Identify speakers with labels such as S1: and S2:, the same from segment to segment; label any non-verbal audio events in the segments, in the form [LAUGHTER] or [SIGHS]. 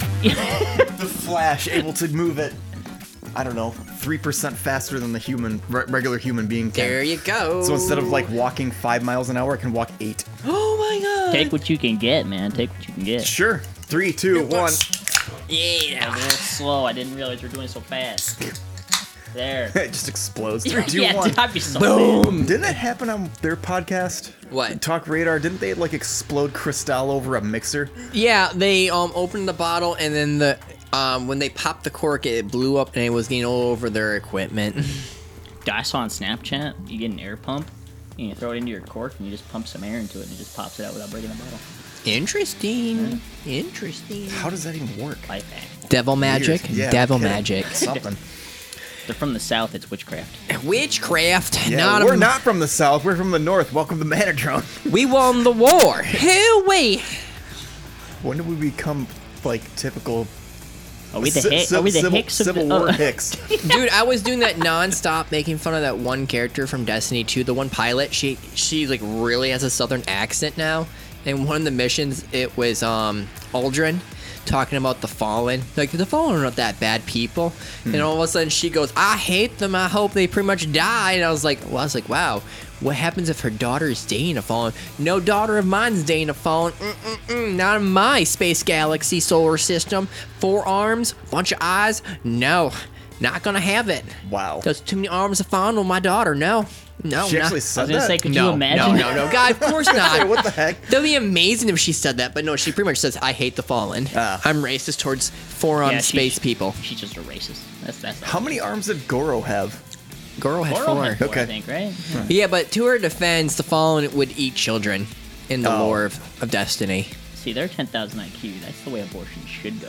S1: the Flash able to move it. I don't know, three percent faster than the human re- regular human being can.
S2: There you go.
S1: So instead of like walking five miles an hour, I can walk eight.
S2: Oh my god.
S3: Take what you can get, man. Take what you can get.
S1: Sure. Three, two, one.
S2: Yeah.
S3: I was a little slow. I didn't realize you were doing so fast.
S1: [LAUGHS]
S3: There.
S1: It just explodes. Three, two,
S3: yeah,
S1: one.
S3: dude, I'd be so
S1: Boom! Didn't that happen on their podcast?
S2: What?
S1: Talk Radar? Didn't they like explode Cristal over a mixer?
S2: Yeah, they um opened the bottle and then the um when they popped the cork it blew up and it was getting all over their equipment.
S3: Dude, I saw on Snapchat, you get an air pump, and you throw it into your cork, and you just pump some air into it, and it just pops it out without breaking the bottle.
S2: [LAUGHS] Interesting. Interesting.
S1: How does that even work?
S3: Life hack.
S2: Devil magic.
S1: Weird. Yeah,
S2: Devil
S1: no kidding.
S2: magic. [LAUGHS]
S1: Something.
S3: They're from the south. It's witchcraft.
S2: Witchcraft.
S1: Yeah,
S2: not a-
S1: we're not from the south. We're from the north. Welcome to Manadrone.
S2: We won the war. Hell we.
S1: [LAUGHS] When did we become like typical?
S3: Are we the
S1: ci-
S3: Hick?
S1: ci-
S3: Are we the
S1: civil,
S3: Hicks of
S1: Civil
S3: the,
S1: War
S3: oh, [LAUGHS]
S1: Hicks.
S2: Dude, I was doing that nonstop, making fun of that one character from Destiny 2, the one pilot. She she like really has a southern accent now. And one of the missions, it was um Aldrin talking about the Fallen. Like the Fallen are not that bad people. And all of a sudden she goes, "I hate them. I hope they pretty much die." And I was like, "Well, I was like, wow." What happens if her daughter's dating a fallen? No daughter of mine's dating a fallen. Mm-mm-mm, not in my space galaxy solar system. Four arms, bunch of eyes. No, not gonna have it.
S1: Wow.
S2: There's too many arms to fondle my daughter. No, no,
S1: She
S2: not-
S1: actually
S3: I
S1: said
S3: was gonna
S1: that.
S3: say, could
S2: no,
S3: you imagine?
S2: no, no, no, God, of course not.
S1: what the heck?
S2: That'd be amazing if she said that, but no, she pretty much says, "I hate the fallen.
S1: Ah.
S2: I'm racist towards forearm
S3: Yeah, she-
S2: space people."
S3: She's just a racist. That's that's.
S1: How many arms did Goro have?
S2: Girl had
S3: Laurel
S2: four.
S3: had four, I
S1: Okay.
S3: think, right?
S2: Yeah, but to her defense, the fallen would eat children in the
S1: Oh.
S2: lore of, of Destiny.
S3: See, they're 10,000 IQ. That's the way abortion should go.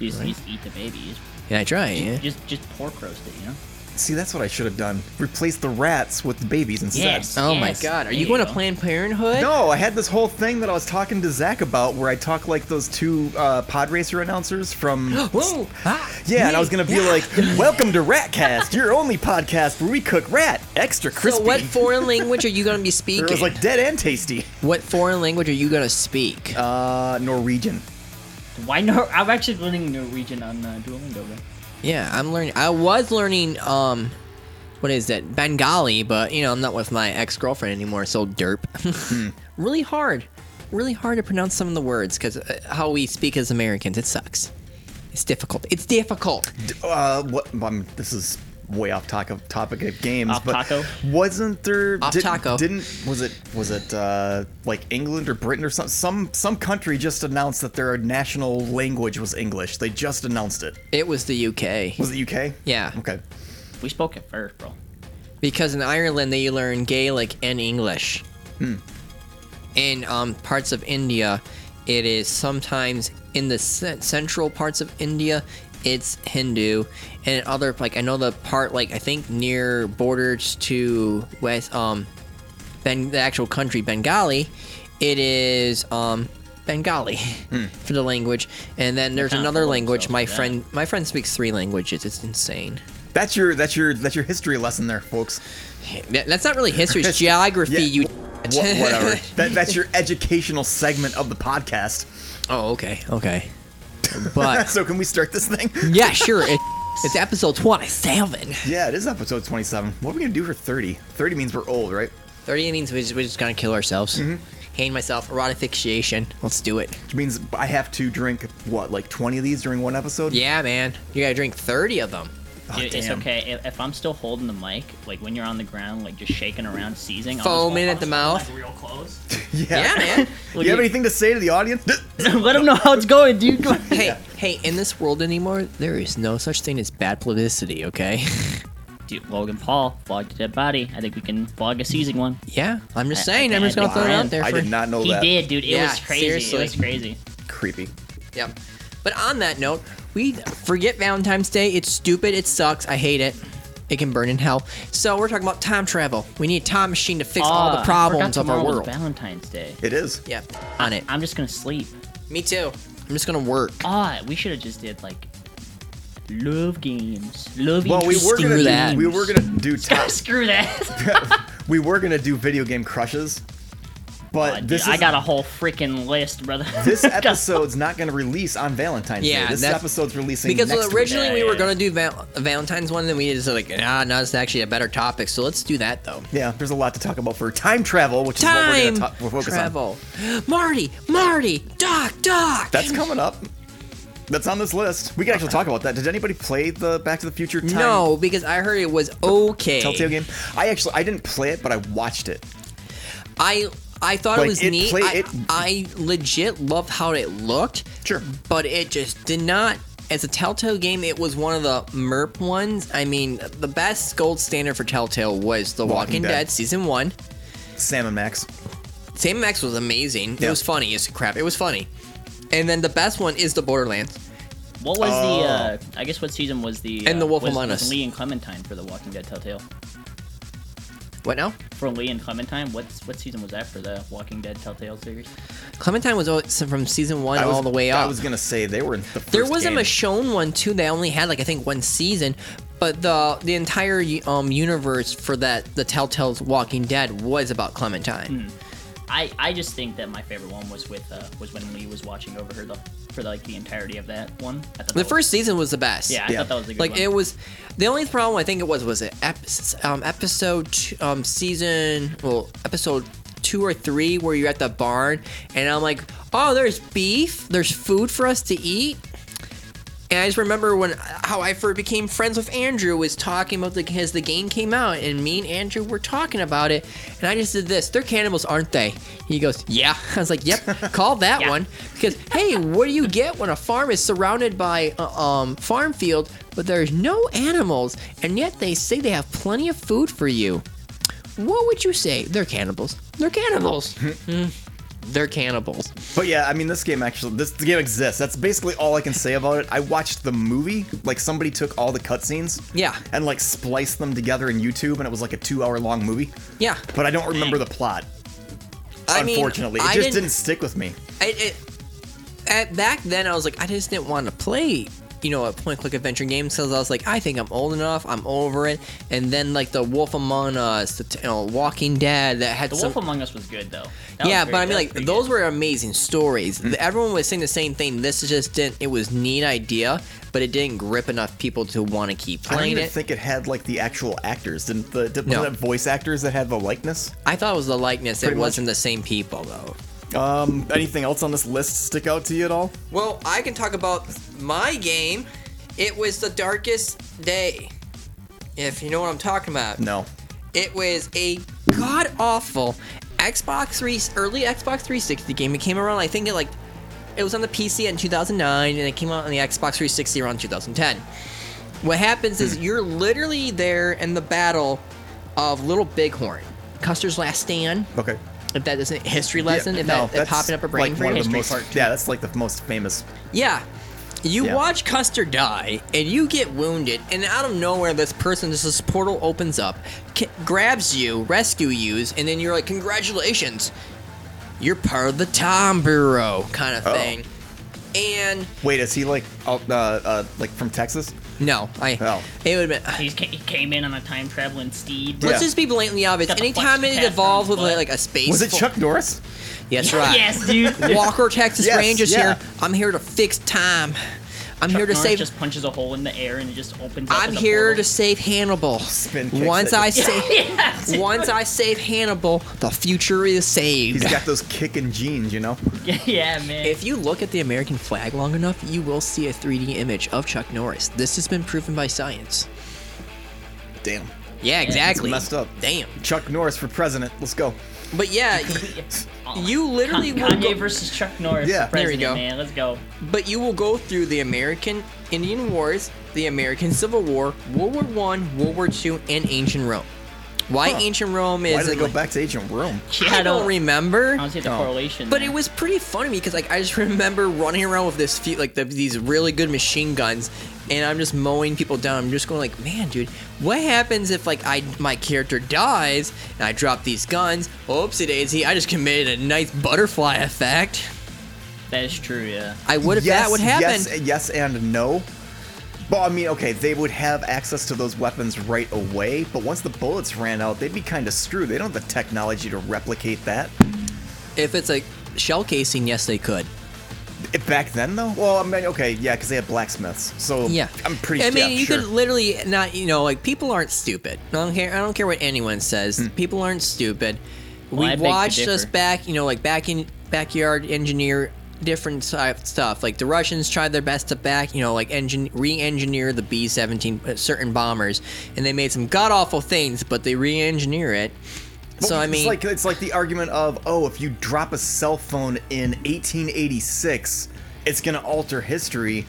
S3: You just, you just eat the baby. You just,
S2: Yeah, that's right. Yeah.
S3: just just pork roast it, you know?
S1: See, that's what I should have done. Replace the rats with the babies instead.
S3: Yes.
S2: Oh my
S3: Yes,
S2: God, are
S3: there
S2: you
S3: you
S2: going to
S3: go.
S2: Planned Parenthood?
S1: No, I had this whole thing that I was talking to Zach about where I talk like those two uh, pod racer announcers
S3: [GASPS]
S1: from.
S2: Whoa! Ah,
S1: Yeah, and I was
S2: me.
S1: gonna be
S2: Yeah.
S3: [LAUGHS]
S1: like, "Welcome to Ratcast, your only podcast where we cook rat extra crispy."
S2: So, what foreign language are you going to be speaking?
S1: [LAUGHS] It was like dead and tasty.
S2: what foreign language are you going to speak?
S1: Uh, Norwegian.
S3: Why no? I'm actually learning Norwegian on uh, Duolingo. Right?
S2: yeah, I'm learning. I was learning. Um, what is it? Bengali, but you know, I'm not with my ex girlfriend anymore, so derp.
S1: Hmm.
S2: [LAUGHS] really hard, really hard to pronounce some of the words because uh, how we speak as Americans, it sucks. It's difficult. It's difficult.
S1: D- Uh, what? Um, this is way off taco, topic of games.
S3: Off
S1: but
S3: taco?
S1: Wasn't there?
S2: Off taco.
S1: Didn't was it? Was it uh, like England or Britain or some some some country just announced that their national language was English? They just announced it.
S2: It was the UK.
S1: Was it UK?
S2: Yeah.
S1: Okay.
S3: We spoke it first, bro.
S1: Oh,
S2: Because in Ireland they learn Gaelic and English. In um, parts of India, it is sometimes in the cen- central parts of India, it's Hindu, and in other like I know the part like I think near borders to West um, ben- the actual country Bengali, it is um, Bengali [LAUGHS] for the language, and then there's
S3: kinda
S2: another
S3: follow
S2: language.
S3: themselves
S2: My
S3: with that.
S2: friend, my friend speaks three languages. It's insane.
S1: That's your that's your that's your history lesson there, folks.
S2: That- That's not really history. It's geography.
S1: [LAUGHS] Yeah.
S2: You.
S1: Wha-
S2: [LAUGHS]
S1: whatever. that, that's your educational segment of the podcast. [LAUGHS]
S2: oh, okay, okay. But
S1: So can we start this
S2: [LAUGHS]
S1: thing?
S2: yeah, sure. It, it's episode twenty-seven.
S1: Yeah, it is episode 27. What are we gonna do for 30? 30 means we're old, right?
S2: Thirty means we just, we're just gonna kill ourselves.
S1: Mm-hmm.
S2: Hang myself. Erotic asphyxiation. Let's do it.
S1: Which means I have to drink what, like 20 of these during one episode?
S2: Yeah, man. You gotta drink thirty of them.
S1: Oh,
S3: Dude, it's
S1: damn.
S3: okay. If, if I'm still holding the mic, like when you're on the ground, like just shaking around, seizing, I'll just
S2: Foaming
S3: hold-
S2: at the
S3: I'll just
S2: mouth.
S3: hold my Real
S1: [LAUGHS]
S3: close.
S1: [LAUGHS] Yeah. [LAUGHS]
S2: Yeah, man.
S1: Do you
S3: [LAUGHS]
S1: have anything to say to the audience?
S3: Let them know how it's going, dude. Come on.
S2: Hey, hey. In this world anymore, there is no such thing as bad publicity. Okay. [LAUGHS]
S3: Dude, Logan Paul vlogged a dead body. I think we can vlog a seizing one.
S2: yeah. I'm just
S3: I-
S2: saying. I'm
S3: I
S2: just gonna
S3: had
S2: throw it
S3: one.
S2: out there.
S1: [LAUGHS] I
S2: for,
S1: did not know
S3: he
S1: that.
S3: did, dude. It
S2: Yeah,
S3: was crazy.
S2: seriously.
S3: It was crazy.
S1: Creepy.
S2: Yep. But on that note, we forget Valentine's Day. It's stupid. It sucks. I hate it. It can burn in hell. So we're talking about time travel. We need a time machine to fix all
S3: Ah,
S2: the
S3: I
S2: problems
S3: forgot
S2: of our
S3: tomorrow was
S2: world.
S3: Valentine's Day.
S1: It is.
S2: Yep. On it.
S3: I'm just gonna sleep.
S2: Me too. I'm just gonna work.
S3: Ah, we should have just did like love games. Love
S1: Well, we
S3: interest
S1: were gonna
S2: Screw
S1: do,
S2: that.
S1: we
S2: [LAUGHS]
S3: [LAUGHS]
S1: were gonna do top,
S3: Screw that.
S1: we were gonna do video game crushes, But
S2: Oh,
S3: Aw, dude,
S1: this
S3: I
S1: is-
S3: got a whole freaking list, brother.
S1: [LAUGHS]
S3: [LAUGHS]
S2: [LAUGHS]
S1: This episode's not going to release on Valentine's
S2: Yeah,
S1: Day. This
S2: that's-
S1: episode's releasing
S2: Because
S1: next week.
S2: originally
S3: Yeah,
S2: we
S3: yeah,
S2: were
S3: yeah.
S2: gonna do val- Valentine's one, then we just like, ah, no, it's actually a better topic, so let's do that though.
S1: Yeah, there's a lot to talk about for time travel, which
S2: Time
S1: is what we're going to focus on.
S2: travel, Marty, Marty, Doc, Doc.
S1: That's coming up. That's on this list. We can actually talk about that. Did anybody play the Back to the Future time
S2: no, because I heard it was okay.
S1: Telltale game? I actually I didn't play it, but I watched it.
S2: I I thought
S1: Like,
S2: it was
S1: it
S2: neat.
S1: play-
S2: I,
S1: it-
S2: I legit loved how it looked.
S1: Sure.
S2: But it just did not. As a Telltale game, it was one of the MERP ones. I mean, the best gold standard for Telltale was The Walking,
S1: Walking Dead.
S2: Dead. season one.
S1: Sam and Max.
S2: Sam Max was amazing.
S1: Yeah.
S2: It was funny as crap. It was funny. And then the best one is the Borderlands.
S3: What was
S1: Oh.
S3: the? Uh, I guess what season was the?
S2: And
S3: uh,
S2: The Wolf
S3: was,
S2: Among
S3: was
S2: Us.
S3: Lee and Clementine for the Walking Dead Telltale.
S2: What now?
S3: For Lee and Clementine, what's what season was that for the Walking Dead Telltale series?
S2: Clementine was al- from season one
S1: I was,
S2: all the way
S1: I
S2: up.
S1: was gonna say they were in the first
S2: There was
S1: game.
S2: a Michonne one too. They only had like I think one season, but the the entire um universe for that the Telltale's Walking Dead was about
S3: Hmm.
S2: Clementine.
S3: I, I just think that my favorite one was with uh, was when Lee was watching over her the, for like the entirety of that one. I thought that
S2: The
S3: was-
S2: first season was the best.
S3: Yeah, I
S1: Yeah.
S3: thought that was a good
S2: Like
S3: one.
S2: it was, the only problem I think it was was it ep- um, episode two- um season well episode two or three where you're at the barn and I'm like oh there's beef there's food for us to eat and I just remember when how I first became friends with Andrew was talking about the as the game came out and me and Andrew were talking about it and I just did this they're cannibals aren't they he goes yeah [LAUGHS] I was like yep
S1: [LAUGHS]
S2: call that
S3: Yeah.
S2: one because hey what do you get when a farm is surrounded by uh, um farm field but there's no animals and yet they say they have plenty of food for you what would you say they're cannibals
S1: [LAUGHS]
S2: they're cannibals Mm, they're cannibals
S1: But yeah, I mean, this game actually, this the game exists. That's basically all I can say about it. I watched the movie. Like somebody took all the cutscenes,
S2: Yeah.
S1: and like spliced them together in YouTube, and it was like a two-hour-long movie.
S2: yeah
S1: But I don't remember the plot.
S2: I mean,
S1: unfortunately,
S2: I
S1: it just
S2: didn't-
S1: didn't... stick with me.
S2: I, it, at back then, I was like, I just didn't want to play, you know, a point-click adventure game. So I was like, I think I'm old enough. I'm over it. And then like the Wolf Among Us, the you know, Walking Dead, that had
S3: the
S2: some.
S3: Wolf Among Us was good though. That was
S2: yeah,
S3: very-
S2: but I mean,
S3: that was
S2: like
S3: pretty
S2: those
S3: good. Mm-hmm.
S2: were amazing stories. Everyone was saying the same thing. This just didn't. It was neat idea, but it didn't grip enough people to want to keep
S1: I don't
S2: playing
S1: even
S2: it.
S1: think it had like the actual actors. Didn't the didn't
S2: No.
S1: the voice actors that had the likeness?
S2: I thought it was the likeness. It
S1: Pretty much.
S2: wasn't the same people though.
S1: Um, anything else on this list stick out to you at all?
S2: Well, I can talk about my game. It was the darkest day. If you know what I'm talking about.
S1: No.
S2: It was a god awful Xbox 3 early Xbox 360 game. It came around I think it like it was on the PC in 2009 and it came out on the Xbox 360 around 2010. What happens is
S1: Hmm.
S2: you're literally there in the battle of Little Bighorn. Custer's Last Stand.
S1: Okay.
S2: If that isn't a history lesson,
S1: Yeah,
S2: if
S1: no,
S2: that if
S1: that's
S2: popping up a brain
S1: like
S2: for
S1: one
S2: you.
S1: of the
S3: History
S1: most,
S3: part two.
S1: Yeah, that's like the most famous.
S2: Yeah. You
S1: Yeah.
S2: watch Custer die, and you get wounded, and out of nowhere, this person, just this portal opens up, ki- grabs you, rescue yous, and then you're like, "Congratulations, you're part of the Tom Bureau," kind of
S1: Oh.
S2: thing. And
S1: Wait, is he like out, uh, uh, like from Texas?
S2: no, I
S1: Oh.
S2: it would have been.
S3: He's, ca- he came in on a time traveling steed. [LAUGHS]
S1: Yeah.
S2: Let's just be blatantly obvious.
S3: Got the
S2: Anytime
S3: flex
S2: it
S3: cap
S2: evolves
S3: on
S2: with
S3: his
S2: like,
S3: butt.
S2: a space,
S1: Was it
S2: full-
S1: Chuck Norris?
S2: Yes, right.
S3: Yes, dude.
S2: [LAUGHS] Walker, Texas
S1: Yes,
S2: Rangers
S1: yeah.
S2: here. I'm here to fix time. I'm
S3: Chuck
S2: here to
S3: Norris
S2: save.
S3: Just punches a hole in the air and it just opens. up
S2: I'm
S3: as a
S2: here to
S3: portal.
S2: save Hannibal.
S1: Spin kicks
S2: Once
S1: at [LAUGHS]
S2: I
S1: you.
S2: save,
S3: [LAUGHS] Yeah.
S2: once I save Hannibal, the future is
S1: He's
S2: saved.
S1: got those kicking jeans, you know.
S3: [LAUGHS] yeah, man.
S2: If you look at the American flag long enough, you will see a 3D image of Chuck Norris. This has been proven by science.
S1: Damn.
S2: Yeah, exactly.
S1: messed up.
S2: Damn.
S1: Chuck Norris for president. Let's go.
S2: But
S1: [LAUGHS]
S2: yeah, y- you literally
S3: Kanye
S2: will go-
S3: versus Chuck Norris.
S1: Yeah.
S3: Yeah,
S1: There
S2: we go.
S3: Man, let's go.
S2: but you will go through the American Indian Wars, the American Civil War, World War One, World War Two, and ancient Rome. Why
S1: Huh.
S2: ancient Rome is?
S1: Why do they
S2: in,
S1: go
S2: like-
S1: back to ancient Rome?
S3: Yeah,
S2: I don't remember.
S3: I don't see the
S1: No.
S3: correlation.
S2: But
S3: there.
S2: it was pretty funny because like I just [LAUGHS] remember running around with this few, like the, these really good machine guns, and I'm just mowing people down. I'm just going like, man, dude, what happens if like I my character dies and I drop these guns? Oopsie daisy, I just committed a nice butterfly effect.
S3: that is true. Yeah.
S2: I would if that would happen.
S1: Yes, yes, and no. But I mean, okay, they would have access to those weapons right away. But once the bullets ran out, they'd be kind of screwed. They don't have the technology to replicate that.
S2: If it's like shell casing, yes, they could.
S1: It- back then, though. Well, I mean, okay, yeah, because they had blacksmiths. So
S2: Yeah,
S1: I'm pretty.
S2: I mean,
S1: yeah,
S2: you
S1: sure.
S2: could literally not. You know, like people aren't stupid. I don't care. I don't care what anyone says.
S1: Hmm.
S2: People aren't stupid.
S3: I
S2: we
S3: beg to
S2: watched us
S3: differ.
S2: back. You know, like back in backyard engineer different type of stuff. Like the Russians tried their best to back. You know, like engine re-engineer the B-17 uh, certain bombers, and they made some god awful things, but they re-engineer it.
S1: Well,
S2: so I
S1: it's
S2: mean,
S1: like it's like the argument of oh, if you drop a cell phone in 1886, it's gonna alter history.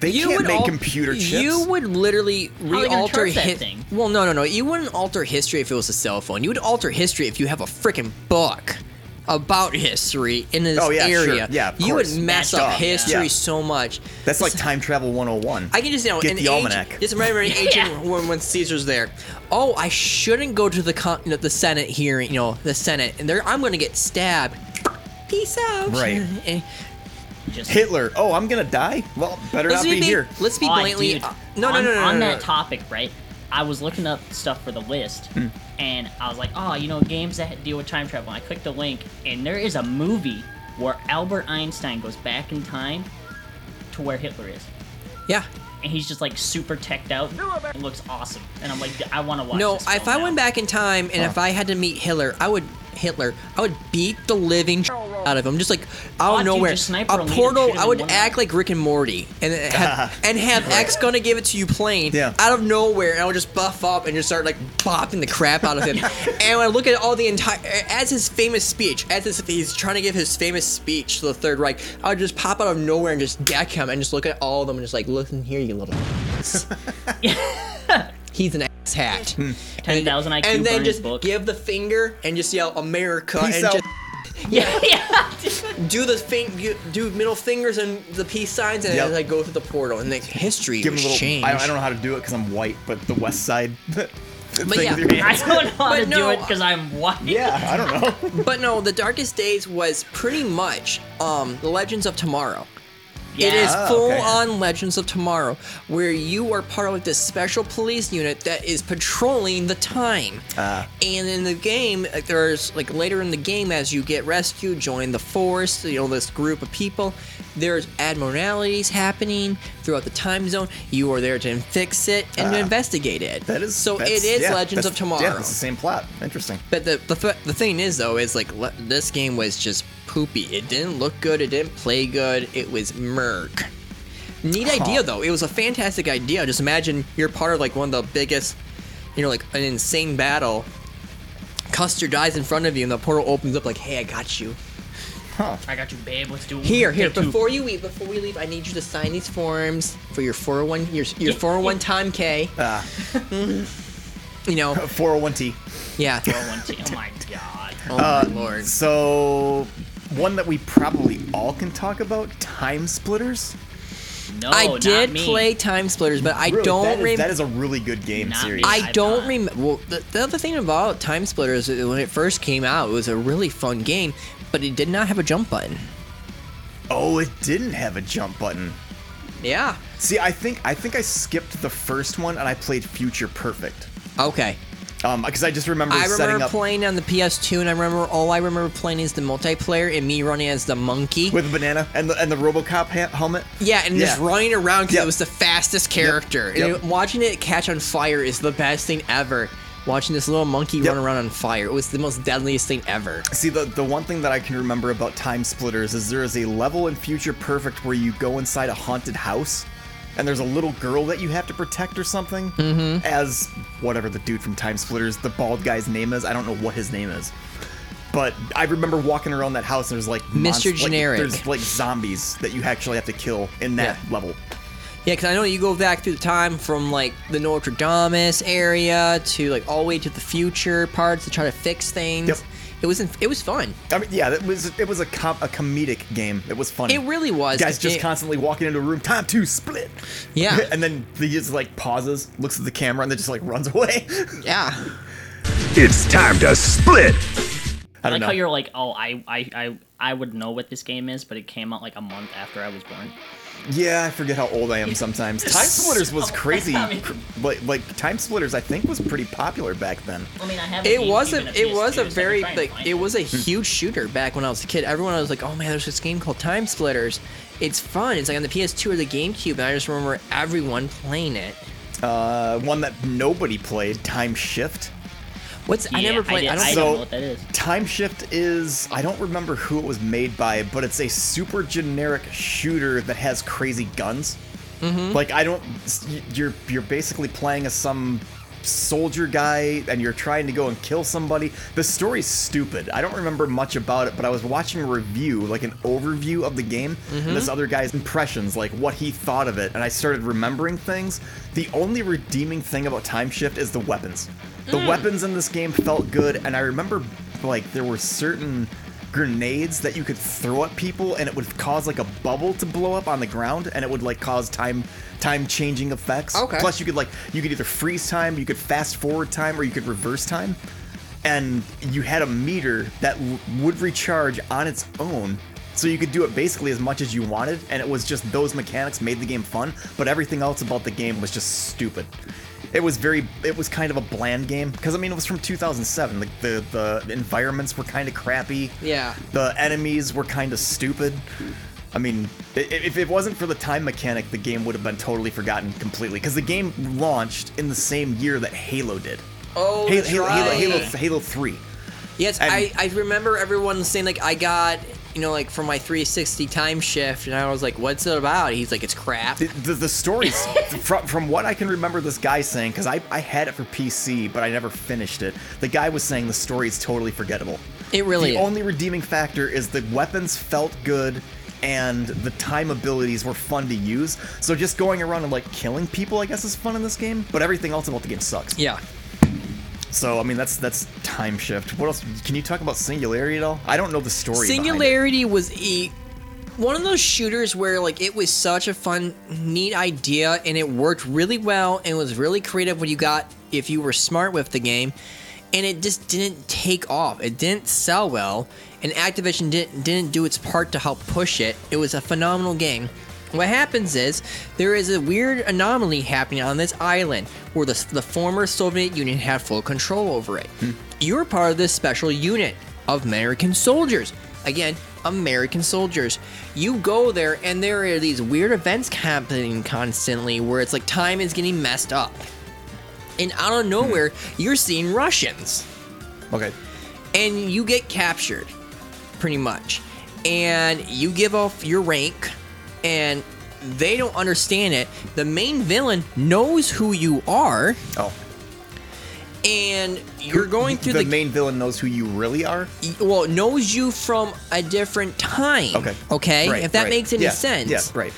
S1: They
S2: you
S1: can't
S2: would
S1: make
S2: al-
S1: computer chips.
S2: You would literally
S3: they gonna
S2: re-alter
S3: charge that
S2: hit.
S3: thing?
S2: Well, no, no, no. You wouldn't alter history if it was a cell phone. You would alter history if you have a freaking book about history in this
S1: Oh, yeah, sure.
S2: area.
S1: Yeah, of
S2: you would
S1: course.
S2: mess
S1: That's
S2: up
S1: dumb.
S2: history
S1: Yeah.
S2: so much.
S1: That's
S2: [LAUGHS]
S1: like time travel 101.
S2: I can just you know
S1: get
S2: an
S1: the
S2: age-
S1: almanac.
S2: Just remember an
S3: [LAUGHS]
S2: ancient when, when Caesar's there. Oh, I shouldn't go to the con- you know, the Senate hearing. You know the Senate, and there I'm going to get stabbed. Peace out. [LAUGHS] Eh.
S1: Right.
S2: And-
S3: Just
S1: Hitler. Oh, I'm gonna die. Well, better
S2: Let's
S1: not be
S2: be,
S1: here.
S2: let's be
S3: Aw,
S2: blatantly.
S3: dude,
S2: uh, no, no,
S3: Oh, on,
S2: no, no,
S3: On
S2: no,
S3: that
S2: no.
S3: topic, right? I was looking up stuff for the list, and I was like, oh, you know, games that deal with time travel. I clicked the link, and there is a movie where Albert Einstein goes back in time to where Hitler is,
S2: Yeah,
S3: and he's just like super teched out. It looks awesome, and I'm like, I want to watch.
S2: No,
S3: this
S2: if I
S3: film
S2: went
S3: now.
S2: back in time and if I had to meet Hitler, I would Hitler. I would beat the living out of him, just like out
S3: Fuck,
S2: of
S3: dude,
S2: nowhere.
S3: just sniper
S2: A
S3: him, lead him,
S2: portal.
S3: shoot him
S2: I
S3: in
S2: would
S3: one
S2: act
S3: eye.
S2: like Rick and Morty,
S3: [LAUGHS]
S2: and then have, and have X gonna give it to you plain
S1: Yeah.
S2: out of nowhere, and I would just buff up and just start like bopping the crap out
S1: [LAUGHS]
S2: of him. and when I look at all the entire as his famous speech, as his, he's trying to give his famous speech to the Third Reich, I would just pop out of nowhere and just deck him, and just look at all of them and just like, listen here, you little.
S1: [LAUGHS]
S2: He's an ass hat.
S1: Hmm.
S3: ten thousand IQ
S2: and then
S3: burns
S2: just
S3: book.
S2: give the finger and just yell America
S1: Peace
S2: and
S1: out.
S3: [LAUGHS] yeah, yeah.
S2: just do the thing, do middle fingers and the peace signs, and
S1: Yep.
S2: then like go through the portal and like history
S1: Give him
S2: was
S1: a little.
S2: changed.
S1: I, I don't know how to do it because I'm white, but the West Side [LAUGHS] thing
S2: yeah.
S1: with your
S3: I
S1: hands.
S3: don't know how
S2: But
S3: to
S2: no,
S3: do it because I'm white.
S1: yeah, I don't know. [LAUGHS]
S2: But no, the darkest days was pretty much um the Legends of Tomorrow. It
S3: Yeah.
S2: is
S1: Ah,
S2: full
S1: okay.
S2: on Legends of Tomorrow, where you are part of like, this special police unit that is patrolling the time.
S1: Ah.
S2: and in the game, like, there's like later in the game, as you get rescued, join the force, you know, this group of people, there's abnormalities happening throughout the time zone. You are there to fix it and to investigate it.
S1: Ah. That is
S2: so. It
S1: that's-
S2: is
S1: yeah,
S2: Legends
S1: that's-
S2: of Tomorrow.
S1: Yeah, it's the same plot. Interesting.
S2: But the the, th- the thing is though is like le- this game was just poopy. It didn't look good. It didn't play good. It was merc. Neat idea though. It was a fantastic idea. Just imagine you're part of like one of the biggest, you know, like an insane battle. Custer dies in front of you and the portal opens up like, hey, I got you.
S3: I got you, babe. Let's do it.
S2: Here, here.
S3: Take two. [LAUGHS]
S2: Before you leave, before we leave, I need you to sign these forms for your 401 your your 401 time K.
S1: Uh,
S2: [LAUGHS] You know,
S1: 401t.
S2: [LAUGHS] yeah.
S3: I want to- Oh my
S1: [LAUGHS]
S3: god.
S2: Oh my lord.
S1: So, one that we probably all can talk about: time splitters.
S3: No,
S2: I
S3: Oh, not
S2: did
S3: me.
S2: play Time Splitters, but I
S1: Really, that
S2: don't
S1: is-
S2: remember.
S1: that is a really good game
S3: Not
S1: series.
S3: me.
S2: I
S3: I've
S2: don't
S3: not.
S2: remember. Well, the, the other thing about Time Splitters is when it first came out, it was a really fun game, but it did not have a jump button.
S1: oh, it didn't have a jump button.
S2: Yeah.
S1: See, I think I think I skipped the first one and I played Future Perfect.
S2: Okay.
S1: Um, because I just remember
S2: I
S1: setting
S2: remember
S1: up
S2: playing on the PS2, and I remember all I remember playing is the multiplayer and me running as the monkey.
S1: with a banana and the and the RoboCop ha- helmet.
S2: yeah, and just
S1: Yeah.
S2: running around because
S1: Yep.
S2: it was the fastest character. And
S1: Yep.
S2: it- watching it catch on fire is the best thing ever. Watching this little monkey run around on fire, it was the most deadliest thing ever.
S1: See, the the one thing that I can remember about Time Splitters is there is a level in Future Perfect where you go inside a haunted house, and there's a little girl that you have to protect or something. Mm-hmm. As whatever the dude from Time Splitters, the bald guy's name is. I don't know what his name is. But I remember walking around that house and there's like monst- like,
S2: Generic.
S1: there's like zombies that you actually have to kill in that
S2: Yeah.
S1: level.
S2: Yeah, because I know you go back through the time from like the Notre Dame area to like all the way to the future parts to try to fix things.
S1: Yep.
S2: It was it was fun.
S1: I mean, yeah, it was it was a com- a comedic game. It was funny.
S2: It really was.
S1: Guys just
S2: It-
S1: constantly walking into a room. Time to split.
S2: Yeah.
S1: [LAUGHS] and then he just like pauses, looks at the camera, and then just like runs [LAUGHS] away.
S2: Yeah.
S4: It's time to split.
S1: I
S3: I
S1: don't
S3: like
S1: know.
S3: how you're like, oh, I, I, I, I would know what this game is, but it came out like a month after I was born.
S1: Yeah, I forget how old I am
S3: [LAUGHS]
S1: sometimes. Time Splitters was
S3: So-
S1: crazy.
S3: [LAUGHS] I mean-
S1: cr- Like, like Time Splitters, I think was pretty popular back then.
S3: I mean, I have.
S2: It was a it was a very like it was
S1: Hmm.
S2: a huge shooter back when I was a kid. Everyone was like, "Oh man, there's this game called Time Splitters. It's fun. It's like on the PS2 or the GameCube." And I just remember everyone playing it.
S1: Uh, one that nobody played, Time Shift.
S2: What's I
S3: Yeah,
S2: never
S3: I
S2: played.
S3: did-
S2: I, don't
S3: I
S2: know.
S3: don't-
S1: so
S3: know what that is.
S1: Time Shift is I don't remember who it was made by, but it's a super generic shooter that has crazy guns. Like I don't you're you're basically playing as some soldier guy and you're trying to go and kill somebody. The story's stupid. I don't remember much about it, but I was watching a review, like an overview of the game, and this other guy's impressions, like what he thought of it, and I started remembering things. The only redeeming thing about Time Shift is the weapons. The weapons in this game felt good, and I remember like there were certain grenades that you could throw at people and it would cause like a bubble to blow up on the ground and it would like cause time time changing effects
S2: Okay.
S1: plus you could like you could either freeze time you could fast forward time or you could reverse time and you had a meter that w- would recharge on its own so you could do it basically as much as you wanted and it was just those mechanics made the game fun but everything else about the game was just stupid it was very it was kind of a bland game because i mean it was from 2007 like the the environments were kind of crappy
S2: Yeah.
S1: the enemies were kind of stupid. I mean, i- if it wasn't for the time mechanic, the game would have been totally forgotten completely because the game launched in the same year that Halo did.
S2: Oh,
S1: Halo,
S2: that's
S1: Halo, Halo,
S2: right.
S1: Halo, Halo 3.
S2: Yes,
S1: And-
S2: I, I remember everyone saying like I got you know like from my 360 time shift, and I was like, "What's it about?" He's like, "It's crap."
S1: The, the, the stories, from, from what I can remember this guy saying, because I, I had it for PC, but I never finished it, the guy was saying the story is totally forgettable.
S2: It really
S1: The
S2: is.
S1: only redeeming factor is the weapons felt good and the time abilities were fun to use. So just going around and like killing people, I guess, is fun in this game. But everything else about the game sucks.
S2: yeah.
S1: So I mean, that's that's time shift. What else? Can you talk about Singularity at all? I don't know the story. behind it.
S2: Singularity was a one of those shooters where like it was such a fun, neat idea, and it worked really well, and was really creative when you got if you were smart with the game, and it just didn't take off. It didn't sell well, and Activision didn't didn't do its part to help push it. It was a phenomenal game. What happens is there is a weird anomaly happening on this island where the, the former Soviet Union had full control over it.
S1: Hmm.
S2: You're part of this special unit of American soldiers. Again, American soldiers. You go there, and there are these weird events happening constantly where it's like time is getting messed up. And out of nowhere, you're seeing Russians
S1: Okay.
S2: and you get captured pretty much and you give off your rank and they don't understand it the main villain knows who you are
S1: Oh.
S2: and you're going through the,
S1: the main villain knows who you really are.
S2: well knows you from a different time
S1: Okay.
S2: okay
S1: Right,
S2: if that
S1: right.
S2: makes any
S1: Yeah,
S2: sense
S1: Yeah. Right.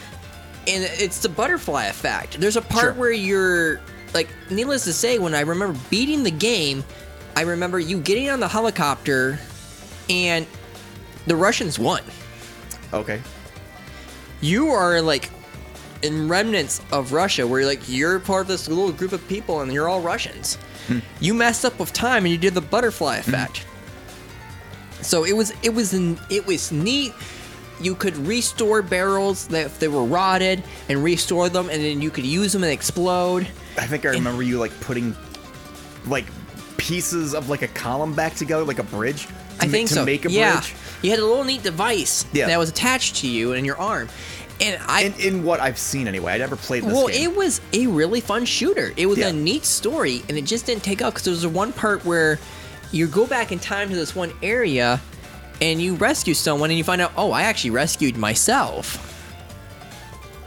S2: and it's the butterfly effect. There's a part
S1: Sure.
S2: where you're like, needless to say, when I remember beating the game, I remember you getting on the helicopter, and the Russians won.
S1: Okay.
S2: You are like in remnants of Russia, where you're like you're part of this little group of people, and you're all Russians.
S1: Hmm.
S2: You messed up with time, and you did the butterfly effect. So it was it was an, it was neat. You could restore barrels that if they were rotted and restore them, and then you could use them and explode.
S1: I think I remember you like putting like pieces of like a column back together, like a bridge. To
S2: I
S1: ma-
S2: think
S1: to
S2: so.
S1: make a
S2: yeah,
S1: bridge.
S2: you had a little neat device
S1: Yeah.
S2: that was attached to you and your arm, and I
S1: In, in what I've seen anyway, I never played this
S2: well,
S1: game.
S2: it was a really fun shooter. It was
S1: Yeah.
S2: a neat story, and it just didn't take off because there was one part where you go back in time to this one area, and you rescue someone, and you find out, oh, I actually rescued myself.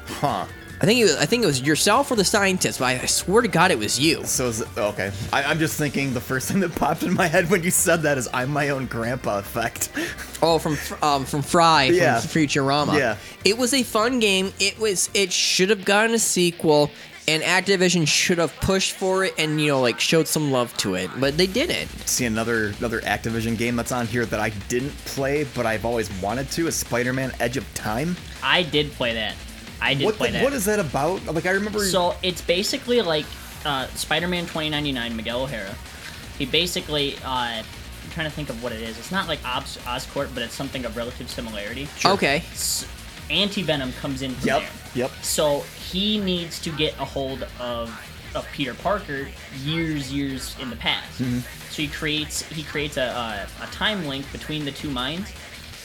S1: huh?
S2: I think it was, I think it was yourself or the scientist, but I, I swear to God, it was you.
S1: So is it, okay. I, I'm just thinking the first thing that popped in my head when you said that is I'm my own grandpa effect. [LAUGHS]
S2: Oh, from um, from Fry
S1: Yeah.
S2: from Futurama.
S1: Yeah.
S2: it was a fun game. It was. It should have gotten a sequel, and Activision should have pushed for it, and you know, like showed some love to it, but they didn't.
S1: See another another Activision game that's on here that I didn't play but I've always wanted to is Spider-Man: Edge of Time.
S3: I did play that. I did
S1: What
S3: play
S1: the,
S3: that.
S1: what is that about? Like I remember.
S3: So it's basically like uh, Spider-Man 2099, Miguel O'Hara. He basically, uh, I'm trying to think of what it is. It's not like Obs- Oscorp, but it's something of relative similarity.
S2: Okay.
S3: S- anti venom comes in. From
S1: Yep,
S3: there.
S1: yep.
S3: So he needs to get a hold of of Peter Parker years, years in the past. So he creates he creates a, a a time link between the two minds,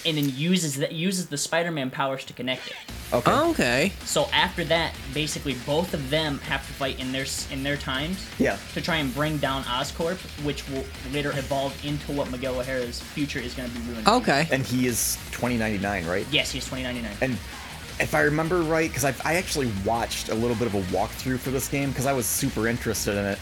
S3: and then uses that uses the Spider-Man powers to connect it.
S1: Okay.
S2: Okay.
S3: So after that, basically both of them have to fight in their s- in their times.
S1: Yeah.
S3: To try and bring down Oscorp, which will later evolve into what Miguel O'Hara's future is going to be ruined.
S2: Okay.
S1: And he is 2099, right?
S3: Yes, he's 2099.
S1: And if I remember right, because I, I actually watched a little bit of a walkthrough for this game because I was super interested in it.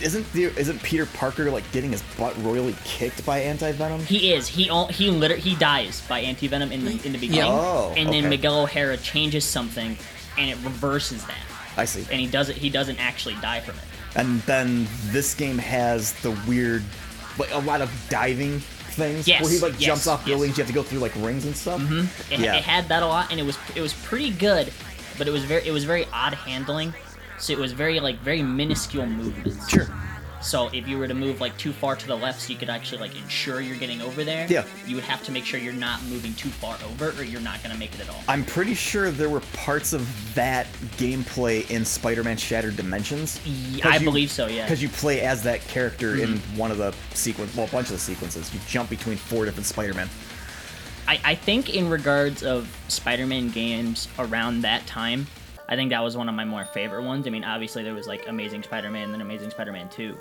S1: Isn't the, isn't Peter Parker like getting his butt royally kicked by Anti Venom?
S3: He is. He all, he liter- he dies by anti venom in the in the beginning,
S1: Oh,
S3: and then
S1: okay.
S3: Miguel O'Hara changes something, and it reverses that,
S1: I see.
S3: and he doesn't he doesn't actually die from it.
S1: And then this game has the weird, like a lot of diving things
S3: Yes,
S1: where he like
S3: yes,
S1: jumps off
S3: yes. Mm-hmm.
S1: buildings. You have to go through like rings and stuff.
S3: It,
S1: Yeah.
S3: it had that a lot, and it was it was pretty good, but it was very it was very odd handling, so it was very like very minuscule movements.
S1: Sure.
S3: So if you were to move like too far to the left, so you could actually like ensure you're getting over there.
S1: Yeah.
S3: You would have to make sure you're not moving too far over, or you're not gonna make it at all.
S1: I'm pretty sure there were parts of that gameplay in Spider-Man Shattered Dimensions.
S3: Ye- I believe so, yeah.
S1: Because you play as that character in one of the sequence, well, a bunch of the sequences. You jump between four different Spider-Man.
S3: I, I think in regards of Spider-Man games around that time, I think that was one of my more favorite ones. I mean, obviously there was like Amazing Spider-Man and then Amazing Spider-Man 2,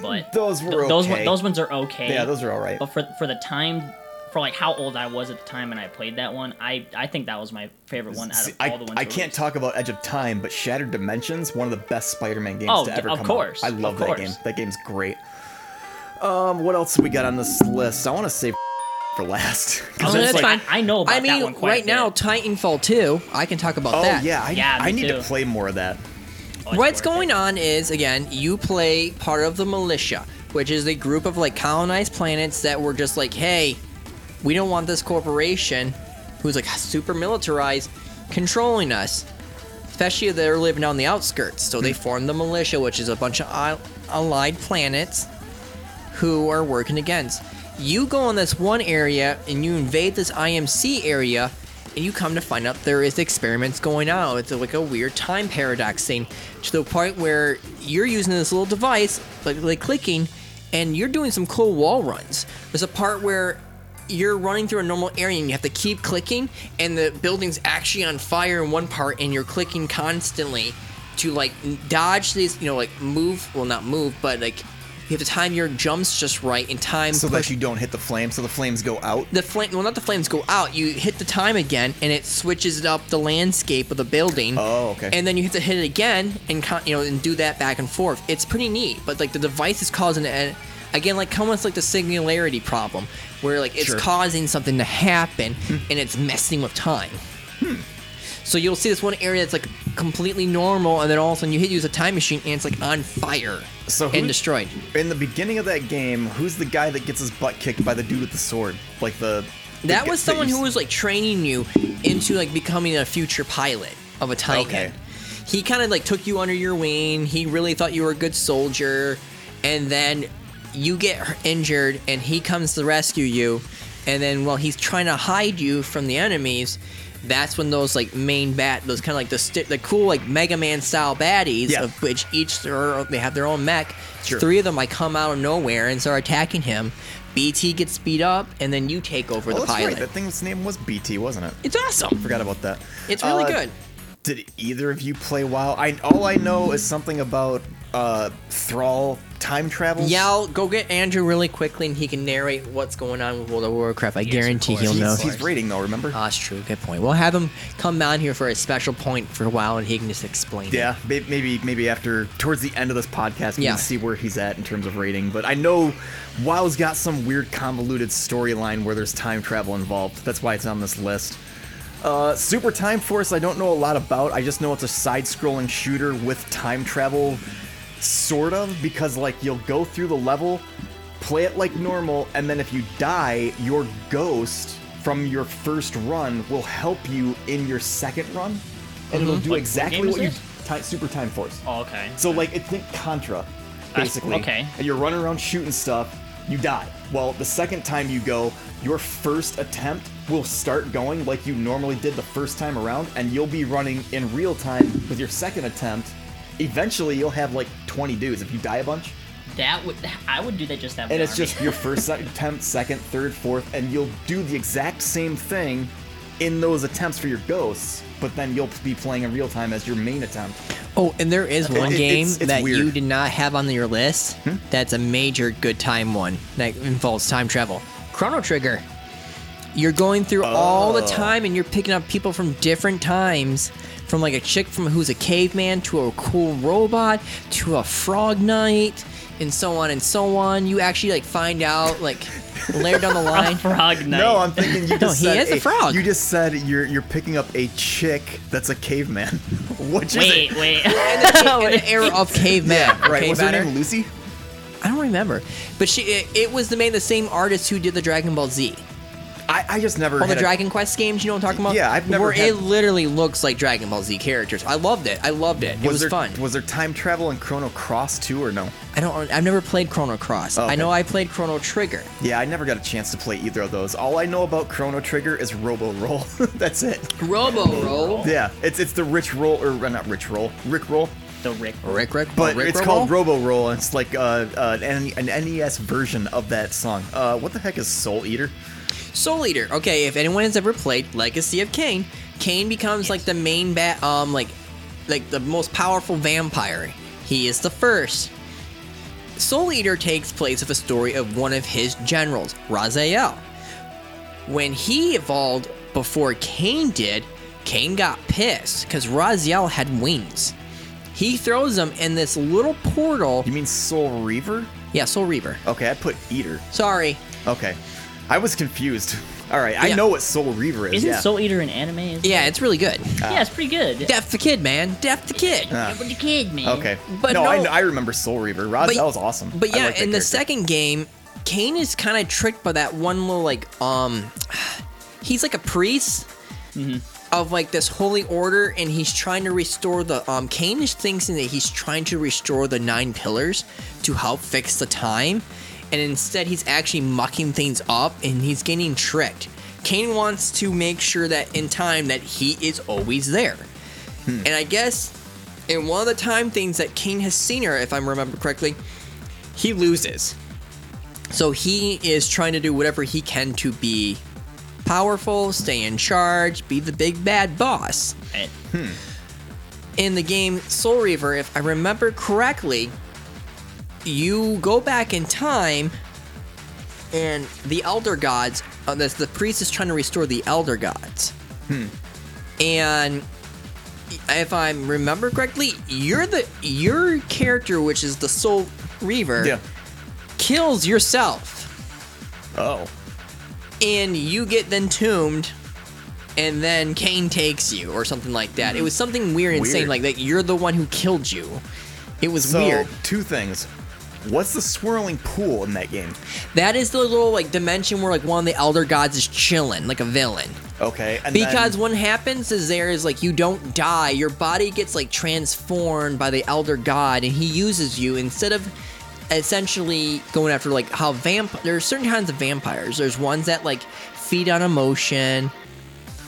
S3: but
S1: Those were
S3: th- those one-
S1: okay.
S3: those ones are okay.
S1: Yeah, those are all right.
S3: But for for the time, for like how old I was at the time and I played that one, I I think that was my favorite one out of
S1: See,
S3: all the
S1: I,
S3: ones.
S1: I can't
S3: released.
S1: talk about Edge of Time, but Shattered Dimensions, one of the best Spider-Man games
S3: Oh,
S1: to
S3: d-
S1: ever
S3: of
S1: come
S3: course,
S1: out. I
S3: of
S1: love that
S3: course.
S1: game. That game's great. Um, what else we got on this list? I want to save [LAUGHS] for last. [LAUGHS] 'Cause
S3: Oh,
S1: it's
S3: that's
S1: like-
S3: fine. I know about
S2: I
S3: that
S2: mean,
S3: one quite
S2: right
S3: a
S2: now,
S3: bit.
S2: Titanfall 2, I can talk about
S1: Oh
S2: that.
S1: yeah, I,
S3: Yeah, me
S1: I need
S3: too.
S1: to play more of that.
S3: Oh, it's
S2: What's
S3: worth
S2: going
S3: it.
S2: on is, again, you play part of the militia, which is a group of like colonized planets that were just like, hey, we don't want this corporation who's like super militarized controlling us. Especially if they're living on the outskirts. So they formed the militia, which is a bunch of al- allied planets who are working against. You go in this one area and you invade this IMC area, and you come to find out there is experiments going on. It's like a weird time paradox thing to the point where you're using this little device, like, like clicking, and you're doing some cool wall runs. There's a part where you're running through a normal area and you have to keep clicking, and the building's actually on fire in one part, and you're clicking constantly to like n- dodge these, you know, like move, well, not move, but like you have to time your jumps just right in time.
S1: So
S2: push-
S1: that you don't hit the flames, so the flames go out.
S2: the flame, well, not the flames go out. You hit the time again, and it switches up the landscape of the building.
S1: Oh, okay.
S2: And then you have to hit it again, and con- you know, and do that back and forth. It's pretty neat, but like the device is causing it. Again, like almost like the singularity problem, where like it's
S1: Sure. Hmm.
S2: causing something to happen, and it's messing with time. So you'll see this one area that's like completely normal, and then all of a sudden you hit use a time machine, and it's like on fire
S1: So who-
S2: and destroyed.
S1: In the beginning of that game, who's the guy that gets his butt kicked by the dude with the sword? Like the. the
S2: That
S1: gu-
S2: was someone
S1: you
S2: who
S1: s-
S2: was like training you into like becoming a future pilot of a Titan.
S1: Okay.
S2: He kind of like took you under your wing. He really thought you were a good soldier, and then you get h- injured, and he comes to rescue you. And then while he's trying to hide you from the enemies, that's when those like main bat, those kind of like the sti the cool like Mega Man style baddies,
S1: Yeah.
S2: of which each their, they have their own mech.
S1: Sure.
S2: Three of them like come out of nowhere and start attacking him. BT gets beat up, and then you take over
S1: Oh,
S2: the
S1: that's
S2: pilot.
S1: right. That thing's name was BT, wasn't it?
S2: It's awesome.
S1: Forgot about that.
S2: It's really
S1: Uh,
S2: good.
S1: Did either of you play WoW? I all I know is something about uh Thrall time travel.
S2: Yell, go get Andrew really quickly, and he can narrate what's going on with World of Warcraft. I guarantee
S3: of course.
S2: he'll know.
S1: he's, he's raiding though. Remember?
S2: Ah, that's true. Good point. We'll have him come down here for a special point for a while, and he can just explain. it.
S1: yeah, may- maybe maybe after towards the end of this podcast, we
S2: Yeah.
S1: can see where he's at in terms of rating. But I know WoW's got some weird convoluted storyline where there's time travel involved. That's why it's on this list. Uh, Super Time Force, I don't know a lot about. I just know it's a side-scrolling shooter with time travel, sort of, because like you'll go through the level, play it like normal, and then if you die, your ghost from your first run will help you in your second run, and it'll do
S3: What- what
S1: exactly
S3: game is
S1: what you
S3: this?
S1: Ti- Super Time Force.
S3: Oh, okay.
S1: So like it's think Contra, basically.
S3: okay.
S1: And you're running around shooting stuff, you die. Well, the second time you go, your first attempt will start going like you normally did the first time around, and you'll be running in real time with your second attempt. Eventually, you'll have like 20 dudes if you die a bunch.
S3: That would I would do that just that.
S1: And
S3: way,
S1: it's
S3: Arby.
S1: just your first se- attempt, second, third, fourth, and you'll do the exact same thing in those attempts for your ghosts, but then you'll be playing in real time as your main attempt.
S2: Oh, and there is one
S1: it-
S2: game
S1: it's- it's
S2: that
S1: weird. Hmm?
S2: you did not have on your list. That's a major good time one that involves time travel. Chrono Trigger. You're going through all
S1: Oh.
S2: the time and you're picking up people from different times, from like a chick from who's a caveman to a cool robot to a frog knight, and so on and so on. You actually like find
S1: [LAUGHS]
S2: out like later down the
S3: [LAUGHS]
S2: line.
S3: [LAUGHS] frog night.
S1: No, I'm thinking
S2: [LAUGHS]
S1: you just
S2: No, he
S1: said
S2: is a frog.
S1: You just said you're you're picking up a chick that's a caveman. [LAUGHS] Which
S3: wait,
S1: is it?
S2: [LAUGHS]
S3: wait.
S2: in the era of caveman,
S1: Right,
S2: okay,
S1: was her
S2: Banner?
S1: name Lucy?
S2: I don't remember, but she it, it was the main the same artist who did the Dragon Ball Z,
S1: I, I just never
S2: all Oh, the
S1: had a-
S2: Dragon Quest games. You know what I'm talking about?
S1: Yeah, I've never
S2: Where
S1: had-
S2: it literally looks like Dragon Ball Z characters. I loved it. I loved it. it was
S1: there,
S2: fun.
S1: Was there time travel in Chrono Cross too, or no?
S2: I don't. I've never played Chrono Cross.
S1: Oh, okay.
S2: I know I played Chrono Trigger.
S1: Yeah, I never got a chance to play either of those. All I know about Chrono Trigger is Robo Roll. [LAUGHS] that's it.
S2: Robo Roll.
S1: Yeah, it's it's the Rich Roll or uh, not Rich Roll, Rick Roll,
S3: the Rick.
S2: Rick Rick.
S1: but
S2: Oh, Rick
S1: it's
S2: Roll?
S1: called Robo Roll. And it's like uh, uh, an, an NES version of that song. Uh, what the heck is Soul Eater?
S2: Soul Eater. Okay, if anyone has ever played Legacy of Kane, Kane becomes like the main bat, um, like, like the most powerful vampire. He is the first. Soul Eater takes place of a story of one of his generals, Raziel. When he evolved before Kane did, Kane got pissed because Raziel had wings. He throws them in this little portal.
S1: You mean Soul Reaver?
S2: Yeah, Soul Reaver.
S1: Okay, I put Eater.
S2: Sorry.
S1: Okay, I was confused. [LAUGHS] All right, I
S2: Yeah.
S1: know what Soul Reaver is.
S3: Isn't
S1: yeah.
S3: Soul Eater an anime? Isn't
S2: Yeah, it's really good.
S3: it? yeah, it's pretty good.
S2: Deaf the kid, man. Deaf the kid.
S3: Yeah, but the kid, man.
S1: Okay,
S2: But
S1: no,
S2: no-
S1: I, I remember Soul Reaver. Roz,
S2: But-
S1: that was awesome.
S2: But
S1: I
S2: yeah,
S1: like that
S2: in the
S1: character.
S2: second game, Kane is kind of tricked by that one little like um, [SIGHS] he's like a priest
S1: Mm-hmm.
S2: of like this holy order, and he's trying to restore the um. Kane is thinking that he's trying to restore the nine pillars to help fix the time, and instead he's actually mucking things up, and he's getting tricked. Kane wants to make sure that in time that he is always there,
S1: Hmm.
S2: and I guess. In one of the time things that Kane has seen her, if I remember correctly, he loses. So he is trying to do whatever he can to be powerful, stay in charge, be the big bad boss. [LAUGHS]
S3: Right.
S2: In the game Soul Reaver, if I remember correctly, you go back in time and the elder gods, uh, the, the priest is trying to restore the elder gods. And if I remember correctly, you're the your character, which is the Soul Reaver,
S1: yeah.
S2: kills yourself
S1: Oh,
S2: and you get then tombed and then Kane takes you or something like that. It was something weird and insane
S1: Mm-hmm. Weird.
S2: like that you're the one who killed you. It was
S1: so
S2: weird.
S1: two things. What's the swirling pool in that game?
S2: That is the little like dimension where like one of the elder gods is chilling like a villain.
S1: Okay, and
S2: Because
S1: then,
S2: what happens is there is like you don't die, your body gets like transformed by the elder god, and he uses you instead of essentially going after like how vamp. There are certain kinds of vampires. There's ones that like feed on emotion.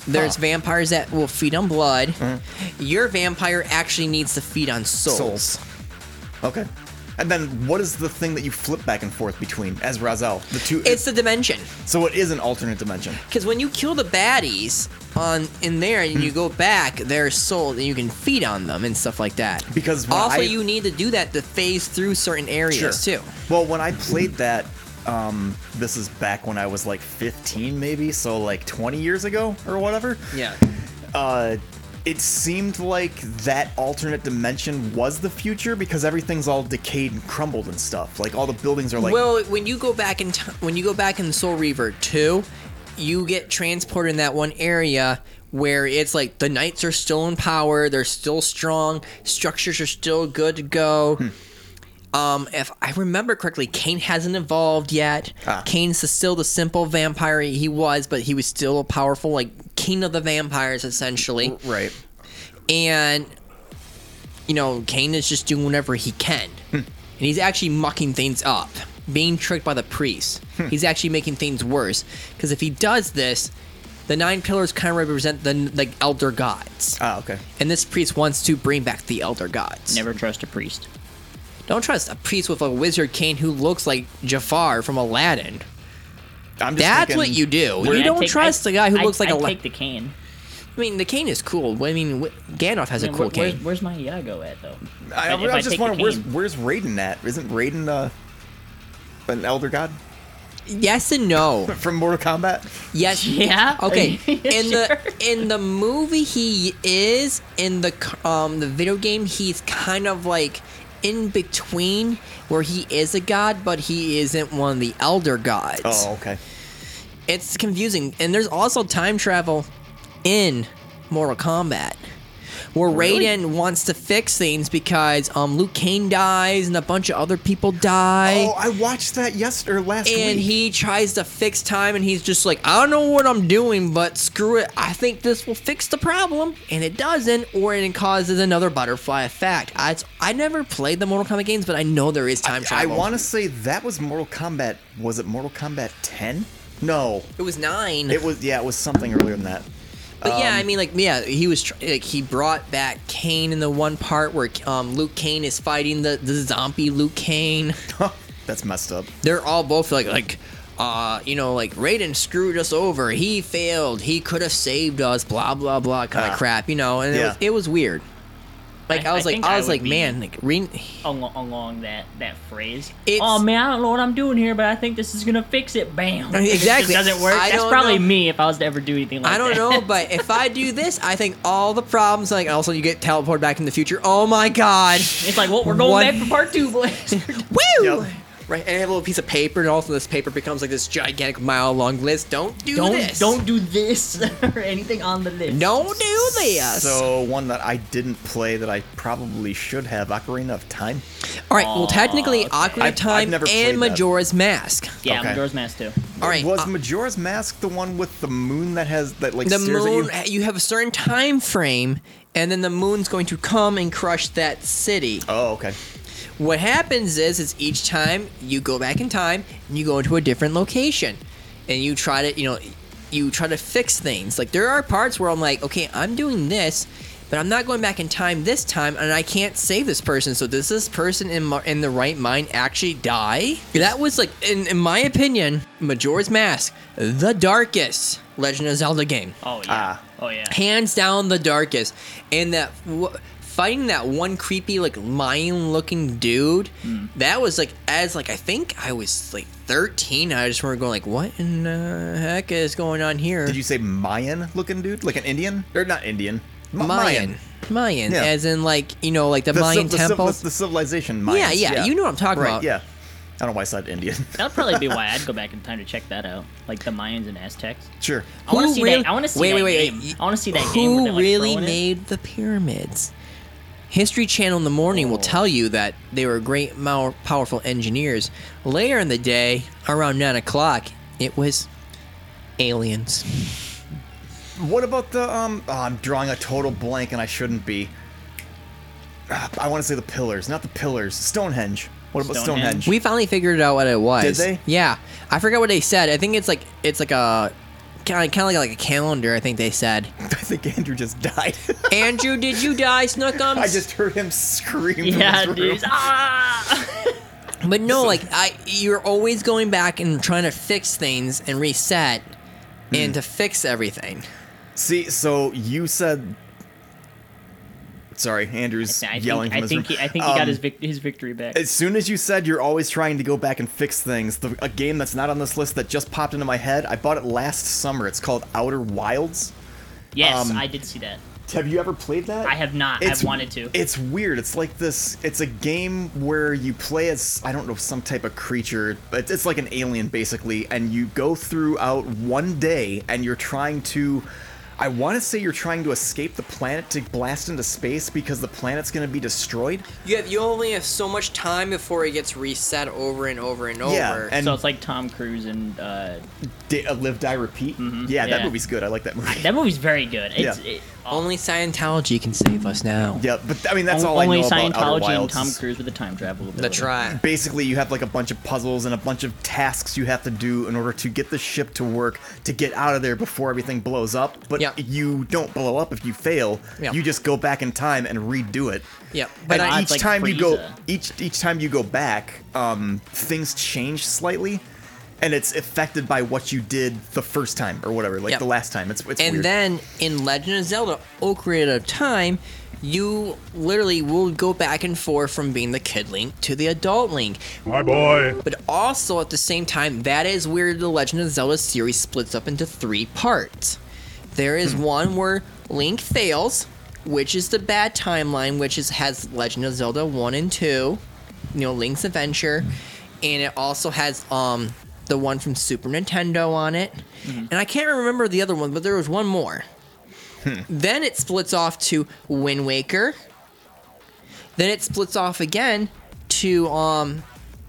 S2: There's
S1: Huh. Hmm.
S2: vampires that will feed on blood. Your vampire actually needs to feed on souls.
S1: souls. Okay. And then what is the thing that you flip back and forth between as Razel? The two
S2: It's the dimension.
S1: so it is an alternate dimension.
S2: Because when you kill the baddies on in there and you go back, their soul and you can feed on them and stuff like that.
S1: Because when
S2: also
S1: I-
S2: you need to do that to phase through certain areas too.
S1: Well, when I played that, um, this is back when I was like 15 maybe, so like 20 years ago or whatever.
S2: Yeah.
S1: Uh, it seemed like that alternate dimension was the future because everything's all decayed and crumbled and stuff. Like all the buildings are like
S2: well, when you go back in t- when you go back in Soul Reaver 2, you get transported in that one area where it's like the knights are still in power, they're still strong, structures are still good to go.
S1: Hmm.
S2: Um, if I remember correctly, Kane hasn't evolved yet.
S1: Ah.
S2: Kane's still the simple vampire he was, but he was still a powerful like king of the vampires essentially
S1: right.
S2: and
S3: Hmm.
S2: you know Kane is just doing whatever he can, and he's actually mucking things up. being tricked by the priest.
S3: Hmm.
S2: He's actually making things worse because if he does this, the nine pillars kind of represent the like elder gods,
S1: Ah, okay.
S2: and this priest wants to bring back the elder gods.
S3: Never trust a priest.
S2: Don't trust a priest with a wizard cane who looks like Jafar from Aladdin.
S1: I'm just
S2: That's
S1: thinking-
S2: what you do.
S1: where-
S2: You
S3: I'd
S2: don't
S3: take-
S2: trust
S3: I'd-
S2: a guy who
S3: I'd-
S2: looks like
S3: I'd
S2: a.
S3: take the cane.
S2: I mean, the cane is cool. I mean, wh- Gandalf has a
S3: Yeah,
S2: cool
S3: where- where's,
S2: cane.
S3: where's my Iago at though?
S1: I, I
S3: If
S1: was just
S3: take the
S1: wondering where's
S3: cane-
S1: where's Raiden at? Isn't Raiden uh, an elder god
S2: Yes and no.
S1: from Mortal Kombat?
S2: Yes.
S3: [LAUGHS] Yeah?
S2: Okay.
S3: Are you
S2: In
S3: sure?
S2: the in the movie he is in the c- um the video game he's kind of like in between where he is a god but he isn't one of the elder gods.
S1: Oh, okay.
S2: It's confusing. And there's also time travel in Mortal Kombat. Where Raiden wants to fix things because um, Luke Kane dies and a bunch of other people die
S1: oh, I watched that yesterday or last
S2: and
S1: week.
S2: he tries to fix time and he's just like i don't know what i'm doing but screw it i think this will fix the problem and it doesn't or it causes another butterfly effect i, it's- I never played the mortal kombat games but i know there is time
S1: I
S2: travel
S1: want to say that was Mortal Kombat. Was it Mortal Kombat 10? No,
S2: it was nine
S1: it um, was. Yeah, it was something earlier than that. [LAUGHS]
S2: but yeah i mean like yeah he was tr- like he brought back kane in the one part where um, luke kane is fighting the, the zombie luke kane
S1: That's messed up.
S2: they're all both like like uh you know like Raiden screwed us over. He failed. He could have saved us. Blah blah blah kind
S1: Ah.
S2: of crap. You know, and it,
S1: Yeah.
S2: was, it was weird. Like
S3: I-
S2: I, was
S3: I
S2: like
S3: think
S2: I
S3: I
S2: was
S3: would
S2: like
S3: be-
S2: man like Raiden.
S3: Al- along that that phrase.
S2: It's-
S3: oh man, I don't know what I'm doing here, but I think this is gonna fix it. Bam. It
S2: [LAUGHS]
S3: just
S2: Exactly.
S3: doesn't work.
S2: I
S3: That's
S2: don't
S3: probably
S2: know.
S3: me if I was to ever do anything like
S2: I
S3: that.
S2: don't know, but if I do this, I think all the problems like also you get teleported back in the future. Oh my god.
S3: [LAUGHS] It's like, well, we're going
S2: One-
S3: back for part two, boys.
S2: [LAUGHS] Woo!
S1: Yep.
S2: Right, and I have a little piece of paper, and all of a sudden this paper becomes like this gigantic mile-long list. Don't do
S3: don't
S2: this.
S3: don't do this [LAUGHS] or anything on the list.
S2: don't do this.
S1: So one that I didn't play that I probably should have. Ocarina of Time.
S2: all right. Well, technically,
S3: okay.
S2: Ocarina
S1: I've-
S2: of
S1: I've
S2: Time
S1: never played
S2: and
S1: that.
S2: Majora's Mask.
S3: Yeah,
S1: Okay.
S3: Majora's Mask too.
S2: All right.
S1: Was
S2: uh,
S1: Majora's Mask the one with the moon that has that like
S2: the
S1: stares at you?
S2: moon you? have a certain time frame and then the moon's going to come and crush that city.
S1: Oh, okay.
S2: What happens is is each time you go back in time and you go into a different location and you try to, you know, you try to fix things. Like there are parts where I'm like, okay, I'm doing this, but I'm not going back in time this time and I can't save this person. So does this person in my, in the right mind actually die? That was like in, in my opinion, Majora's Mask, the darkest Legend of Zelda game
S3: Oh yeah.
S1: Ah.
S3: oh yeah.
S2: hands down the darkest and that w- fighting that one creepy like lion looking dude
S1: Hmm.
S2: that was like as like i think i was like 13 i just remember going like what in the heck is going on here
S1: Did you say Mayan looking dude? Like an Indian? Or not Indian. Ma-
S2: mayan mayan
S1: Yeah.
S2: as in like you know like the,
S1: The,
S2: mayan
S1: civ- the civ- the-
S2: temples
S1: the civilization Mayans.
S2: Yeah, yeah, you know what I'm talking
S1: right,
S2: about.
S1: Yeah. I don't know why I said Indian. [LAUGHS]
S3: That'd probably be why I'd go back in time to check that out, like the Mayans and
S1: [LAUGHS]
S3: Aztecs.
S1: sure.
S3: I want to
S2: Who
S3: see
S2: really-
S3: that. I want to see
S2: wait,
S3: that
S2: wait, wait,
S3: game.
S2: wait.
S3: I want to see that
S2: who
S3: game. Where they're, like,
S2: really
S3: throwing it.
S2: made the pyramids history channel in the morning
S3: Oh.
S2: will tell you that they were great mou- powerful engineers later in the day around 9 o'clock it was aliens
S1: What about the um? Oh, I'm drawing a total blank, and I shouldn't be. Ah, I want to say the pillars, not the pillars. Stonehenge. What about Stonehenge?
S3: Stonehenge.
S2: We finally figured out what it was.
S1: Did they?
S2: Yeah, I forgot what they said. I think it's like it's like a kind of, kind of like a calendar. I think they said.
S1: [LAUGHS] I think Andrew just died. [LAUGHS]
S2: Andrew, did you die,
S3: [LAUGHS]
S2: Snookums?
S1: I just heard him scream.
S3: Yeah,
S1: from his room.
S3: dude. Ah!
S2: But no, like I, you're always going back and trying to fix things and reset, and
S1: Mm.
S2: to fix everything.
S1: See, so you said. Sorry, Andrew's
S3: I think,
S1: yelling
S3: I
S1: from his
S3: think
S1: room.
S3: he, I think he got
S1: Um,
S3: his vic- his victory back.
S1: As soon as you said you're always trying to go back and fix things, the, a game that's not on this list that just popped into my head, I bought it last summer. It's called Outer Wilds.
S3: Yes,
S1: um,
S3: I did see that.
S1: Have you ever played that?
S3: I have not. I've wanted to.
S1: It's weird. It's like this. It's a game where you play as I don't know some type of creature. It's, it's like an alien basically, and you go throughout one day, and you're trying to. I want to say you're trying to escape the planet to blast into space because the planet's going to be destroyed.
S2: You have you only have so much time before it gets reset over and over and over.
S1: Yeah, and
S3: so it's like Tom Cruise and uh,
S1: Di- uh, Live Die Repeat. Yeah, that
S3: Mm-hmm. yeah.
S1: movie's good. I like that movie.
S3: that movie's very good. It's,
S1: Yeah.
S3: it,
S2: Only Scientology can save us now.
S1: Yeah, but I mean that's
S3: On-
S1: all I
S3: only
S1: know about Outer
S3: Scientology and
S1: Wilds.
S3: Tom
S1: is
S3: Cruise with the time travel ability.
S2: The try.
S1: Basically, you have like a bunch of puzzles and a bunch of tasks you have to do in order to get the ship to work to get out of there before everything blows up. But
S2: Yeah.
S1: you don't blow up if you fail.
S2: Yeah.
S1: You just go back in time and redo it.
S2: Yep.
S1: But
S2: But I,
S1: each
S3: like
S1: time you go,
S3: Frieza.
S1: each each time you go back, um, things change slightly, and it's affected by what you did the first time or whatever, like
S2: Yep.
S1: the last time. It's it's
S2: and
S1: weird.
S2: then in Legend of Zelda: Ocarina of Time, you literally will go back and forth from being the kid Link to the adult Link.
S4: My boy.
S2: But also at the same time, that is where the Legend of Zelda series splits up into three parts. There is one where Link fails, which is the bad timeline, which is has Legend of Zelda one and two, you know, Link's Adventure, and it also has um the one from Super Nintendo on it, and I can't remember the other one, but there was one more. Then it splits off to Wind Waker. Then it splits off again to um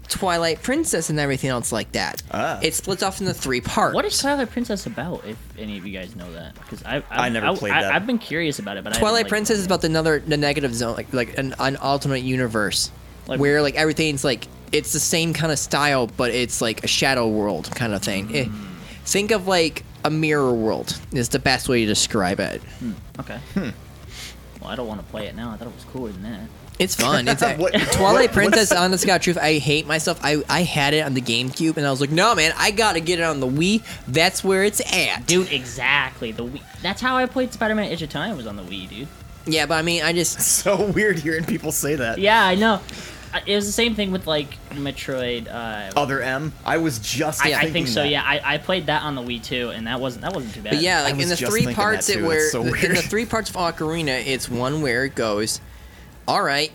S2: Twilight Princess and everything else like that.
S1: Ah.
S2: It splits off into three parts.
S3: What is Twilight Princess about? If any of you guys know that, because I, I
S1: never played
S3: I,
S1: that.
S3: I've been curious about it, but I haven't,
S2: Twilight
S3: like,
S2: Princess is about the another the negative zone, like like an, an alternate universe
S3: Like-
S2: where like everything's like it's the same kind of style, but it's like a shadow world kind of thing. Eh,
S3: Hmm.
S2: think of like a mirror world is the best way to describe it.
S3: Okay.
S2: Hmm.
S3: Well, I don't want to play it now. I thought it was cooler than that.
S2: It's fun.
S3: [LAUGHS]
S1: [LAUGHS]
S2: It's
S1: What-
S2: Twilight
S1: what-
S2: Princess. Honest to God, truth, I hate myself. I I had it on the GameCube, and I was like, no, man, I gotta get it on the Wii. That's where it's at,
S3: Dude, exactly. The Wii. That's how I played Spider-Man: Edge of Time was on the Wii, dude.
S2: Yeah, but I mean, I just
S1: so weird hearing people say that.
S3: Yeah, I know. I- It was the same thing with like Metroid. Uh,
S1: Other M. I was just.
S2: Oh,
S3: I, I
S1: thinking
S3: think so.
S1: that.
S3: Yeah, I, I played that on the Wii too, and that wasn't that wasn't too bad.
S2: But
S3: [LAUGHS]
S2: yeah, like in
S1: was
S2: the
S1: just
S2: three
S1: thinking
S2: parts
S1: that
S2: it
S1: too.
S2: where
S1: It's so
S2: in the
S1: weird.
S2: three parts of Ocarina, it's one where it goes, all right,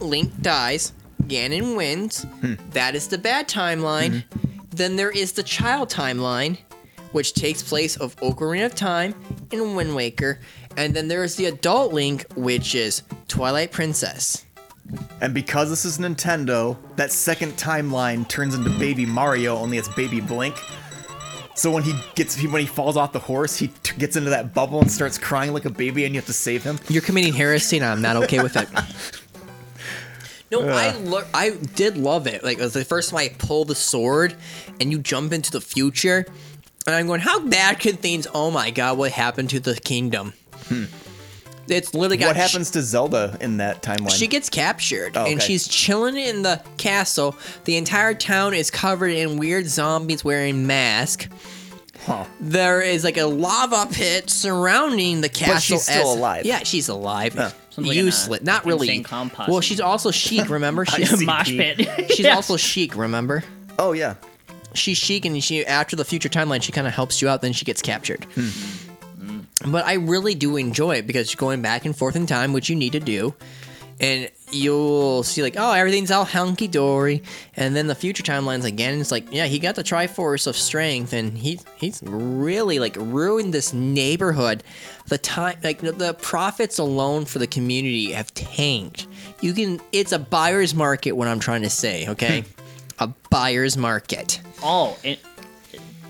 S2: Link dies, Ganon wins.
S1: Hmm.
S2: That is the bad timeline.
S1: Mm-hmm.
S2: Then there is the child timeline, which takes place of Ocarina of Time and Wind Waker, and then there is the adult Link, which is Twilight Princess.
S1: And because this is Nintendo, that second timeline turns into Baby Mario, only it's Baby Blink. So when he gets he, when he falls off the horse, he t- gets into that bubble and starts crying like a baby, and you have to save him.
S2: You're committing heresy, and I'm not okay with it. No, I lo- I did love it. Like it was the first time I pulled the sword, and you jump into the future, and I'm going, how bad could things? Oh my god, what happened to the kingdom? It's literally got
S1: Hmm. what happens to Zelda in that timeline?
S2: she gets captured
S1: Oh,
S2: and
S1: okay.
S2: she's chilling in the castle. The entire town is covered in weird zombies wearing masks.
S1: Huh.
S2: There is like a lava pit surrounding the castle.
S1: she's still
S2: as-
S1: alive.
S2: Yeah, she's alive.
S3: Sounds like an, uh,
S2: Useless. Not really.
S3: insane compost.
S2: Well, she's also chic,
S3: [LAUGHS]
S2: remember? She's,
S1: see.
S3: mosh
S1: CP.
S3: pit.
S2: she's
S3: [LAUGHS] Yeah.
S2: also chic, remember?
S1: oh yeah,
S2: she's chic and she after the future timeline she kind of helps you out then she gets captured but i really do enjoy it because you're going back and forth in time which you need to do and you'll see like oh everything's all hunky-dory and then the future timelines again and it's like yeah he got the triforce of strength and he he's really like ruined this neighborhood the time like the- the profits alone for the community have tanked you can it's a buyer's market what i'm trying to say okay a buyer's market
S3: Oh, it,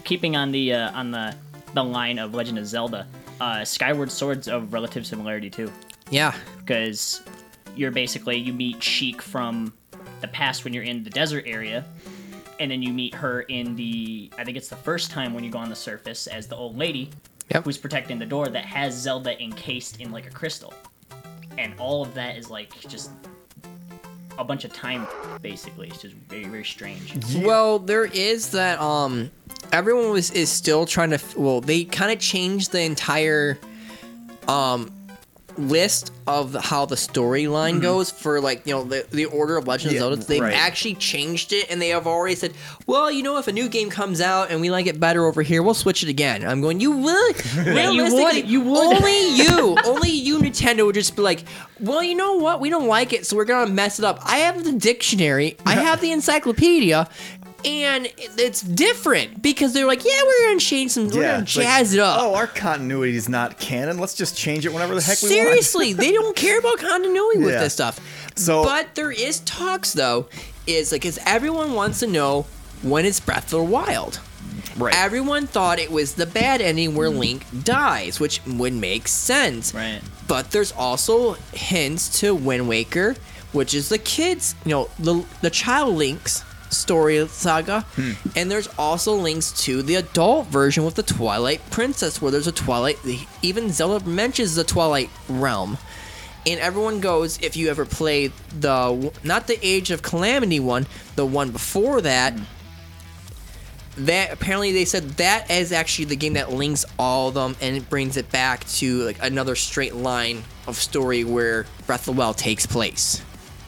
S3: keeping on the uh, on the the line of Legend of Zelda, uh, Skyward Swords of relative similarity too,
S2: Yeah.
S3: because you're basically you meet Sheik from the past when you're in the desert area, and then you meet her in the I think it's the first time when you go on the surface as the old lady
S2: Yep.
S3: who's protecting the door that has Zelda encased in like a crystal, and all of that is like just a bunch of time basically. It's just very very strange.
S2: Well, there is that um everyone was is still trying to f- well, they kind of changed the entire um list of the- how the storyline
S3: Mm-hmm.
S2: goes for like you know the, the order of legend
S1: Yeah,
S2: of zelda they've
S1: right.
S2: actually changed it and they have already said well you know if a new game comes out and we like it better over here we'll switch it again i'm going you
S3: [LAUGHS]
S2: will
S3: you would,
S2: realistically
S3: you would.
S2: only you only you nintendo would just be like well you know what we don't like it so we're gonna mess it up i have the dictionary i have the encyclopedia and it- it's different because they're like yeah we're gonna change some we're
S1: yeah.
S2: gonna
S1: it's like,
S2: jazz it up
S1: Oh, our continuity is not canon. Let's just change it whenever the heck we want.
S2: Seriously,
S1: [LAUGHS]
S2: they don't care about continuity with
S1: Yeah.
S2: this stuff.
S1: So-
S2: but there is talks though, is like, because everyone wants to know when is Breath of the Wild,
S1: Right.
S2: Everyone thought it was the bad ending where Link dies, which would make sense.
S3: Right.
S2: But there's also hints to Wind Waker, which is the kids, you know, the the child Link's story saga, and there's also links to the adult version with the Twilight Princess, where there's a Twilight. Even Zelda mentions the Twilight Realm. And everyone goes, if you ever play the, not the Age of Calamity one, the one before that, that apparently they said that is actually the game that links all of them and it brings it back to like another straight line of story where Breath of the Wild takes place.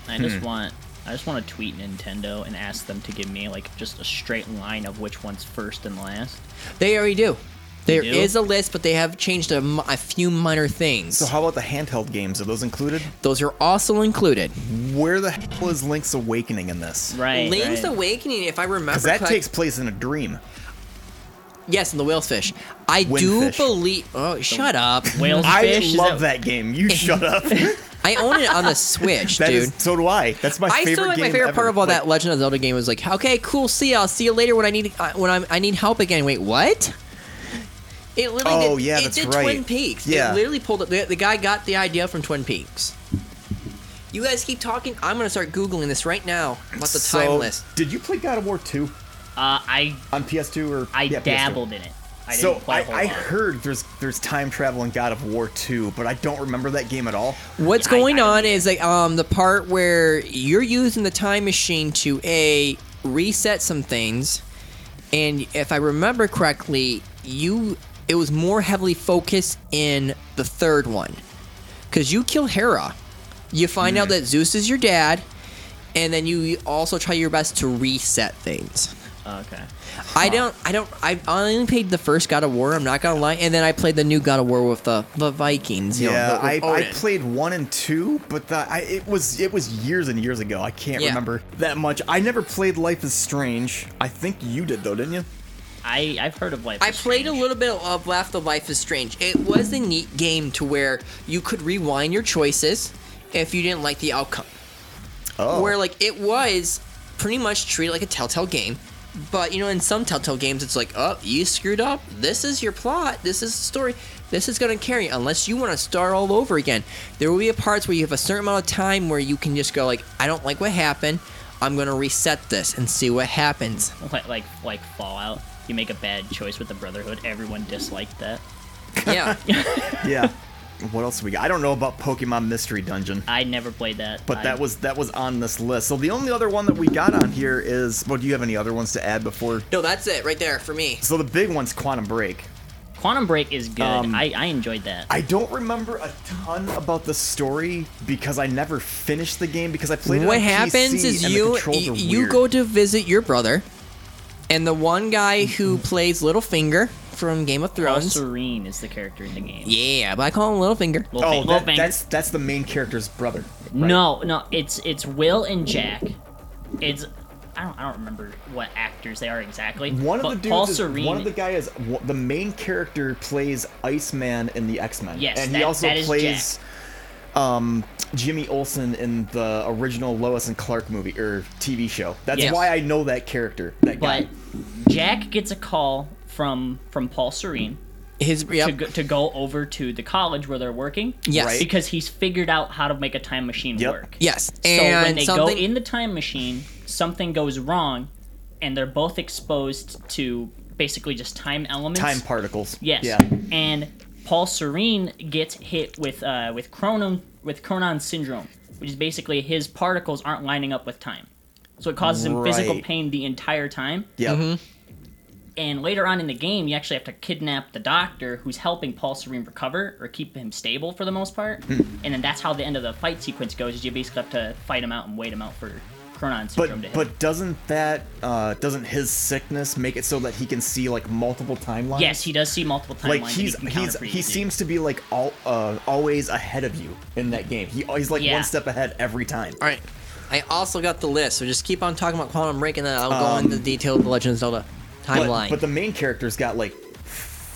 S3: I just want I just want to tweet Nintendo and ask them to give me like just a straight line of which one's first and last.
S2: They already do. There is a
S3: do?
S2: list, but they have changed a, m- a few minor things.
S1: So how about the handheld games? Are those included?
S2: Those are also included.
S1: Where the hell is Link's Awakening in this?
S3: Right.
S2: Link's
S3: right.
S2: Awakening, if I remember,
S1: Because that
S2: correct-
S1: takes place in a dream.
S2: yes, in the whalefish. I do
S1: Windfish.
S2: believe. Oh, shut up!
S3: Whales
S1: I
S3: fish, is
S1: love that game.
S2: [LAUGHS]
S1: You shut up.
S3: [LAUGHS]
S2: I own it on the
S1: [LAUGHS]
S2: Switch,
S1: That
S2: dude.
S1: is, so do I. That's my
S2: I
S1: favorite
S2: still like my
S1: game
S2: favorite
S1: ever.
S2: part of all
S1: Like,
S2: that Legend of Zelda game was like, okay, cool, see ya, I'll see you later when I need uh, when I'm I need help again. Wait, what? It literally
S1: Oh,
S2: did,
S1: yeah,
S2: it
S1: that's
S2: did
S1: right.
S2: Twin Peaks.
S1: Yeah.
S2: It literally pulled up the, the guy got the idea from Twin Peaks. You guys keep talking. I'm gonna start googling this right now about the
S1: so,
S2: time list.
S1: Did you play God of War 2
S3: Uh, I
S1: on PS2 or
S3: I
S1: yeah, PS2.
S3: dabbled in it. I didn't
S1: so
S3: play a
S1: I,
S3: whole
S1: I
S3: lot.
S1: heard there's there's time travel in God of War 2, but I don't remember that game at all.
S2: What's
S3: I-
S2: going
S3: I don't
S2: on is like um the part where you're using the time machine to a reset some things, and if I remember correctly, you it was more heavily focused in the third one, because you kill Hera, you find
S1: Hmm.
S2: out that Zeus is your dad, and then you also try your best to reset things.
S3: Oh, okay.
S2: I don't, I don't, I only played the first God of War. I'm not gonna lie, and then I played the new God of War with the the Vikings. you know,
S1: yeah,
S2: with
S1: I, I
S2: Odin.
S1: played one and two, but the, I, it was it was years and years ago. I can't
S2: Yeah.
S1: remember that much. I never played Life is Strange. I think you did though, didn't you?
S3: I I've heard of Life.
S2: I
S3: is
S2: played a
S3: Strange.
S2: little bit of Left of Life is Strange. It was a neat game to where you could rewind your choices if you didn't like the outcome.
S1: Oh,
S2: Where like it was pretty much treated like a Telltale game, but you know in some Telltale games it's like, oh, you screwed up. This is your plot. This is the story. This is gonna carry unless you want to start all over again. There will be a parts where you have a certain amount of time where you can just go like, I don't like what happened. I'm gonna reset this and see what happens.
S3: like like like Fallout. You make a bad choice with the Brotherhood. Everyone disliked that.
S2: Yeah.
S1: yeah. What else we got? I don't know about Pokemon Mystery Dungeon.
S3: I never played that.
S1: But
S3: I-
S1: that was that was on this list. So the only other one that we got on here is. Well, do you have any other ones to add before?
S2: no, that's it right there for me.
S1: So the big one's Quantum Break.
S3: Quantum Break is good.
S1: Um,
S3: I I enjoyed that.
S1: I don't remember a ton about the story because I never finished the game because I played it.
S2: what
S1: on
S2: happens
S1: PC
S2: is
S1: and the
S2: you
S1: controls are
S2: you
S1: weird.
S2: go to visit your brother and the one guy who plays Littlefinger from Game of
S3: Paul
S2: Thrones.
S3: Serene is the character in the game.
S2: Yeah, but I call him Littlefinger.
S3: Little
S1: Oh,
S3: Fang- Little
S1: that,
S3: Fang.
S1: that's that's the main character's brother. right?
S3: No, no, it's it's Will and Jack. It's I don't I don't remember what actors they are exactly.
S1: One of
S3: but
S1: the dudes,
S3: Paul
S1: is-
S3: Serene.
S1: one of the guy is wh- the main character plays Iceman in the X Men.
S3: Yes,
S1: and he
S3: that-
S1: also
S3: that is
S1: plays um, Jimmy Olsen in the original Lois and Clark movie or TV show. That's
S2: Yes.
S1: why I know that character. That
S3: but
S1: guy.
S3: Jack gets a call from from Paul Serene
S2: His yep.
S3: to go, to go over to the college where they're working.
S2: Yes.
S1: Right.
S3: because he's figured out how to make a time machine
S1: Yep.
S3: work.
S2: yes.
S3: So
S2: and
S3: when they go
S2: something
S3: in the time machine, something goes wrong, and they're both exposed to basically just time elements.
S1: time particles.
S3: Yes.
S1: Yeah.
S3: And Paul Serene gets hit with uh, with Cronon with Cronon syndrome, which is basically his particles aren't lining up with time, so it causes him physical
S1: Right.
S3: pain the entire time.
S1: Yeah.
S3: And later on in the game, you actually have to kidnap the doctor who's helping Paul Serene recover or keep him stable for the most part.
S1: Hmm.
S3: And then that's how the end of the fight sequence goes. Is you basically have to fight him out and wait him out for Cronon syndrome to
S1: But
S3: hit.
S1: but doesn't that uh, doesn't his sickness make it so that he can see like multiple timelines?
S3: yes, he does see multiple timelines.
S1: Like
S3: and
S1: he's
S3: he, can
S1: he's
S3: counter
S1: he
S3: predict.
S1: seems to be like all uh, always ahead of you in that game. He he's like
S3: Yeah.
S1: one step ahead every time.
S2: All right. I also got the list, so just keep on talking about Quantum Break and then I'll go into the detail of the Legend of Zelda
S1: Um, But-
S2: timeline.
S1: But, the main character's got like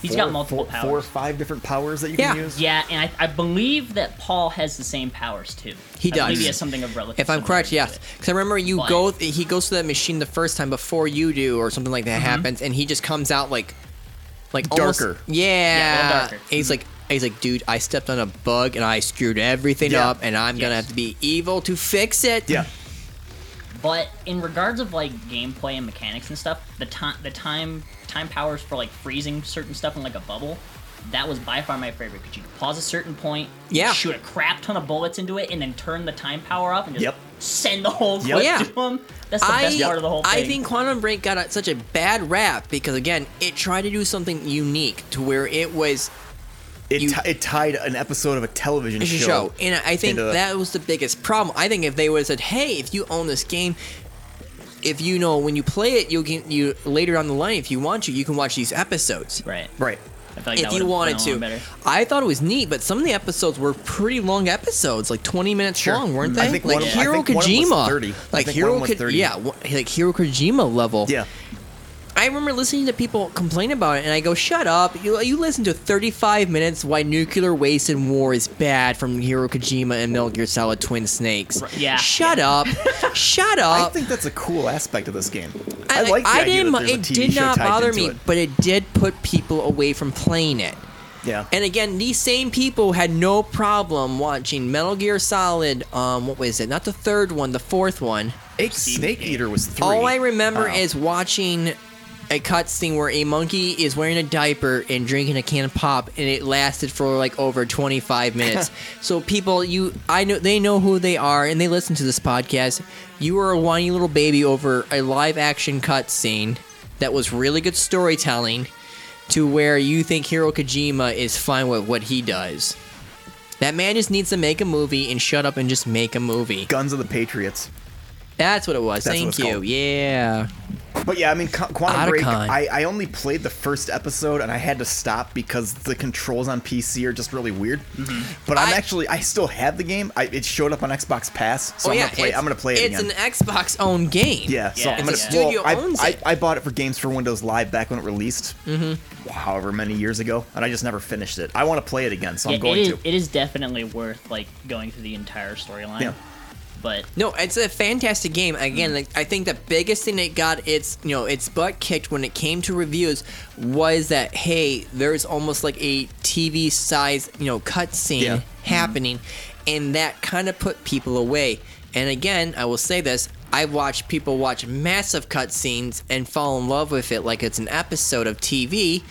S3: He's
S1: He's
S3: got multiple powers.
S1: Four or five different powers that you
S2: Yeah.
S1: can use.
S3: Yeah, and I, I believe that Paul has the same powers too.
S2: He
S3: I believe
S2: does.
S3: He has something of relative.
S2: If I'm correct,
S3: similarity
S2: yes.
S3: to
S2: Because I remember you
S3: But-
S2: go, he goes to that machine the first time before you do, or something like that
S3: Mm-hmm.
S2: happens, and he just comes out like, like almost-
S1: Darker.
S2: yeah.
S3: Yeah, a little darker. Mm-hmm.
S2: And He's like, he's like, dude, I stepped on a bug and I screwed everything
S1: Yeah.
S2: up, and I'm gonna
S3: Yes.
S2: have to be evil to fix it.
S1: Yeah.
S3: it. But in regards of like gameplay and mechanics and stuff, the time the time time powers for like freezing certain stuff in like a bubble, that was by far my favorite. Because you could pause a certain point,
S2: Yeah.
S3: shoot a crap ton of bullets into it, and then turn the time power up and just
S1: Yep.
S3: send the whole
S1: Yep.
S3: clip
S2: Yeah.
S3: to him. That's the
S2: I,
S3: best part of the whole thing.
S2: I think Quantum Break got a, such a bad rap because again, it tried to do something unique to where it was
S1: It,
S2: You-
S1: ti- it tied an episode of a television
S2: It's a
S1: show.
S2: show. And I think
S1: into the-
S2: that was the biggest problem. I think if they would have said, "Hey, if you own this game, if you know when you play it, you'll get you later on the line. If you want to, you can watch these episodes."
S3: right.
S1: Right.
S3: I feel like
S2: If
S3: that
S2: you
S3: would've
S2: wanted
S3: went a lot
S2: to,
S3: better.
S2: I thought it was neat, but some of the episodes were pretty long episodes, like twenty minutes long, weren't they?
S1: I think
S2: like
S1: one of- I
S2: Hero
S1: think one of them was
S2: Kojima,
S1: 30. I
S2: like
S1: think
S2: Hero,
S1: one of them was
S2: Ko-
S1: 30.
S2: yeah, wha- like Hero Kojima level.
S1: Yeah.
S2: I remember listening to people complain about it, and I go, "Shut up! You, you listen to 35 minutes why nuclear waste and war is bad from Hiro Kojima and Metal Gear Solid Twin Snakes.
S3: yeah,
S2: Shut
S3: [LAUGHS]
S2: up! Shut
S1: I
S2: up!
S1: think that's a cool aspect of this game. I, like the idea
S2: didn't.
S1: that
S2: mi-
S1: there's a
S2: it
S1: TV
S2: did
S1: show
S2: not
S1: tied
S2: bother
S1: into
S2: me,
S1: it.
S2: but it did put people away from playing it.
S1: yeah.
S2: And again, these same people had no problem watching Metal Gear Solid. Um, what was it? Not the third one, the fourth one.
S1: Ape Snake Eater was three.
S2: All I remember
S1: Wow.
S2: is watching a cutscene where a monkey is wearing a diaper and drinking a can of pop, and it lasted for like over
S1: [LAUGHS]
S2: 25 minutes. so people, you, I know they know who they are, and they listen to this podcast. You were a whiny little baby over a live action cutscene that was really good storytelling, to where you think Hiro Kojima is fine with what he does. That man just needs to make a movie and shut up and just make a movie.
S1: Guns of the Patriots.
S2: That's what it was.
S1: That's what
S2: Thank
S1: it's
S2: you.
S1: called.
S2: Yeah.
S1: But yeah, I mean, Qu- Quantum Break.
S2: Otacon.
S1: I, I only played the first episode and I had to stop because the controls on PC are just really weird.
S3: Mm-hmm.
S1: But I'm
S2: I-
S1: actually I still have the game. I, it showed up on Xbox Pass, so
S2: Oh,
S1: I'm
S2: yeah,
S1: gonna play.
S2: it's-
S1: I'm gonna play it
S2: It's
S1: again.
S2: an Xbox owned game.
S1: yeah, so
S3: Yeah,
S1: I'm
S3: it's a
S1: gonna.
S2: studio
S1: well, I,
S2: owns
S1: I,
S2: it.
S1: I bought it for Games for Windows Live back when it released,
S3: Mm-hmm.
S1: however many years ago, and I just never finished it. I want to play it again, so
S3: Yeah,
S1: I'm going
S3: it is,
S1: to.
S3: It is definitely worth like going through the entire storyline.
S1: Yeah.
S3: But
S2: No, it's a fantastic game. Again, like, I think the biggest thing it got its you know its butt kicked when it came to reviews was that hey, there's almost like a TV size you know cutscene
S1: Yeah.
S2: happening, and that kind of put people away. And again, I will say this: I've watched people watch massive cutscenes and fall in love with it like it's an episode of TV,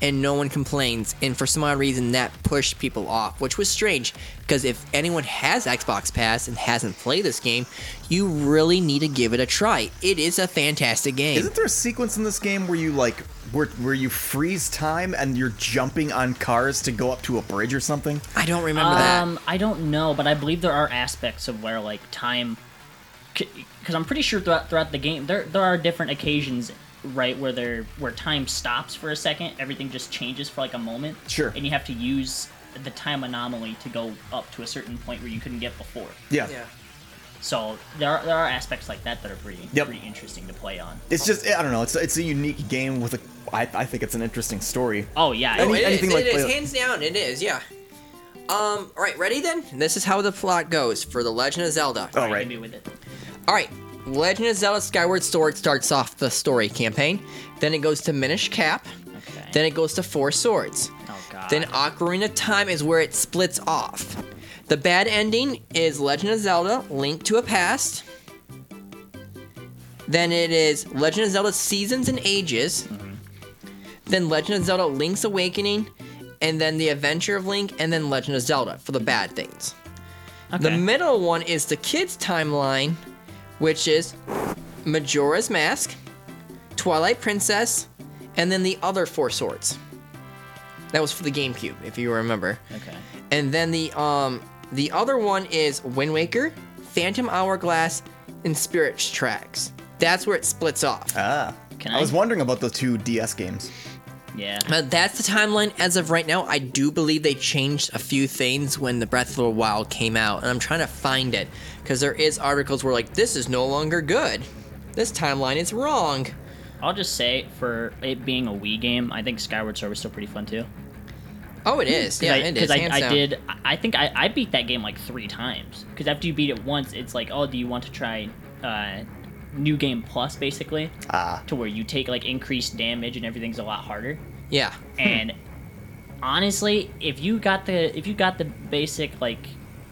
S2: and no one complains. And for some odd reason, that pushed people off, which was strange because if anyone has Xbox Pass and hasn't played this game, you really need to give it a try. It is a fantastic game.
S1: Isn't there a sequence in this game where you like where where you freeze time and you're jumping on cars to go up to a bridge or something?
S2: I don't remember that.
S3: um, I don't know, but I believe there are aspects of where like time, because I'm pretty sure throughout throughout the game there there are different occasions right where there where time stops for a second, everything just changes for like a moment.
S1: Sure.
S3: And you have to use the time anomaly to go up to a certain point where you couldn't get before.
S1: Yeah.
S2: Yeah.
S3: So there are, there are aspects like that that are pretty
S1: Yep.
S3: pretty interesting to play on.
S1: It's just I don't know. It's it's a unique game with a I, I think it's an interesting story.
S3: Oh yeah,
S1: Oh,
S3: it-
S1: Any-
S2: it is,
S1: anything like-
S2: it is
S1: uh,
S2: hands down. It is, yeah. Um. All right, ready then? This is how the plot goes for the Legend of Zelda.
S1: Oh,
S3: I
S1: right.
S3: can be with it.
S2: All right, Legend of Zelda: Skyward Sword starts off the story campaign. Then it goes to Minish Cap.
S3: Okay.
S2: Then it goes to Four Swords.
S3: Oh god.
S2: Then Ocarina of Time is where it splits off. The bad ending is Legend of Zelda: Link to a Past. Then it is Legend of Zelda: Seasons and Ages.
S3: Mm-hmm.
S2: Then Legend of Zelda: Link's Awakening, and then The Adventure of Link, and then Legend of Zelda for the bad things. The
S3: Okay.
S2: middle one is the kids' timeline, which is Majora's Mask, Twilight Princess, and then the other four swords. That was for the GameCube, if you remember.
S3: okay.
S2: And then the um the other one is Wind Waker, Phantom Hourglass, and Spirit Tracks. That's where it splits off.
S1: Ah.
S3: Can
S1: I
S3: I-
S1: was wondering about the two DS games.
S3: Yeah.
S2: Uh, that's the timeline as of right now. I do believe they changed a few things when the Breath of the Wild came out, and I'm trying to find it because there is articles where like this is no longer good, this timeline is wrong.
S3: I'll just say for it being a Wii game, I think Skyward Sword was still pretty fun too.
S2: Oh, it is. Yeah, it is.
S3: Because I,
S2: hands
S3: I
S2: down.
S3: did. I- I think I, I beat that game like three times. Because after you beat it once, it's like, oh, do you want to try uh, New Game Plus, basically?
S1: Ah.
S3: To where you take like increased damage and everything's a lot harder.
S2: Yeah.
S3: And honestly, if you got the if you got the basic like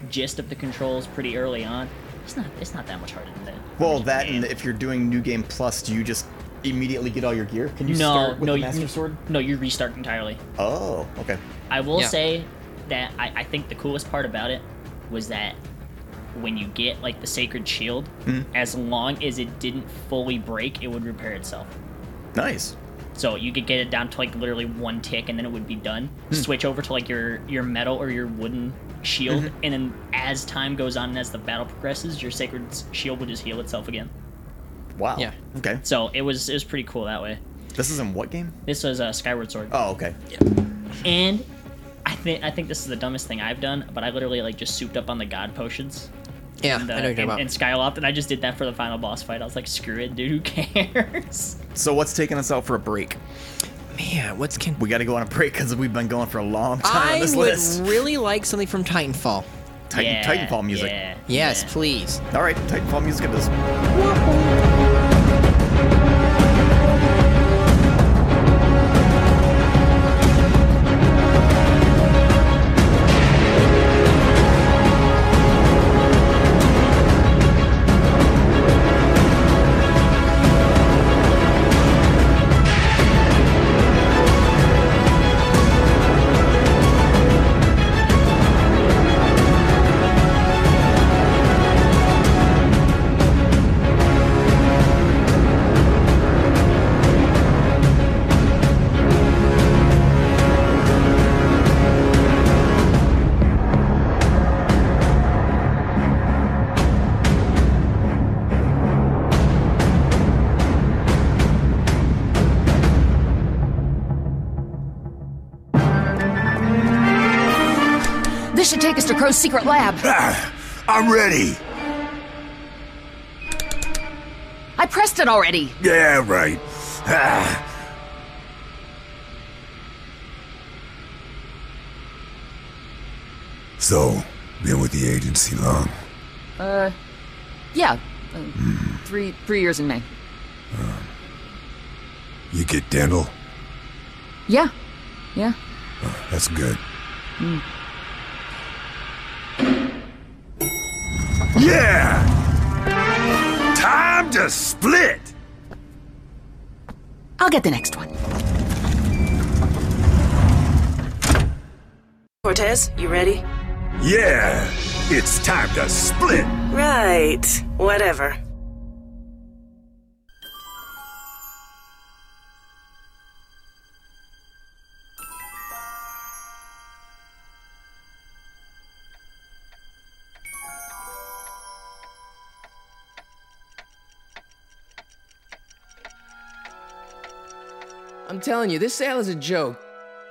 S3: gist of the controls pretty early on, it's not it's not that much harder than that.
S1: Well, that and if you're doing New Game Plus, do you just immediately get all your gear? Can you
S3: no,
S1: start with
S3: no,
S1: the
S3: you-
S1: Master Sword?
S3: No, you restart entirely.
S1: Oh, okay.
S3: I will
S2: Yeah.
S3: say that I, I think the coolest part about it was that when you get like the sacred shield, as long as it didn't fully break, it would repair itself.
S1: Nice.
S3: So you could get it down to like literally one tick, and then it would be done. Switch over to like your your metal or your wooden shield, and then as time goes on and as the battle progresses, your sacred s- shield would just heal itself again.
S1: Wow.
S2: Yeah.
S1: Okay.
S3: So it was it was pretty cool that way.
S1: This is in what game?
S3: This was uh, Skyward Sword.
S1: Oh, okay.
S3: And I think I think this is the dumbest thing I've done, but I literally like just souped up on the god potions
S2: Yeah,
S3: and, uh,
S2: I know what
S3: and,
S2: you're about.
S3: and Skyloft, and I just did that for the final boss fight. I was like, screw it, dude, who cares?
S1: So what's taking us out for a break?
S2: Man, what's can
S1: We got to go on a break because we've been going for a long time on
S2: I
S1: this
S2: would
S1: list.
S2: really like something from Titanfall.
S1: [LAUGHS] Titan,
S3: Yeah,
S1: Titanfall music.
S3: Yeah,
S2: Yes,
S3: yeah.
S2: please.
S1: All right, Titanfall music. It is.
S5: This should take us to Crow's secret lab.
S4: Ah, I'm ready.
S5: I pressed it already.
S4: Yeah, right. Ah. So, been with the agency long?
S5: Yeah. uh, Three three years in May.
S4: You get dental?
S5: Yeah. Yeah.
S4: That's good. Yeah! Time to split!
S5: I'll get the next one.
S6: Cortez, you ready?
S4: Yeah! It's time to split!
S6: Right. Whatever.
S7: I'm telling you, this sale is a joke.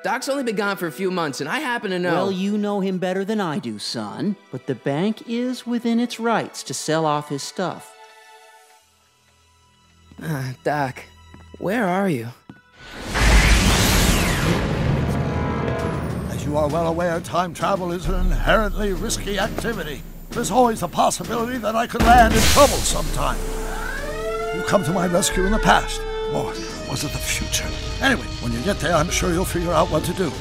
S7: Doc's only been gone for a few months, and I happen to know.
S8: Well, you know him better than I do, son. But the bank is within its rights to sell off his stuff.
S7: Ah, Doc, where are you?
S9: As you are well aware, time travel is an inherently risky activity. There's always the possibility that I could land in trouble sometime. You come to my rescue in the past, or was it the future? Anyway, when you get there, I'm sure you'll figure out what to do.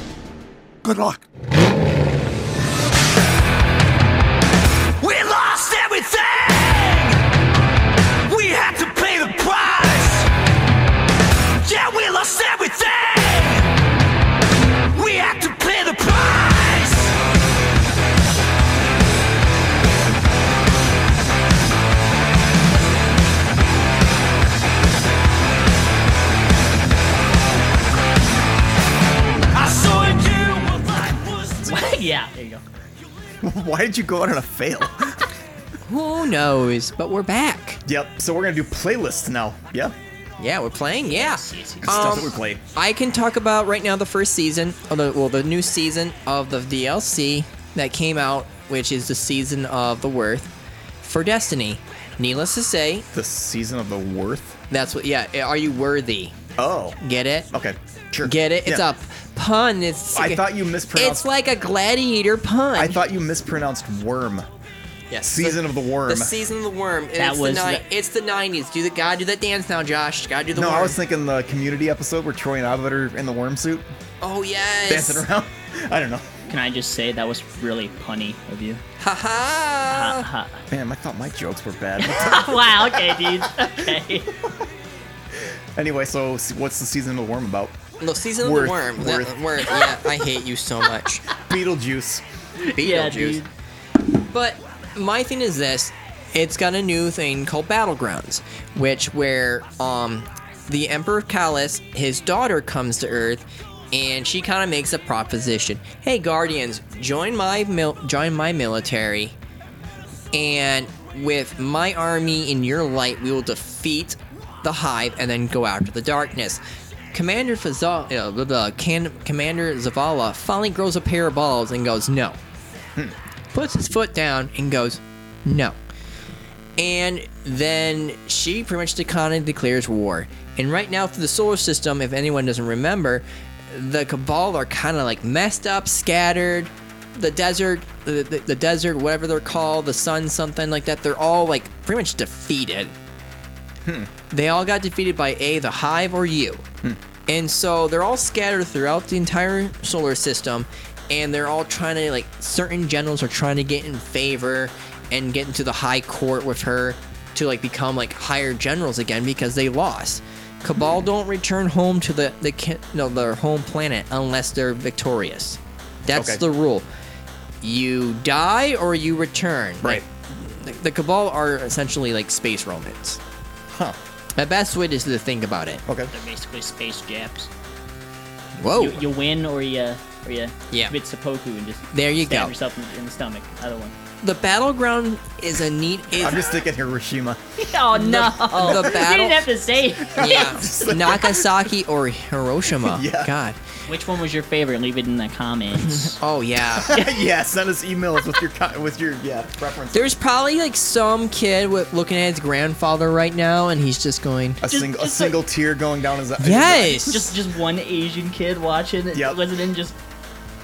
S9: Good luck.
S10: We lost everything! We had to pay the price! Yeah, we lost everything! We had to pay the price! I saw in you what life was
S3: [LAUGHS] yeah, there you
S1: [LAUGHS]
S3: go.
S1: Why did you go out on a
S2: [LAUGHS]
S1: fail?
S2: Who knows? But we're back.
S1: yep. So we're gonna do playlists now. Yeah.
S2: Yeah, we're playing. Yeah.
S1: Stuff that
S2: Um,
S1: we play.
S2: I can talk about right now the first season, of the, well, the new season of the DLC that came out, which is the season of the Worth for Destiny. Needless to say,
S1: the season of the worth.
S2: That's what. Yeah. eh, Are you worthy?
S1: Oh.
S2: Get it?
S1: Okay. Sure.
S2: Get it? It's
S1: Yeah.
S2: a pun. It's.
S1: I thought you mispronounced.
S2: It's like a gladiator pun.
S1: I thought you mispronounced worm.
S2: Yes.
S1: Season of the worm.
S2: The season of the worm.
S3: That
S2: It's,
S3: was
S2: the, ni-
S3: the-
S2: it's the 90s. Do the God do that dance now, Josh. God do the
S1: no,
S2: worm.
S1: I was thinking the community episode where Troy and Ovid are in the worm suit
S2: oh yes.
S1: dancing around. [LAUGHS] I don't know.
S3: Can I just say that was really punny of you?
S2: Ha ha.
S3: [LAUGHS] Ha.
S1: Damn, I thought my jokes were bad. [LAUGHS]
S2: uh,
S3: [LAUGHS] wow. Okay,
S2: [LAUGHS]
S3: dude. Okay.
S1: anyway, so s- what's the season of the worm about?
S2: No, season of
S1: Worth,
S2: the worm.
S1: worth.
S2: That, worth. Yeah. I hate you so much.
S1: Beetlejuice.
S3: Yeah,
S2: Beetlejuice.
S3: dude.
S2: But my thing is this: it's got a new thing called Battlegrounds, which where um the Emperor Callus, his daughter comes to Earth, and she kind of makes a proposition: "Hey, Guardians, join my mil- join my military, and with my army and your light, we will defeat the Hive and then go after the darkness." Commander Fazal, uh, blah, blah, can- Commander Zavala finally grows a pair of balls and goes, "No, puts his foot down and goes, no. And then she pretty much decon- declares war. And right now, for the solar system, if anyone doesn't remember, the Cabal are kind of like messed up, scattered. The desert, the, the, the desert, whatever they're called, the sun, something like that, they're all like pretty much defeated. They all got defeated by A, the Hive, or you.
S1: Hmm.
S2: And so they're all scattered throughout the entire solar system, and they're all trying to, like, certain generals are trying to get in favor and get into the high court with her to, like, become, like, higher generals again because they lost. Cabal
S1: Hmm.
S2: don't return home to the, the ki- no, their home planet unless they're victorious. That's
S1: Okay.
S2: the rule. You die or you return. Like,
S1: Right.
S2: the, the Cabal are essentially like space Romans.
S1: Huh.
S2: The best way is to think about it.
S1: Okay.
S3: They're basically space japs.
S2: Whoa.
S3: You, you win or you or you
S2: Yeah.
S3: commit seppuku and just
S2: There you
S3: stab
S2: go.
S3: yourself in, in the stomach. Other one.
S2: the battleground is a neat. Is,
S1: I'm just thinking Hiroshima.
S3: [LAUGHS] Oh no!
S2: [LAUGHS]
S1: [LAUGHS]
S2: the
S3: You
S2: battle-
S3: didn't have to say.
S2: [LAUGHS]
S3: it.
S2: yeah. Nagasaki or Hiroshima.
S1: [LAUGHS] Yeah.
S2: God.
S3: Which one was your favorite? Leave it in the comments.
S2: Oh yeah.
S1: [LAUGHS]
S2: [LAUGHS]
S1: yeah, send us emails with your co- with your yeah preference.
S2: There's probably like some kid with looking at his grandfather right now, and he's just going.
S1: a single a
S3: just like-
S1: single tear going down his his eye.
S2: Yes.
S3: just just one Asian kid watching it.
S1: Yep.
S3: Wasn't in just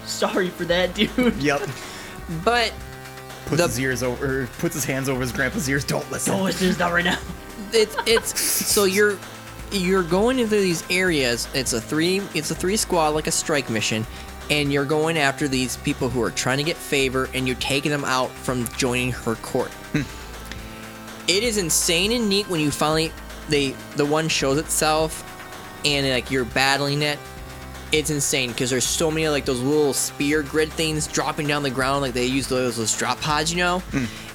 S3: sorry for that dude.
S1: [LAUGHS] Yep.
S2: but
S1: Puts
S2: The-
S1: his ears over. Puts his hands over his grandpa's ears. Don't listen.
S3: Oh, it's just not right now.
S2: it's it's so you're you're going into these areas it's a three it's a three squad like a strike mission and you're going after these people who are trying to get favor and you're taking them out from joining her court it is insane and neat when you finally they the one shows itself and like you're battling it it's insane because there's so many like those little spear grid things dropping down the ground like they use those those drop pods you know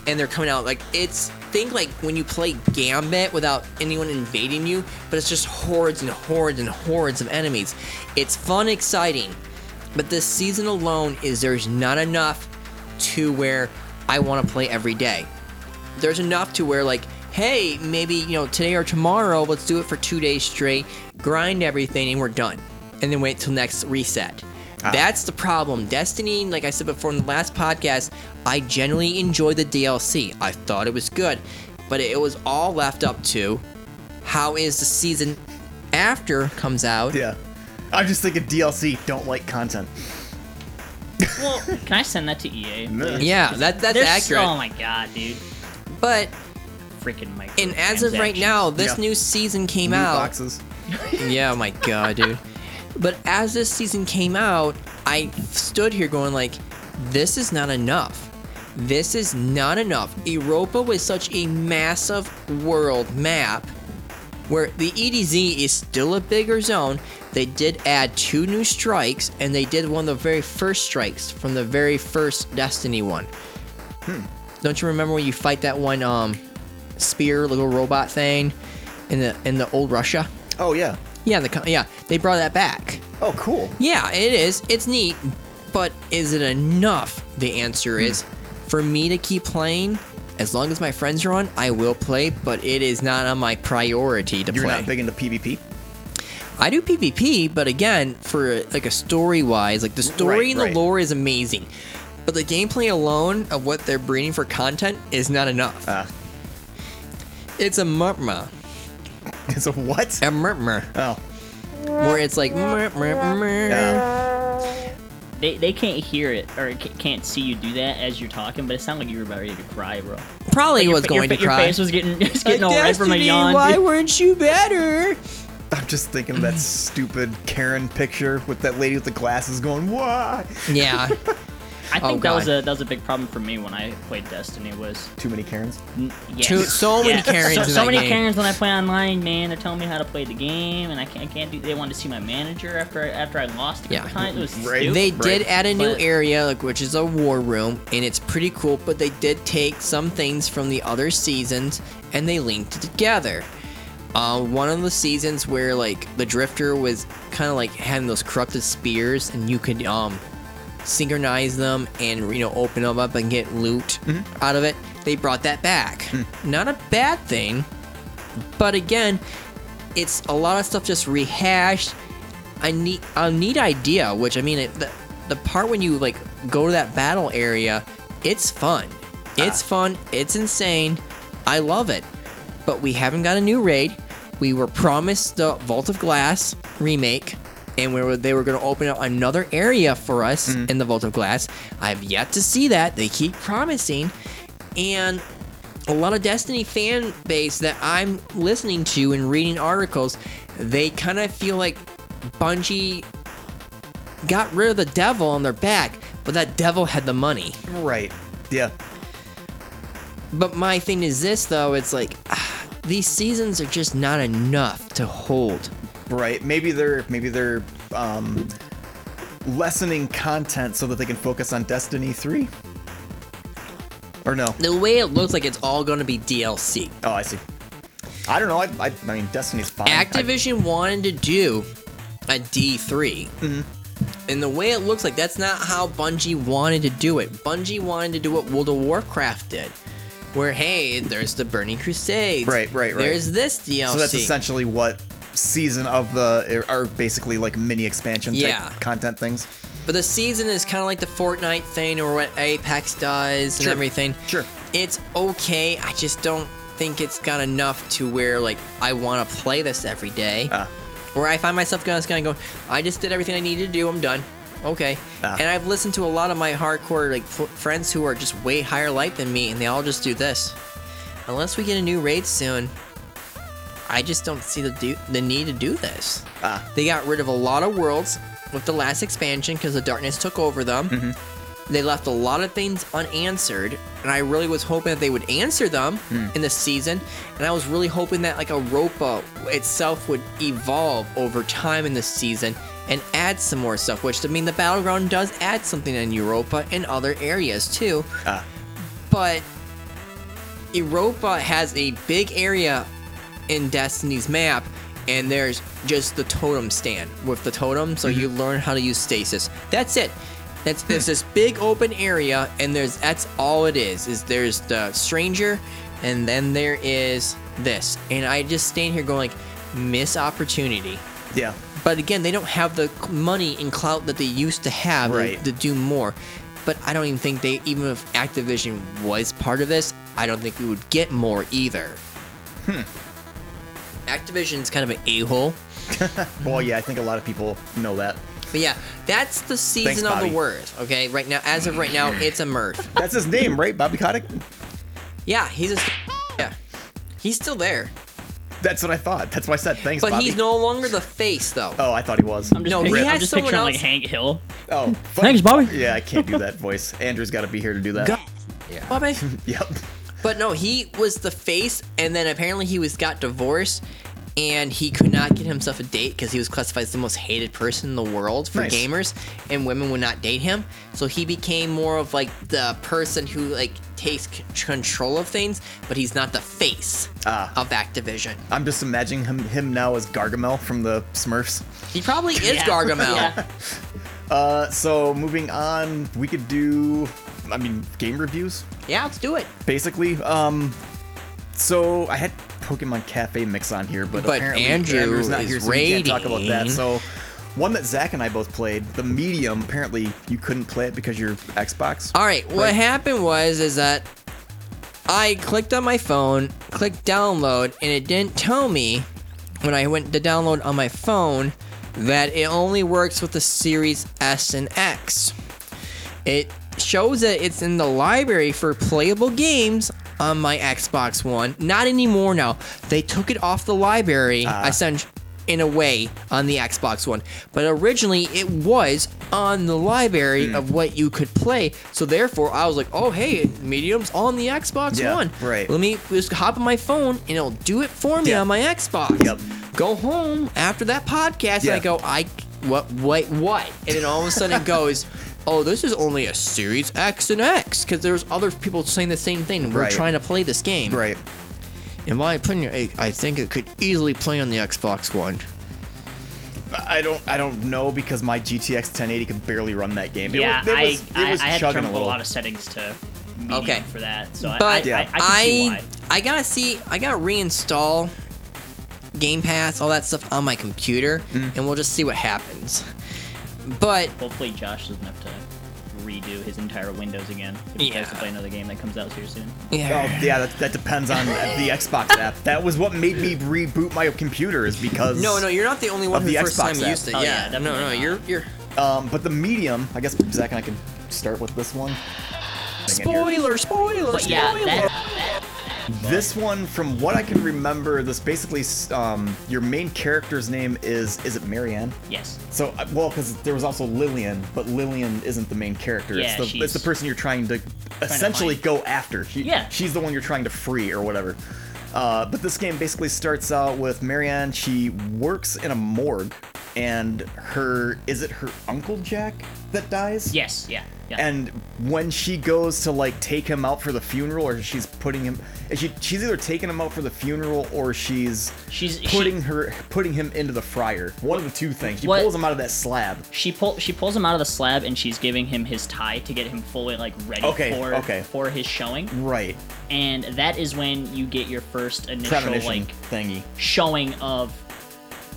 S2: and they're coming out like it's think like when you play gambit without anyone invading you but it's just hordes and hordes and hordes of enemies it's fun exciting but this season alone is there's not enough to where i want to play every day there's enough to where like hey maybe you know today or tomorrow let's do it for two days straight grind everything and we're done and then wait till next reset that's the problem destiny like i said before in the last podcast i generally enjoyed the dlc i thought it was good but it was all left up to how is the season after comes
S1: [LAUGHS]
S2: out
S1: Yeah. I'm just thinking DLC. Don't like content.
S3: Well, can I send that to EA? please?
S2: yeah that, that's
S3: There's-
S2: accurate
S3: Oh my god, dude!
S2: but
S3: Freaking Mike.
S2: and as of right now this
S1: Yeah.
S2: new season came
S1: Loot
S2: out
S1: boxes.
S2: Yeah, oh my god, dude. But as this season came out, I stood here going like, this is not enough. This is not enough. Europa was such a massive world map where the EDZ is still a bigger zone. They did add two new strikes, and they did one of the very first strikes from the very first Destiny one. Don't you remember when you fight that one um spear little robot thing in the in the old Russia?
S1: Oh yeah.
S2: Yeah, the co- yeah, they brought that back.
S1: Oh cool.
S2: Yeah, it is. It's neat, but is it enough? The answer is for me to keep playing. As long as my friends are on, I will play, but it is not on my priority to
S1: You're
S2: play.
S1: not big into PvP.
S2: I do PvP, but again, for like a story wise, like the story
S1: Right,
S2: and the
S1: right.
S2: lore is amazing,
S1: Uh. [LAUGHS]
S2: but the gameplay alone of what they're breeding for content is not enough.
S1: Ah.
S2: It's a murmur.
S1: It's a what?
S2: A murmur.
S1: Oh.
S2: Where it's like murmur, murmur.
S3: They, they can't hear it or ca- can't see you do that as you're talking, but it sounded like you were about ready to cry, bro.
S2: Probably
S3: Like, your
S2: was
S3: fa-
S2: going
S3: your,
S2: to
S3: fa-
S2: cry.
S3: Your face was getting, [LAUGHS] it's getting all red from a
S2: Destiny,
S3: yawn.
S2: Why weren't you better?
S1: I'm just thinking of
S2: [LAUGHS]
S1: that stupid Karen picture with that lady with the glasses going, why?
S2: Yeah.
S3: I
S2: Oh,
S3: think that was
S2: God.
S3: a that was a big problem for me when I played Destiny was
S1: Too many Karens.
S3: n- yes.
S2: Too- so many
S3: Yeah.
S2: Karens
S3: so,
S2: in
S3: so
S2: that
S3: many
S2: game.
S3: Karens when I play online, man. They're telling me how to play the game, and I can't, I can't do. They wanted to see my manager after I, after I lost. A
S2: Yeah.
S3: yeah, time. it was
S1: Right.
S3: stupid.
S2: They
S1: Right.
S2: did add a new
S3: But-
S2: area, like which is a war room, and it's pretty cool. But they did take some things from the other seasons and they linked it together. Uh, one of the seasons where like the drifter was kind of like having those corrupted spears, and you could um synchronize them and you know open them up and get loot
S1: Mm-hmm.
S2: out of it. They brought that back.
S1: Hmm.
S2: Not a bad thing, but again, it's a lot of stuff just rehashed. I need a neat idea, which I mean, it, the the part when you like go to that battle area, it's fun. It's fun. It's insane. I love it. But we haven't got a new raid. We were promised the Vault of Glass remake, and we were, they were going to open up another area for us in the Vault of Glass. I've yet to see that. They keep promising, and a lot of Destiny fan base that I'm listening to and reading articles, they kind of feel like Bungie got rid of the devil on their back, but that devil had the money.
S1: Right. Yeah.
S2: But my thing is this though, it's like ah, these seasons are just not enough to hold.
S1: Right. Maybe they're maybe they're um, lessening content so that they can focus on Destiny 3. Or no.
S2: The way it looks like it's all going to be DLC.
S1: Oh, I see. I don't know. I, I, I mean, Destiny's fine. I-
S2: Activision wanted to do a D3.
S1: Mm-hmm.
S2: And the way it looks like, that's not how Bungie wanted to do it. Bungie wanted to do what World of Warcraft did. Where, hey, there's the Burning Crusades.
S1: Right, right, right.
S2: There's this DLC.
S1: so that's essentially what season of the er, are basically like mini expansion type
S2: Yeah.
S1: content things.
S2: But the season is kind of like the Fortnite thing or what Apex does and
S1: Sure,
S2: everything.
S1: sure.
S2: It's okay. I just don't think it's got enough to where, like, I want to play this every day.
S1: Ah.
S2: Where I find myself kind of going, I just did everything I needed to do. I'm done. Okay.
S1: Ah.
S2: And I've listened to a lot of my hardcore, like, f- friends who are just way higher light than me, and they all just do this. Unless we get a new raid soon, I just don't see the do- the need to do this. They got rid of a lot of worlds with the last expansion because the darkness took over them. They left a lot of things unanswered, and I really was hoping that they would answer them in the season. And I was really hoping that like Europa itself would evolve over time in the season and add some more stuff. Which I mean, the battleground does add something in Europa and other areas too. But Europa has a big area in Destiny's map, and there's just the totem stand with the totem, so you learn how to use stasis. That's it. That's there's this big open area, and there's that's all it is. Is there's the stranger, and then there is this, and I just stand here going, like, miss opportunity.
S1: Yeah.
S2: But again, they don't have the c- money and clout that they used to have
S1: Right.
S2: to, to do more. But I don't even think they, even if Activision was part of this, I don't think we would get more either. Hmm. Activision's kind of an a hole.
S1: Well,
S2: Mm-hmm.
S1: yeah, I think a lot of people know that.
S2: But yeah, that's the season of
S1: Bobby.
S2: the words, okay? Right now, as of right now, it's a mirth.
S1: That's his name, right? Bobby Kotick?
S2: Yeah, he's a. Yeah. He's still there.
S1: That's what I thought. That's why I said thanks,
S2: But
S1: Bobby.
S2: he's no longer the face, though.
S1: Oh, I thought he was.
S3: I'm just
S2: No, he
S3: picturing,
S2: has
S3: I'm just
S2: someone
S3: picturing like
S2: else.
S3: Hank Hill.
S1: Oh, fuck.
S3: Thanks, Bobby.
S1: Yeah, I can't do that voice. Andrew's got to be here to do that.
S2: God. Bobby.
S1: Yep.
S2: But no, he was the face, and then apparently he was got divorced, and he could not get himself a date because he was classified as the most hated person in the world for
S1: Nice.
S2: gamers, and women would not date him. So he became more of like the person who like takes c- control of things, but he's not the face of Activision.
S1: I'm just imagining him him now as Gargamel from the Smurfs.
S2: He probably is Gargamel.
S3: [LAUGHS] Yeah.
S1: Uh, so moving on, we could do, I mean, game reviews
S2: yeah, let's do it.
S1: basically. Um, so I had Pokemon Cafe mix on here, but,
S2: But
S1: apparently
S2: Andrew
S1: Andrew's not
S2: is
S1: here, so we can't talk about that.
S2: raiding.
S1: So one that Zach and I both played, the Medium. Apparently, you couldn't play it because your Xbox.
S2: All right, what happened was is that I clicked on my phone, clicked download, and it didn't tell me when I went to download on my phone that it only works with the Series S and X. It shows that it's in the library for playable games on my Xbox One. Not anymore now. They took it off the library,
S1: Ah.
S2: I sent in a way, on the Xbox One. But originally, it was on the
S1: Hmm.
S2: library of what you could play. So therefore, I was like, oh, hey, Medium's on the Xbox
S1: Yeah,
S2: One.
S1: right.
S2: Let me just hop on my phone and it'll do it for me
S1: Yeah.
S2: on my Xbox.
S1: Yep.
S2: Go home after that podcast and I
S1: Yeah.
S2: go, I what what what? And then all of a sudden
S1: [LAUGHS]
S2: it goes, Oh, this is only a series X and X, because there's other people saying the same thing. We're
S1: Right.
S2: trying to play this game.
S1: Right.
S2: In my opinion, I, I think it could easily play on the Xbox One.
S1: I don't. I don't know because my GTX 1080 could barely run that game. It
S3: yeah,
S1: was- it
S3: I,
S1: was, it
S3: I,
S1: was
S3: I had to
S1: chugging
S3: turn
S1: a
S3: up a
S1: little.
S3: lot of settings to medium
S2: Okay.
S3: for that. So I- I,
S2: But
S3: I, I,
S1: Yeah.
S3: can see
S2: I
S3: why.
S2: I gotta see I gotta reinstall Game Pass, all that stuff on my computer,
S1: Mm.
S2: and we'll just see what happens. But
S3: Hopefully, Josh doesn't have to redo his entire Windows again if he tries to
S2: Yeah.
S3: play another game that comes out here soon.
S2: yeah,
S1: Oh, yeah, that, that depends on the
S3: [LAUGHS]
S1: Xbox app. That was what made me reboot my computer, is because
S2: no, no, you're not the only one
S1: Of
S2: who
S1: the
S2: first
S1: Xbox
S2: time
S1: app.
S2: used it.
S3: Oh, yeah,
S2: yeah, no,
S3: definitely
S2: no,
S3: not.
S2: you're you're
S1: Um, but the medium, I guess Zach and I can start with this one. Thing in here.
S2: spoiler, spoiler,
S3: But yeah,
S2: spoiler.
S3: that,
S1: This one, from what I can remember, this basically um, your main character's name is is it Marianne?
S3: yes.
S1: So uh, well, because there was also Lillian, but Lillian isn't the main character.
S3: Yeah,
S1: it's the
S3: she's-
S1: it's the person you're trying to essentially
S3: find.
S1: go after. She,
S3: Yeah.
S1: she's the one you're trying to free or whatever. Uh, but this game basically starts out with Marianne. She works in a morgue, and her is it her uncle Jack that dies?
S3: Yes, yeah. yeah.
S1: And when she goes to like take him out for the funeral, or she's putting him, she she's either taking him out for the funeral or she's
S3: She's- she-
S1: putting her putting him into the fryer. One of the two things. She
S3: What-
S1: pulls him out of that slab.
S3: she pull she pulls him out of the slab and she's giving him his tie to get him fully like ready
S1: Okay,
S3: for
S1: okay.
S3: for his showing.
S1: Right.
S3: And that is when you get your first initial
S1: Premonition
S3: like
S1: thingy.
S3: showing of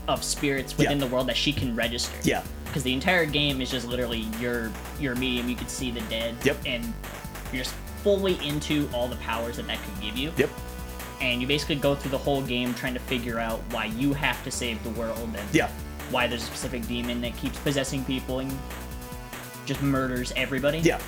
S3: of spirits within
S1: Yeah.
S3: the world that she can register.
S1: Yeah.
S3: Because the entire game is just literally your your medium. You could see the dead.
S1: Yep.
S3: And you're just fully into all the powers that that could give you.
S1: Yep.
S3: And you basically go through the whole game trying to figure out why you have to save the world and
S1: Yeah.
S3: why there's a specific demon that keeps possessing people and just murders everybody.
S1: Yeah.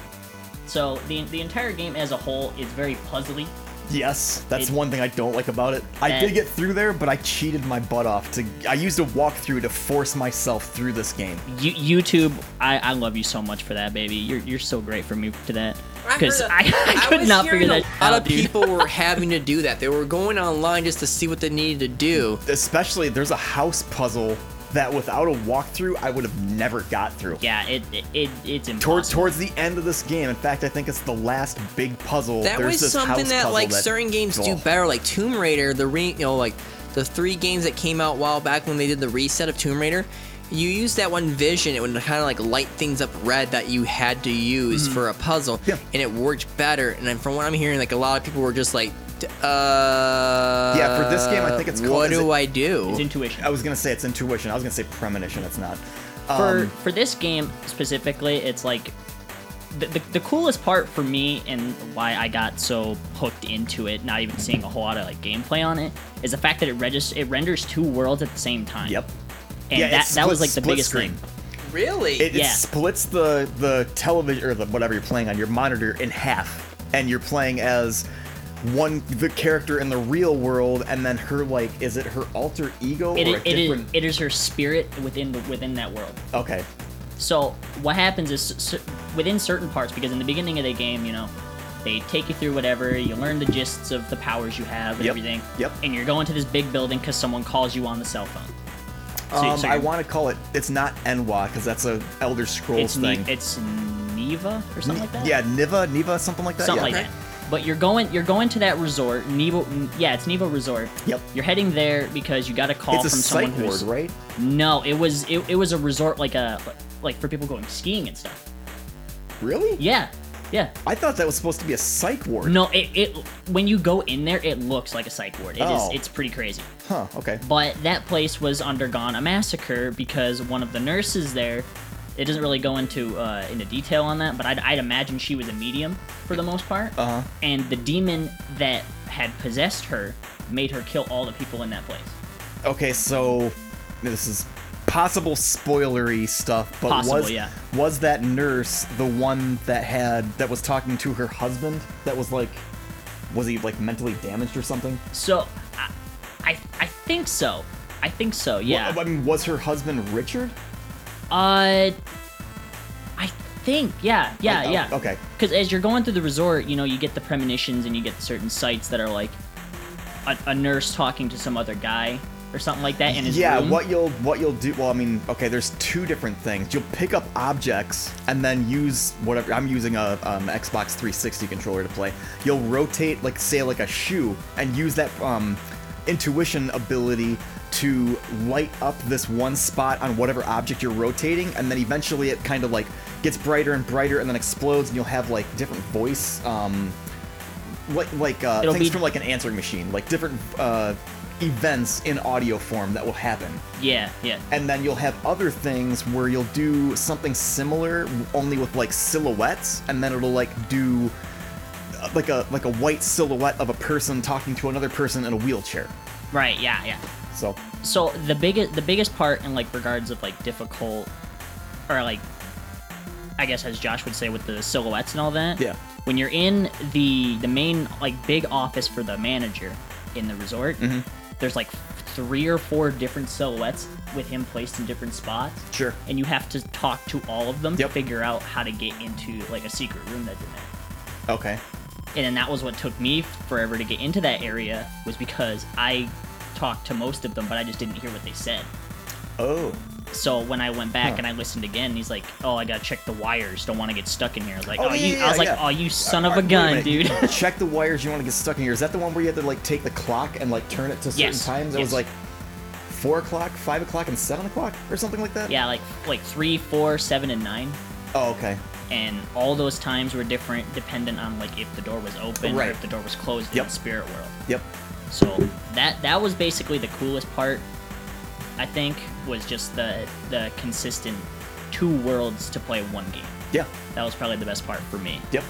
S3: So the the entire game as a whole is very puzzly.
S1: Yes, that's
S3: It-
S1: one thing I don't like about it. I
S3: That-
S1: did get through there, but I cheated my butt off to. I used a walkthrough to force myself through this game.
S3: You, YouTube, I, I love you so much for that, baby. You're you're so great for me to that
S2: I heard
S3: because
S2: a-
S3: I, [LAUGHS] I could
S2: was
S3: not figure
S2: hearing
S3: that
S2: A lot
S3: out,
S2: of
S3: dude.
S2: people were having to do that. They were going online just to see what they needed to do.
S1: Especially, there's a house puzzle that without a walkthrough, I would have never got through.
S3: Yeah, it it, it it's impossible.
S1: Towards towards the end of this game, in fact, I think it's the last big puzzle.
S2: That
S1: There's
S2: was
S1: this
S2: something
S1: house
S2: that
S1: puzzle
S2: like certain games do
S1: Oh.
S2: better, like Tomb Raider. The re- you know like the three games that came out a while back when they did the reset of Tomb Raider. You used that one vision; it would kind of like light things up red that you had to use for a puzzle,
S1: Mm-hmm. Yeah.
S2: and it worked better. And then from what I'm hearing, like a lot of people were just like, d- "Uh,
S1: for this game, I think it's called-
S2: What
S1: is
S2: do
S1: it-
S2: I do?"
S3: It's intuition.
S1: I was gonna say it's intuition. I was gonna say premonition. It's not.
S3: for
S1: Um,
S3: for this game specifically, it's like the, the, the coolest part for me and why I got so hooked into it, not even seeing a whole lot of like gameplay on it, is the fact that it regis- it renders two worlds at the same time.
S1: yep.
S3: And
S1: yeah,
S3: that
S1: it's
S3: that was
S1: split-
S3: like the
S1: split
S3: biggest
S1: screen.
S3: thing.
S2: really?
S1: It,
S3: Yeah.
S1: it splits the the television or the whatever you're playing on your monitor in half, and you're playing as one the character in the real world, and then her like is it her alter ego
S3: It,
S1: or a
S3: it, is,
S1: different?
S3: it is her spirit within the within that world.
S1: okay.
S3: So what happens is s- s- within certain parts, because in the beginning of the game, you know, they take you through whatever, you learn the gists of the powers you have and
S1: Yep,
S3: everything.
S1: yep.
S3: And you're going to this big building because someone calls you on the cell phone. So,
S1: Um,
S3: so
S1: I
S3: you're-
S1: want to call it. It's not Enwa because that's a Elder Scrolls
S3: it's
S1: thing.
S3: ne- it's Neva or something like that.
S1: Yeah, Niva, Niva, something like that.
S3: something
S1: yeah.
S3: like that. But you're going you're going to that resort, Nevo. Yeah, it's Nevo Resort.
S1: Yep.
S3: You're heading there because you got a call
S1: It's a
S3: from someone
S1: psych
S3: who's
S1: ward, right?
S3: no. It was it, it was a resort like a like for people going skiing and stuff.
S1: Really?
S3: Yeah, yeah.
S1: I thought that was supposed to be a psych ward.
S3: No, it, it when you go in there, it looks like a psych ward. It is
S1: Oh.
S3: it's pretty crazy.
S1: Huh, okay.
S3: But that place was undergone a massacre because one of the nurses there It doesn't really go into uh, into detail on that, but I'd, I'd imagine she was a medium for the most part.
S1: Uh-huh.
S3: And the demon that had possessed her made her kill all the people in that place.
S1: Okay, so this is possible spoilery stuff, but
S3: Possible,
S1: was
S3: yeah.
S1: was that nurse the one that had that was talking to her husband? That was like, was he like mentally damaged or something?
S3: So, I I, I think so. I think so. Yeah.
S1: I mean, was her husband Richard?
S3: Uh, I think, yeah, yeah,
S1: Like, oh,
S3: yeah.
S1: okay.
S3: Because as you're going through the resort, you know, you get the premonitions and you get certain sights that are like a, a nurse talking to some other guy or something like that in his
S1: yeah
S3: room.
S1: what you'll what you'll do well i mean okay there's two different things you'll pick up objects and then use whatever i'm using a um, xbox 360 controller to play you'll rotate like say like a shoe and use that um, intuition ability to light up this one spot on whatever object you're rotating and then eventually it kind of like gets brighter and brighter and then explodes and you'll have like different voice um, like like uh,
S3: It'll
S1: things
S3: be-
S1: from like an answering machine, like different uh, events in audio form that will happen,
S3: Yeah, yeah.
S1: and then you'll have other things where you'll do something similar, only with like silhouettes, and then it'll like do uh, like a like a white silhouette of a person talking to another person in a wheelchair.
S3: Right, yeah, yeah.
S1: So
S3: So the biggest the biggest part in like regards of like difficult or like I guess as Josh would say with the silhouettes and all that.
S1: Yeah.
S3: When you're in the the main like big office for the manager in the resort,
S1: Mm-hmm.
S3: there's like three or four different silhouettes with him placed in different spots.
S1: Sure.
S3: And you have to talk to all of them
S1: Yep.
S3: to figure out how to get into like a secret room that's in there
S1: okay,
S3: and then that was what took me forever to get into that area was because I talked to most of them, but I just didn't hear what they said.
S1: oh
S3: So when I went back
S1: Huh.
S3: and I listened again, he's like, "Oh, I gotta check the wires. Don't want to get stuck in here." I was like, "Oh,
S1: yeah,
S3: you,"
S1: yeah,
S3: I was like,
S1: yeah.
S3: "Oh, you son of
S1: All
S3: a
S1: right,
S3: gun,
S1: wait
S3: dude."
S1: minute. [LAUGHS] Check the wires you want to get stuck in here. Is that the one where you had to like take the clock and like turn it to certain
S3: Yes,
S1: times? It was
S3: yes.
S1: like four o'clock, five o'clock, and seven o'clock, or something like that.
S3: yeah, like like three, four, seven, and nine,
S1: Oh, okay.
S3: and all those times were different, dependent on like if the door was open
S1: Right.
S3: or if the door was closed in
S1: Yep.
S3: the spirit world.
S1: Yep.
S3: So that that was basically the coolest part. I think was just the the consistent two worlds to play one game.
S1: Yeah.
S3: That was probably the best part for me.
S1: Yep.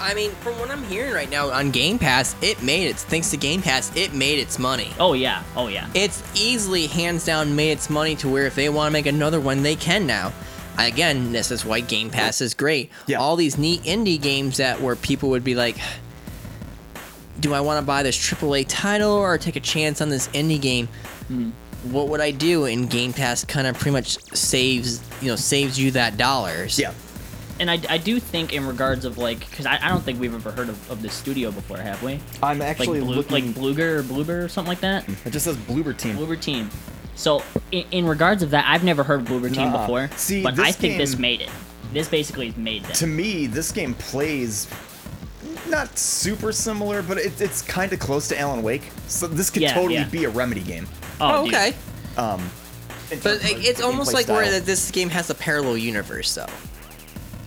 S2: I mean, from what I'm hearing right now on Game Pass, it made its thanks to Game Pass, it made its money.
S3: Oh yeah, oh yeah.
S2: It's easily hands down made its money to where if they want to make another one, they can now. Again, this is why Game Pass is great.
S1: Yeah.
S2: All these neat indie games that where people would be like, do I want to buy this AAA title or take a chance on this indie game?
S1: Hmm.
S2: What would I do? And Game Pass kind of pretty much saves, you know, saves you that dollars.
S1: Yeah.
S3: And I, I do think in regards of like because I, I don't think we've ever heard of, of this studio before, have we?
S1: I'm actually
S3: like, Blue,
S1: looking. Mm-hmm.
S3: like Bluger or Bluber or something like that.
S1: it just says Bloober Team.
S3: Bloober Team. So in, in regards of that, I've never heard of Bloober Team
S1: Nuh-uh.
S3: before,
S1: See,
S3: but
S1: this
S3: I think this
S1: game-
S3: made it. This basically has made that.
S1: To me, this game plays not super similar, but it, it's kind of close to Alan Wake. So this could
S3: Yeah,
S1: totally
S3: yeah.
S1: be a Remedy game.
S3: oh, dude.
S2: okay.
S1: in terms
S2: But
S1: of
S2: it,
S1: the
S2: it's almost
S1: gameplay
S2: like where
S1: style.
S2: that this game has a parallel universe, though,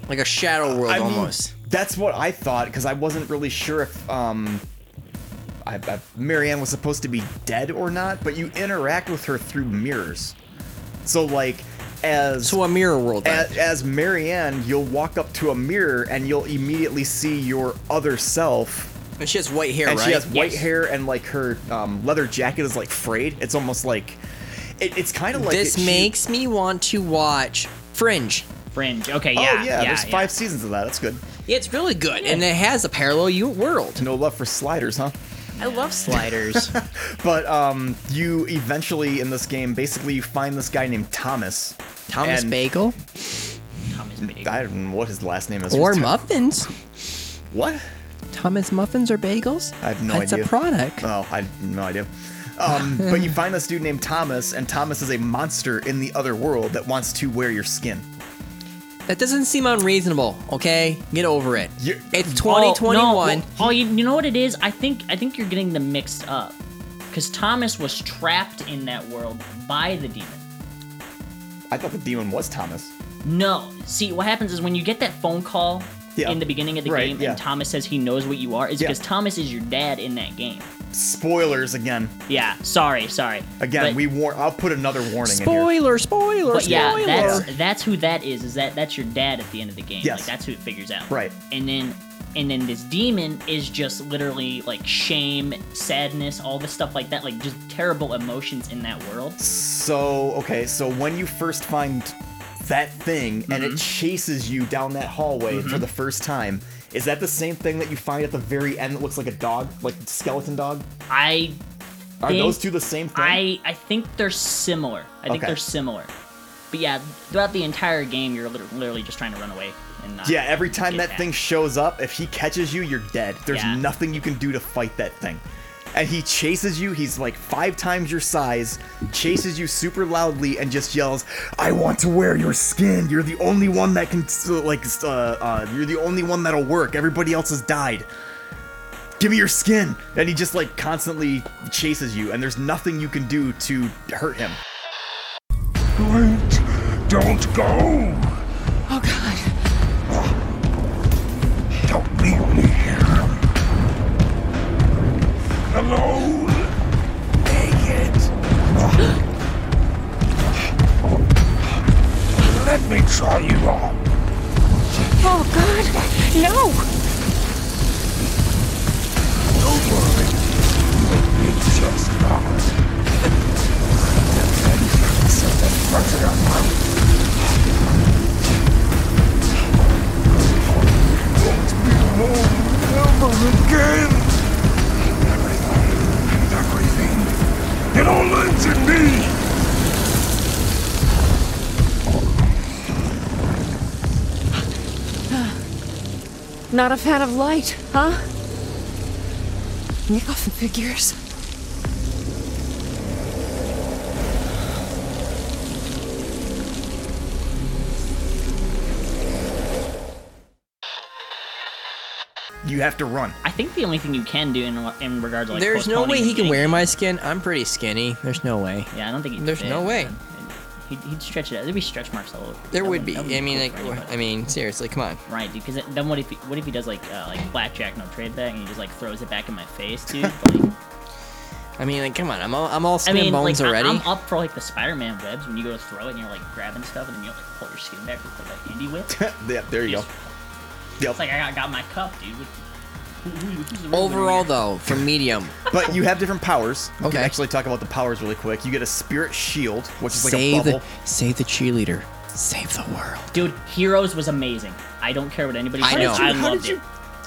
S2: like a shadow world
S1: I mean,
S2: almost.
S1: that's what I thought because I wasn't really sure if um, I, I, Marianne was supposed to be dead or not. But you interact with her through mirrors, so like as
S2: So a mirror world. then.
S1: as, as Marianne, you'll walk up to a mirror and you'll immediately see your other self.
S2: and she has white hair,
S1: and
S2: right?
S1: she has white
S3: Yes.
S1: hair and like her um, leather jacket is like frayed. It's almost like it, it's kind of like
S2: this
S1: it- she-
S2: makes me want to watch Fringe.
S3: Fringe. Okay,
S1: Oh
S3: yeah,
S1: yeah, there's five seasons of that. That's good.
S2: It's really good, and it has a parallel u- world.
S1: No love for sliders, huh?
S2: I love sliders.
S1: [LAUGHS] But um, you eventually in this game, basically you find this guy named Thomas.
S2: Thomas
S1: And-
S2: Bagel
S3: Thomas Big.
S1: I don't know what his last name is.
S2: or
S1: It's-
S2: muffins.
S1: What?
S2: Thomas muffins or bagels?
S1: I have no
S2: That's
S1: idea.
S2: a product.
S1: Oh, I no idea. Um, but you find this dude named Thomas, and Thomas is a monster in the other world that wants to wear your skin.
S2: that doesn't seem unreasonable. Okay, get over it.
S1: You-
S2: It's
S3: Oh, no,
S2: 2021.
S3: well, Oh, you, you know what it is? I think I think you're getting them mixed up. Because Thomas was trapped in that world by the demon.
S1: I thought the demon was Thomas.
S3: No. See, what happens is when you get that phone call
S1: Yeah.
S3: in the beginning of the
S1: Right,
S3: game
S1: yeah.
S3: and Thomas says he knows what you are, is
S1: Yeah.
S3: because Thomas is your dad in that game.
S1: spoilers again.
S3: Yeah, sorry, sorry.
S1: Again, we warn. I'll put another warning in here.
S2: Spoiler, spoiler,
S3: But yeah,
S2: spoiler.
S3: that's that's who that is. Is that that's your dad at the end of the game?
S1: Yes.
S3: Like that's who it figures out.
S1: Right.
S3: And then and then this demon is just literally like shame, sadness, all this stuff like that, like just terrible emotions in that world.
S1: So okay, so when you first find that thing and
S3: Mm-hmm.
S1: it chases you down that hallway for the first time, is that the same thing that you find at the very end that looks like a dog, like skeleton dog?
S3: I
S1: Are
S3: think-
S1: those two the same thing?
S3: I I think they're similar. I think
S1: Okay.
S3: they're similar. But yeah, throughout the entire game, you're lit- literally just trying to run away and not
S1: yeah, every time
S3: get
S1: that
S3: back.
S1: thing shows up, if he catches you, you're dead. There's
S3: Yeah.
S1: nothing you can do to fight that thing. And he chases you, he's like five times your size, chases you super loudly, and just yells, I want to wear your skin. You're the only one that can, s- like, s- uh, uh, you're the only one that'll work. Everybody else has died. Give me your skin. And he just, like, constantly chases you, and there's nothing you can do to hurt him.
S4: Wait, don't go.
S5: Oh God.
S4: Don't leave me here. Alone. Naked. [GASPS] Let me try you on.
S5: Oh God. No.
S4: Don't worry. It's just not. Won't be alone ever again. Everything, everything, it all ends in me.
S5: Not a fan of light, huh? Nick often figures.
S1: You have to run. [LAUGHS]
S3: I think the only thing you can do in, in regards to like
S2: There's no
S3: postponing
S2: way
S3: the
S2: he can
S3: game-
S2: wear my skin. I'm pretty skinny. There's no way.
S3: Yeah, I don't think he.
S2: There's
S3: fit,
S2: no way.
S3: man. He'd, he'd stretch it out. There'd be stretch marks all over.
S2: There
S3: That
S2: would
S3: wouldn't-
S2: be.
S3: that
S2: I
S3: wouldn't
S2: mean,
S3: be
S2: like,
S3: cool for anybody.
S2: I mean, seriously, come on.
S3: Right, dude. Because then what if he, what if he does like uh, like blackjack no trade that and he just like throws it back in my
S2: [LAUGHS]
S3: face, dude? Like,
S2: I mean, like, come on. I'm all, I'm all
S3: I
S2: skin
S3: mean,
S2: and bones
S3: like I-
S2: already.
S3: I'm up for like the Spider-Man webs when you go to throw it and you're like grabbing stuff and then you like pull your skin back with like that indie whip.
S2: [LAUGHS]
S3: It's
S1: yeah, there you go. Yep.
S3: like I got, got my cup, dude. What- who- who- who's the real winner
S2: Overall,
S3: here?
S2: though,
S1: [LAUGHS]
S2: for medium,
S1: but you have different powers. We
S2: Okay.
S1: can actually talk about the powers really quick. You get a spirit shield, which is like a
S2: save
S1: bubble.
S2: the save the cheerleader, save the world.
S3: dude, Heroes was amazing. I don't care what anybody
S2: I
S3: says.
S2: know.
S3: I
S1: How
S3: loved
S1: did you
S3: it.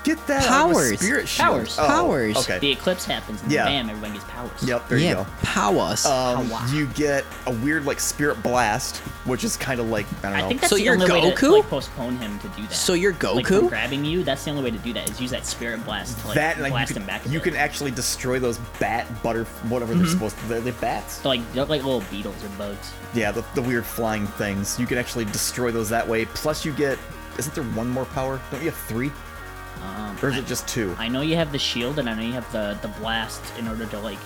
S1: get that out of a
S2: Powers.
S1: spirit shield?
S3: Powers.
S1: Oh,
S2: Powers.
S1: Okay.
S3: The eclipse happens and
S1: Yeah.
S3: bam, everyone gets powers.
S1: Yep. There
S2: yeah,
S1: you
S2: power us.
S1: go. Um, you get a weird like spirit blast, which is kind of like I don't
S3: I
S1: know.
S3: think that's
S2: So
S3: the
S2: you're
S3: only way to
S2: Goku?
S3: like, postpone him to do that.
S2: So you're
S3: Like, from
S2: Goku?
S3: grabbing you, that's the only way to do that is use that spirit blast to like
S1: that and, like,
S3: blast
S1: you can,
S3: him back. a
S1: you
S3: bit.
S1: can actually destroy those bat butter whatever
S2: Mm-hmm.
S1: they're supposed to. They're, they're bats.
S3: So, like they're like little beetles or bugs.
S1: Yeah, the, the weird flying things. You can actually destroy those that way. Plus, you get isn't there one more power? Don't you have three? or is it just two?
S3: Um, I know you have the shield and I know you have the the blast in order to like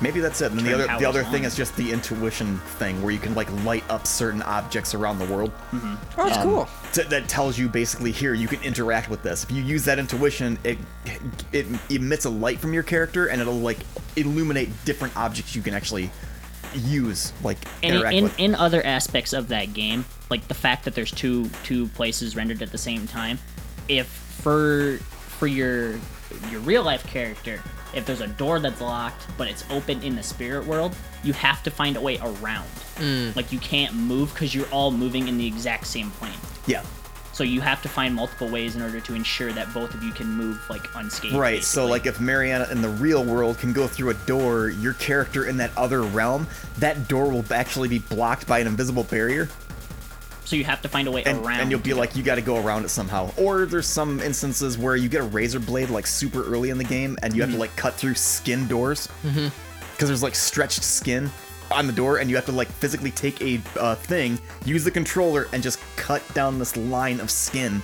S1: Maybe that's it. And the
S3: Turn
S1: other
S3: powers
S1: the other thing
S3: on.
S1: is just the intuition thing, where you can like light up certain objects around the world.
S3: Mm-hmm.
S1: Um,
S2: oh, that's cool.
S1: T- that tells you basically here you can interact with this. If you use that intuition, it it emits a light from your character, and it'll like illuminate different objects you can actually use, like
S3: and in,
S1: interact
S3: in,
S1: with.
S3: in other aspects of that game, like the fact that there's two two places rendered at the same time, if for for your your real life character, if there's a door that's locked but it's open in the spirit world, you have to find a way around. Like you can't move because you're all moving in the exact same plane.
S1: yeah.
S3: So you have to find multiple ways in order to ensure that both of you can move like unscathed.
S1: Right, so like if Mariana in the real world can go through a door, your character in that other realm, that door will actually be blocked by an invisible barrier,
S3: so you have to find a way
S1: and,
S3: around.
S1: and you'll be like, you got to go around it somehow. Or there's some instances where you get a razor blade like super early in the game, and you
S2: Mm-hmm.
S1: have to like cut through skin doors because there's like stretched skin on the door, and you have to like physically take a uh, thing, use the controller, and just cut down this line of skin.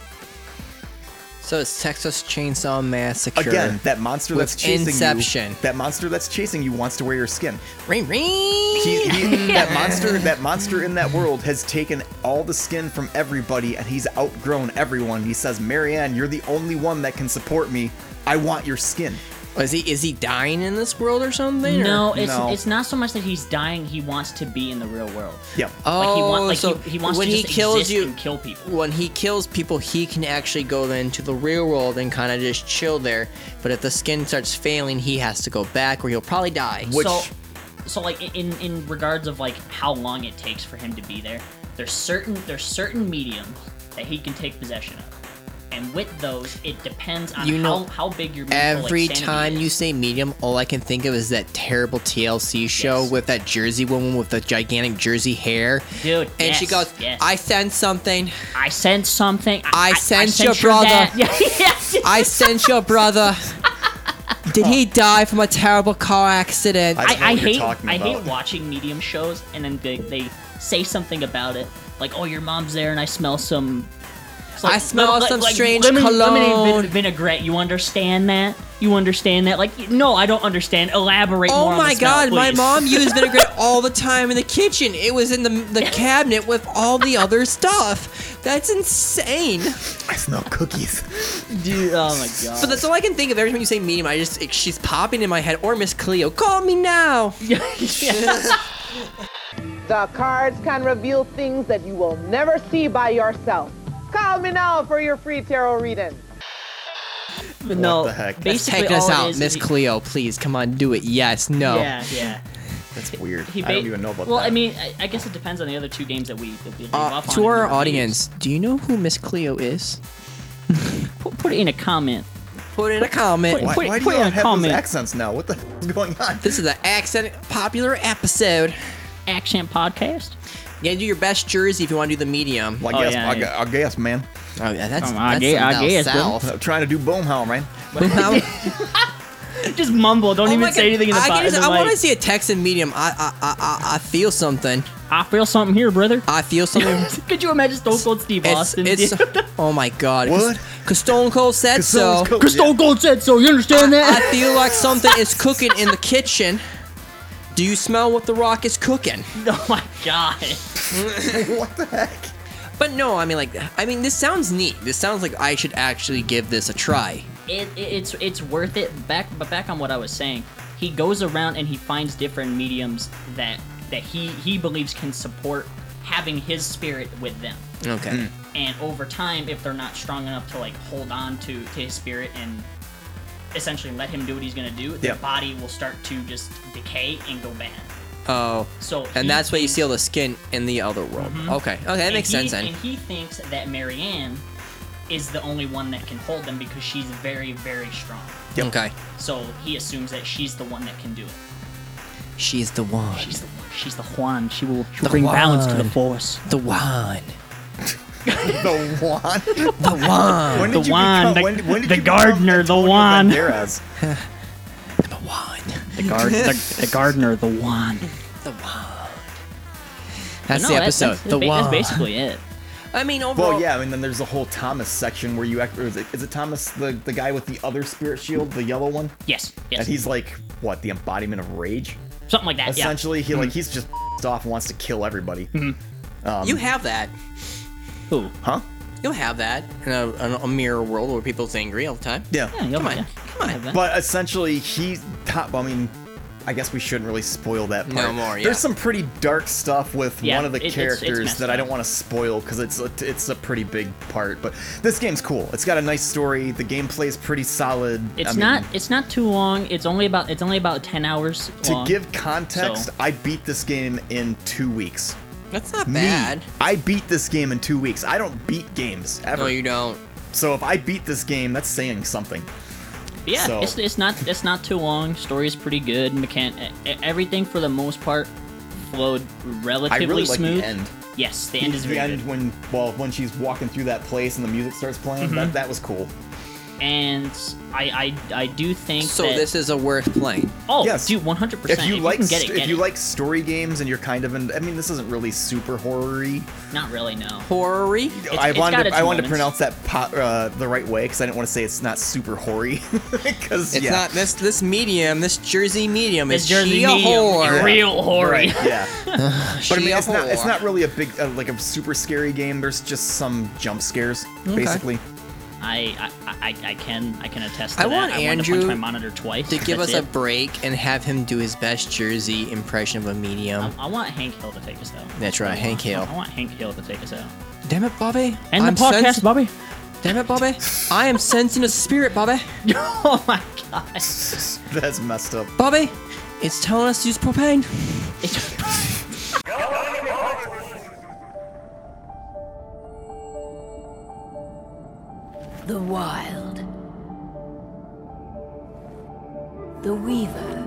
S2: So it's Texas Chainsaw Massacre.
S1: Again, that monster
S2: With
S1: that's chasing
S2: Inception.
S1: you, that monster that's chasing you wants to wear your skin.
S2: Ring ring.
S3: [LAUGHS]
S1: He, he, that monster, that monster in that world has taken all the skin from everybody, and he's outgrown everyone. He says, "Marianne, you're the only one that can support me. I want your skin."
S2: Is he is he dying in this world or something? or-
S3: No, it's it's not so much that he's dying. He wants to be in the real world.
S1: Yep.
S2: Oh,
S3: Like, he want- like,
S2: so
S3: he- he wants
S2: when
S3: to
S2: he
S3: just
S2: kills
S3: exist
S2: you,
S3: and kill people.
S2: When he kills people, he can actually go then to the real world and kind of just chill there. But if the skin starts failing, he has to go back, or he'll probably die.
S3: so, so like in in regards of like how long it takes for him to be there, there's certain there's certain mediums that he can take possession of, and with those it depends on
S2: You know,
S3: how, how big your mental, like,
S2: Every
S3: sanity
S2: time
S3: is.
S2: you say medium, all I can think of is that terrible TLC show with that Jersey woman with the gigantic Jersey hair.
S3: Dude,
S2: and she
S3: yes,
S2: goes,
S3: yes.
S2: "I sense something.
S3: I sense something.
S2: I,
S3: I,
S2: sense your
S3: your
S2: brother.
S3: dad." [LAUGHS] yes.
S2: I sense your
S3: [LAUGHS]
S2: brother. Did he die from a terrible car accident?
S1: I don't know
S3: I, I
S1: what you're
S3: hate
S1: talking
S3: I hate
S1: about.
S3: watching medium shows and then they, they say something about it like oh your mom's there and I smell some It's
S2: I smell some strange
S3: vin-
S2: cologne.
S3: vinaigrette you understand that you understand that like no I don't understand elaborate more
S2: Oh
S3: on the
S2: my
S3: smell,
S2: god, my
S3: please.
S2: mom used
S3: [LAUGHS]
S2: vinaigrette all the time in the kitchen. It was in the, the cabinet with all the other stuff. That's insane.
S1: I smell cookies.
S3: Dude, oh
S2: [LAUGHS]
S3: my god [LAUGHS]
S2: But that's all I can think of every time you say medium. I just it, she's popping in my head. Or Miss Cleo, call me now.
S11: The cards can reveal things that you will never see by yourself. Call me now for your free tarot reading.
S3: no
S1: the heck?
S2: Let's
S3: basically
S2: take this
S3: all it
S2: out,
S3: is
S2: Miss
S3: is-
S2: Cleo. Please, come on, do it. Yes, no.
S3: yeah yeah
S1: That's weird.
S3: He
S1: I don't
S3: ba-
S1: even know about
S3: well
S1: that.
S3: I mean I, I guess it depends on the other two games that we that we leave
S2: Uh,
S3: off on
S2: to
S3: in
S2: our
S3: reviews.
S2: audience, do you know who Miss Cleo is?
S3: put, put it in a comment
S2: Put in a comment.
S1: why,
S3: put-
S1: why do
S3: put
S1: you all
S3: in a
S1: have
S3: comment.
S1: those accents now? What the heck is going on?
S2: This is an accent popular episode.
S3: action podcast
S2: Yeah, do your best Jersey if you want to do the medium.
S1: Well,
S3: Oh,
S1: I guess,
S3: yeah,
S1: I,
S3: yeah.
S1: gu- I guess, man.
S2: Oh yeah, that's,
S3: Um, I
S2: that's
S3: gue- [LAUGHS] I
S2: something
S3: guess,
S2: down
S3: bro.
S2: south.
S1: I'm trying to do Boomhauer, man.
S2: [LAUGHS]
S3: just mumble don't
S2: Oh my
S3: even
S2: God,
S3: say anything in the
S2: I,
S3: bot-
S2: can
S3: in
S2: just-
S3: the
S2: I want to
S3: mic.
S2: see a Texan medium. I, I I I I feel something.
S3: I feel something here brother
S2: I feel
S3: [LAUGHS]
S2: something.
S3: Could you imagine Stone Cold Steve
S2: it's,
S3: Austin? [LAUGHS]
S2: it's [LAUGHS] oh my god.
S1: What?
S2: Cause Stone Cold said so.
S1: Someone's co-
S3: Because Stone Cold said so. You understand
S2: I
S3: that?
S2: feel like something is cooking in the kitchen. Do you smell what the rock is cooking?
S3: [LAUGHS] oh my god!
S1: what the heck?
S2: But no, I mean like I mean this sounds neat. This sounds like I should actually give this a try.
S3: It, it, it's it's worth it. Back but back on what I was saying, he goes around and he finds different mediums that that he he believes can support having his spirit with them.
S2: Okay.
S3: And over time, if they're not strong enough to like hold on to to his spirit and essentially let him do what he's gonna do, their
S1: Yeah.
S3: body will start to just decay and go bad.
S2: Oh.
S3: So
S2: And
S3: he
S2: that's why you
S3: thinks-
S2: seal the skin in the other world.
S3: Mm-hmm.
S2: Okay. Okay, that
S3: And
S2: makes
S3: he-
S2: sense then.
S3: [LAUGHS] And he thinks that Marianne is the only one that can hold them because she's very, very strong.
S2: Okay.
S3: So he assumes that she's the one that can do it.
S2: She's the one.
S3: She's the one. She's the Juan. She will she'll
S2: The
S3: bring balance to the
S2: Juan. [LAUGHS]
S3: force.
S2: The one.
S1: [LAUGHS] The wand?
S2: The
S1: [LAUGHS]
S2: one.
S1: When did
S3: The
S1: you Become,
S3: wand, the-
S1: when, did- when did
S3: the
S1: you become
S3: gardener, the
S1: Antonio
S3: wand.
S1: Banderas?
S2: the one.
S3: The, guard, the, the gardener, the Juan.
S2: The one. That's
S3: No,
S2: the episode.
S3: That's,
S2: the
S3: ba-
S2: one.
S3: That's basically it.
S2: I mean, overall.
S1: Well, yeah, I mean, then there's the whole Thomas section where you act. Or is, it, is it Thomas, the, the guy with the other spirit shield, the yellow one?
S3: Yes. Yes.
S1: And he's like, what, the embodiment of rage?
S3: Something like that. Yeah. Mm-hmm.
S1: Essentially, he like he's just pissed off, and wants to kill everybody.
S2: You have that.
S3: Who?
S1: Huh?
S2: You'll have that in a, in a mirror world where people's angry all the time.
S1: Yeah.
S3: Yeah, you'll
S2: Come on.
S3: yeah.
S2: Come on.
S1: But essentially, he. Top, I mean, I guess we shouldn't really spoil that
S2: No
S1: part.
S2: more, yeah.
S1: There's some pretty dark stuff with
S3: Yeah,
S1: one of the
S3: it- it's- it's
S1: characters
S3: messed
S1: that I
S3: up.
S1: don't want to spoil because it's a, it's a pretty big part. But this game's cool. It's got a nice story. The gameplay is pretty solid.
S3: It's
S1: I mean,
S3: not. It's not too long. It's only about. It's only about ten hours.
S1: To
S3: long.
S1: give context,
S3: so-
S1: I beat this game in two weeks.
S2: That's not
S1: Me,
S2: bad.
S1: I beat this game in two weeks. I don't beat games ever.
S2: No, you don't.
S1: So if I beat this game, that's saying something.
S3: But yeah,
S1: So-
S3: it's, it's not it's not too long. Story is pretty good. Mechan- e- everything for the most part flowed
S1: I
S3: relatively
S1: really like
S3: smooth.
S1: the end.
S3: Yes, the end is
S1: the
S3: very
S1: end
S3: good.
S1: when well when she's walking through that place and the music starts playing.
S3: Mm-hmm.
S1: That that was cool.
S3: And I I, I do think
S2: So
S3: that,
S2: this is a worth playing.
S3: oh
S1: Yes.
S3: dude, one hundred percent.
S1: If you like
S3: can
S1: st-
S3: get it,
S1: if
S3: get
S1: you
S3: it.
S1: like story games and you're kind of in I mean this isn't really super horror-y.
S3: not really no.
S2: Horrory.
S1: I
S3: it's
S1: wanted
S3: got
S1: to,
S3: its
S1: I wanted to pronounce
S3: moments.
S1: that po- uh, the right way cuz I didn't want to say it's not super horror-y [LAUGHS] cuz
S2: It's
S1: yeah.
S2: not this this medium, this Jersey medium.
S3: This
S2: is
S3: Jersey
S2: she a
S3: medium,
S2: whore?
S3: real horror. [LAUGHS]
S1: Right, yeah.
S2: She
S1: But I mean,
S2: a
S1: it's not, it's
S2: whore.
S1: not really a big, uh, like a super scary game. There's just some jump scares, basically. [LAUGHS]
S3: I I, I, I can I can attest to
S2: I
S3: that.
S2: want
S3: I wanted to
S2: Andrew
S3: punch my monitor twice.
S2: to give
S3: That's
S2: us a
S3: it.
S2: break and have him do his best Jersey impression of a medium.
S3: I want Hank Hill to take us out.
S2: That's right,
S3: I want-
S2: Hank Hill.
S3: I want Hank Hill to take us out.
S2: Damn it, Bobby!
S3: um, End the podcast, Bobby. [LAUGHS]
S2: Damn it, Bobby! I am sensing a spirit, Bobby.
S3: oh my
S2: [LAUGHS]
S3: god,
S1: That's messed up.
S2: Bobby! It's telling us to use propane.
S10: The Wild. The Weaver.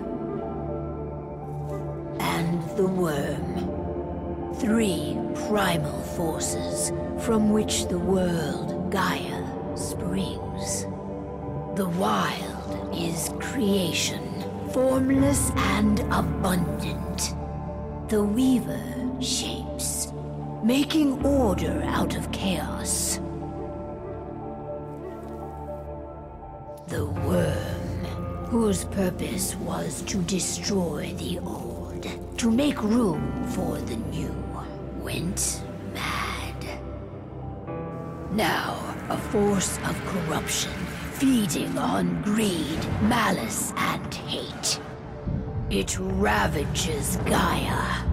S10: And the Worm. Three primal forces from which the world Gaia springs. The Wild is creation, formless and abundant. The Weaver shapes, making order out of chaos. The worm, whose purpose was to destroy the old, to make room for the new, went mad. Now, a force of corruption, feeding on greed, malice, and hate. It ravages Gaia.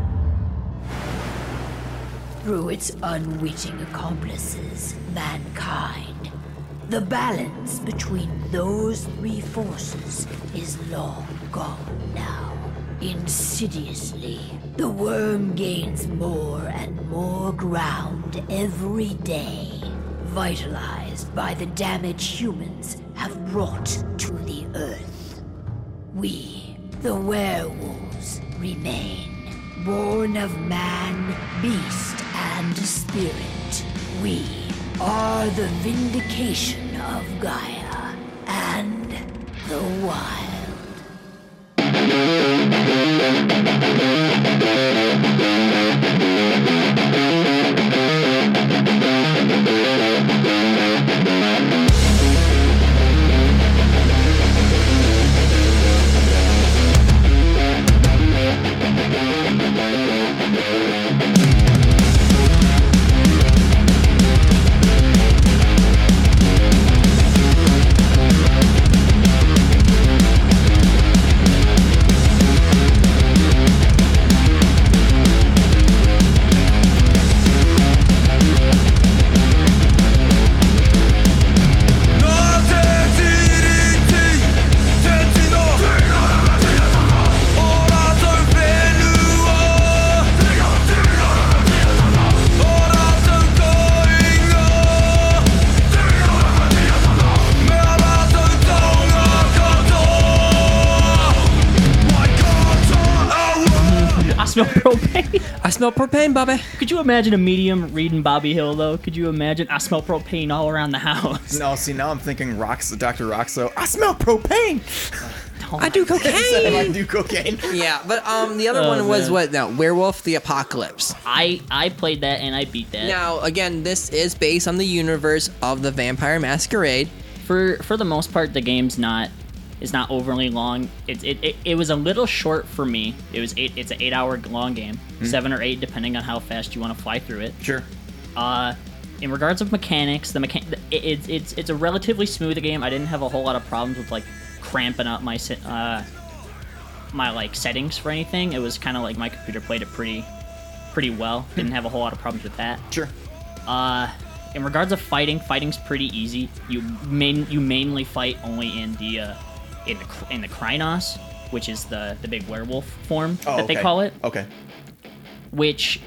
S10: Through its unwitting accomplices, mankind. The balance between those three forces is long gone now. Insidiously, the worm gains more and more ground every day, vitalized by the damage humans have brought to the earth. We, the werewolves, remain. Born of man, beast, and spirit, we are the vindication of Gaia and the wild.
S3: I smell [LAUGHS] propane.
S2: I smell propane, Bobby.
S3: Could you imagine a medium reading Bobby Hill though? Could you imagine? I smell propane all around the house.
S1: No, see now I'm thinking Rox, Dr. Roxo. I smell propane.
S3: Oh
S2: I do cocaine.
S3: [LAUGHS]
S1: I do cocaine. [LAUGHS]
S2: Yeah, but um, the other
S3: Oh,
S2: one was
S3: man.
S2: what? Now, Werewolf: The Apocalypse.
S3: I I played that and I beat that.
S2: Now, again, this is based on the universe of the Vampire Masquerade.
S3: For for the most part, the game's not is not overly long. It it, it, it was a little short for me. It was eight. It's an eight hour long game,
S1: Hmm.
S3: seven or eight depending on how fast you want to fly through it.
S1: Sure.
S3: Uh, in regards of mechanics, the mechan- the- it, it's it's it's a relatively smooth game. I didn't have a whole lot of problems with like cramping up my se- uh my like settings for anything. It was kind of like my computer played it pretty pretty well. Didn't have a whole lot of problems with that.
S1: Sure.
S3: Uh, in regards of fighting, fighting's pretty easy. You main you mainly fight only in the uh, in the cr- in the Krynos, which is the the big werewolf form
S1: Oh,
S3: that they
S1: okay.
S3: call it
S1: Okay.
S3: which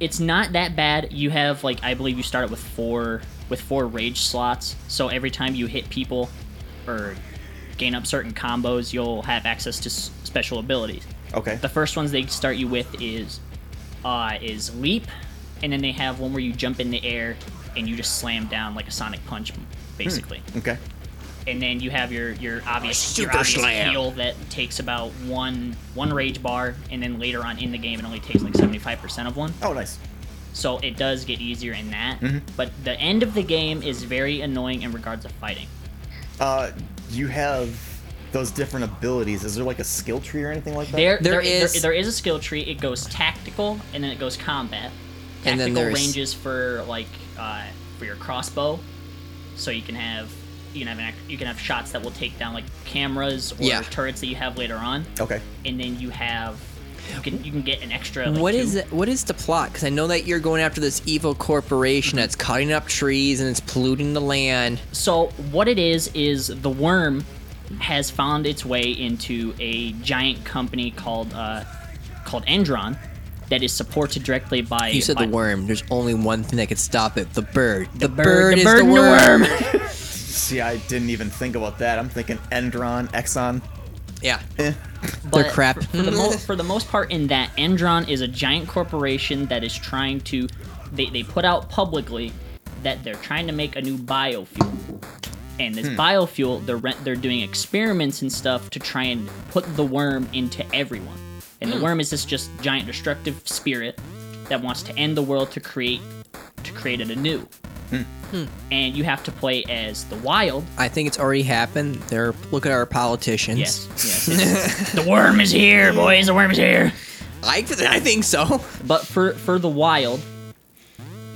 S3: it's not that bad. You have like I believe you start it with four with four rage slots. So every time you hit people or gain up certain combos, you'll have access to s- special abilities.
S1: Okay.
S3: The first ones they start you with is uh, is leap, and then they have one where you jump in the air and you just slam down like a sonic punch, basically
S1: Hmm. Okay.
S3: and then you have your your obvious, your
S1: Super
S3: obvious
S1: slam.
S3: heal that takes about one one rage bar, and then later on in the game it only takes like seventy five percent of one.
S1: Oh, nice.
S3: So it does get easier in that,
S1: Mhm.
S3: but the end of the game is very annoying in regards to fighting.
S1: Uh, you have those different abilities. Is there like a skill tree or anything like that?
S3: There there is there is a skill tree. It goes tactical, and then it goes combat.
S1: And then
S3: Tactical
S1: there's-
S3: ranges for like uh, for your crossbow, so you can have you can have an, act- you can have shots that will take down like cameras or
S2: Yeah.
S3: turrets that you have later on.
S1: Okay.
S3: And then you have you can you can get an extra. Like,
S2: What
S3: two-
S2: is it, what is the plot? Because I know that you're going after this evil corporation that's cutting up trees and it's polluting the land.
S3: So what it is is the worm has found its way into a giant company called uh, called Endron that is supported directly by
S2: You said
S3: by-
S2: the worm. There's only one thing that could stop it: the bird. The, bird,
S3: bird- the
S2: is
S3: bird
S2: the
S3: and the
S2: worm.
S1: See, I didn't even think about that. I'm thinking Endron, Exxon.
S3: [LAUGHS]
S2: yeah.
S1: Eh.
S2: They're crap.
S3: For, for
S2: [LAUGHS]
S3: the mo- for the most part, in that, Endron is a giant corporation that is trying to. They, they put out publicly that they're trying to make a new biofuel. And this
S12: Hmm.
S3: biofuel, they're, re- they're doing experiments and stuff to try and put the worm into everyone. And the
S12: Hmm.
S3: worm is this just giant destructive spirit that wants to end the world to create to create it anew. And you have to play as the wild.
S2: I think it's already happened. They're look at our politicians.
S3: Yes, the worm is here, boys. The worm is here.
S2: I, I think so.
S3: But for for the wild,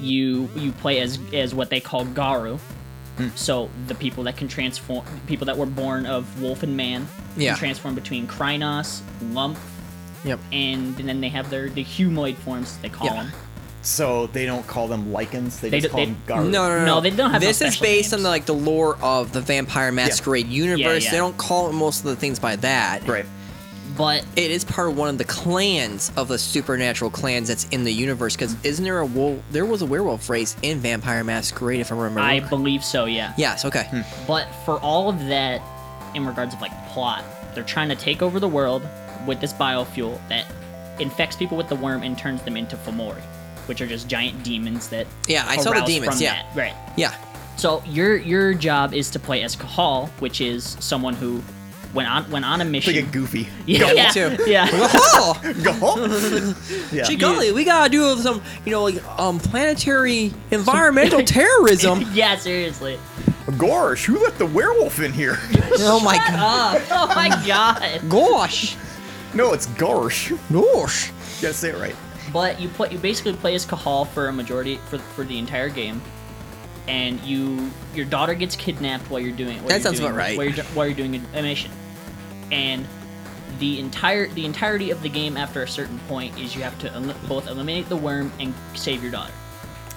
S3: you you play as as what they call Garu. So the people that can transform, people that were born of wolf and man, can
S2: Yeah.
S3: transform between Krynos, Lump,
S2: Yep.
S3: and, and then they have their the humoid forms they call them.
S1: So they don't call them lichens. They, just
S3: d-
S1: call them
S2: No,
S1: Garu.
S2: no, no, no.
S3: they don't have no
S2: This is
S3: special
S2: based on the, like the lore of the Vampire Masquerade universe.
S3: yeah.
S2: They don't call most of the things by that.
S1: Right.
S3: But
S2: it is part of one of the clans of the supernatural clans that's in the universe. Because isn't there a wolf? There was a werewolf race in Vampire Masquerade, if I remember.
S3: I
S2: correctly.
S3: believe so. Yeah.
S2: yes. Okay.
S3: But for all of that, in regards of like plot, they're trying to take over the world with this biofuel that infects people with the worm and turns them into Fomori, which are just giant demons that
S2: Yeah, I saw the
S3: arouse
S2: demons,
S3: from
S2: yeah.
S3: that. right.
S2: Yeah.
S3: So your your job is to play as Kahal, which is someone who went on went on a mission.
S1: Like a goofy.
S3: [LAUGHS] Yeah, yeah, yeah.
S1: Yeah.
S2: Gee golly, we gotta do some, you know, like um, planetary
S3: [LAUGHS]
S2: environmental terrorism.
S3: yeah, seriously.
S1: Gosh, who let the werewolf in here? [LAUGHS]
S2: Oh my
S3: Shut
S2: god.
S3: up.
S2: [LAUGHS]
S3: Oh my god.
S2: Gosh.
S1: No, it's Gorsh.
S2: Gosh.
S1: You gotta say it right.
S3: But you play, you basically play as Kahal for a majority for for the entire game, and you your daughter gets kidnapped while you're doing. While
S2: That
S3: you're
S2: sounds
S3: doing-
S2: about right.
S3: While you're, do- while you're doing a, a mission, and the entire the entirety of the game after a certain point is you have to el- both eliminate the worm and save your daughter.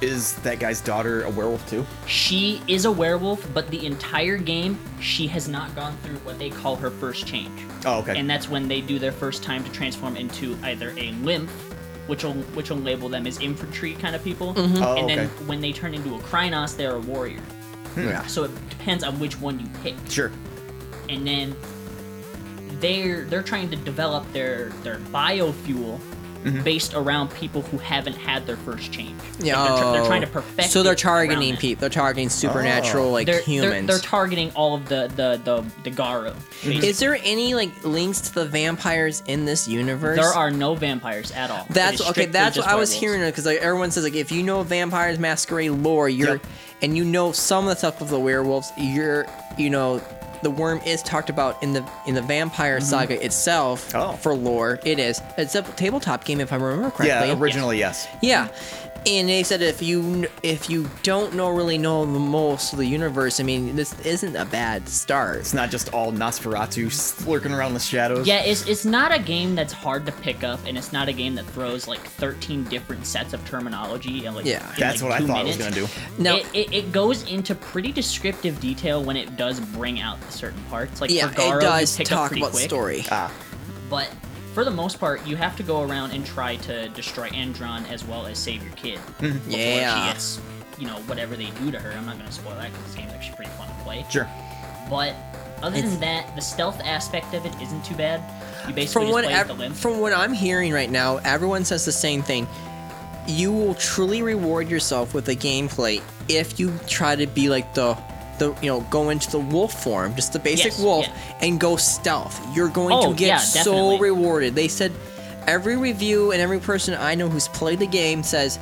S1: Is that guy's daughter a werewolf too?
S3: She is a werewolf, but the entire game she has not gone through what they call her first change.
S1: Oh, okay.
S3: And that's when they do their first time to transform into either a lymph, which will which will label them as infantry kind of people,
S2: Mhm. Oh,
S3: and then
S2: okay.
S3: when they turn into a Krynos, they're a warrior.
S2: Hmm. Yeah.
S3: So it depends on which one you pick.
S1: Sure.
S3: And then they're they're trying to develop their their biofuel.
S2: Mm-hmm.
S3: Based around people who haven't had their first change. Like,
S2: Yeah.
S3: they're, tr- they're
S2: oh.
S3: trying to perfect.
S2: So they're
S3: it around
S2: targeting
S3: that
S2: people. They're targeting supernatural like
S3: they're, they're-
S2: humans.
S3: They're, targeting all of the the the, the Garo. basically.
S2: Is there any like links to the vampires in this universe?
S3: There are no vampires at all. It
S2: That's
S3: is
S2: okay.
S3: strictly
S2: That's what
S3: just
S2: I was
S3: werewolves.
S2: hearing because like, everyone says like if you know vampires masquerade lore, you're and you know some of the stuff of the werewolves, you're you know the worm is talked about in the in the vampire saga itself for lore. It is. It's a tabletop game if I remember correctly.
S1: Yeah, originally yes.
S2: Yeah. And they said if you kn- if you don't know really know the most of the universe, I mean this isn't a bad start.
S1: It's not just all Nosferatu lurking around the shadows.
S3: Yeah, it's it's not a game that's hard to pick up, and it's not a game that throws like thirteen different sets of terminology. And like
S1: Yeah.
S3: in,
S1: That's
S3: like,
S1: what I
S3: two
S1: thought it was
S3: minutes.
S1: gonna do.
S3: it, it, it goes into pretty descriptive detail when it does bring out certain parts. Like
S2: Yeah,
S3: for
S2: it
S3: Garo, you
S2: does
S3: pick up
S2: talk
S3: pretty
S2: about
S3: quick.
S2: story.
S1: Ah.
S3: But for the most part, you have to go around and try to destroy Andron as well as save
S1: [LAUGHS]
S3: your kid.
S2: Mhm.
S3: before
S2: Yeah.
S3: She gets, you know, whatever they do to her. I'm not going to spoil that because this game's actually pretty fun to play.
S1: Sure.
S3: But other
S2: It's-
S3: than that, the stealth aspect of it isn't too bad. You basically
S2: from
S3: just
S2: what
S3: play
S2: ev-
S3: with the limp.
S2: from what I'm hearing right now, everyone says the same thing. You will truly reward yourself with the gameplay if you try to be like the the you know go into the wolf form, just the basic
S12: Yes,
S2: wolf, and go stealth. You're going
S12: Oh,
S2: to get
S12: yeah,
S2: so
S12: definitely.
S2: rewarded. They said every review and every person I know who's played the game says.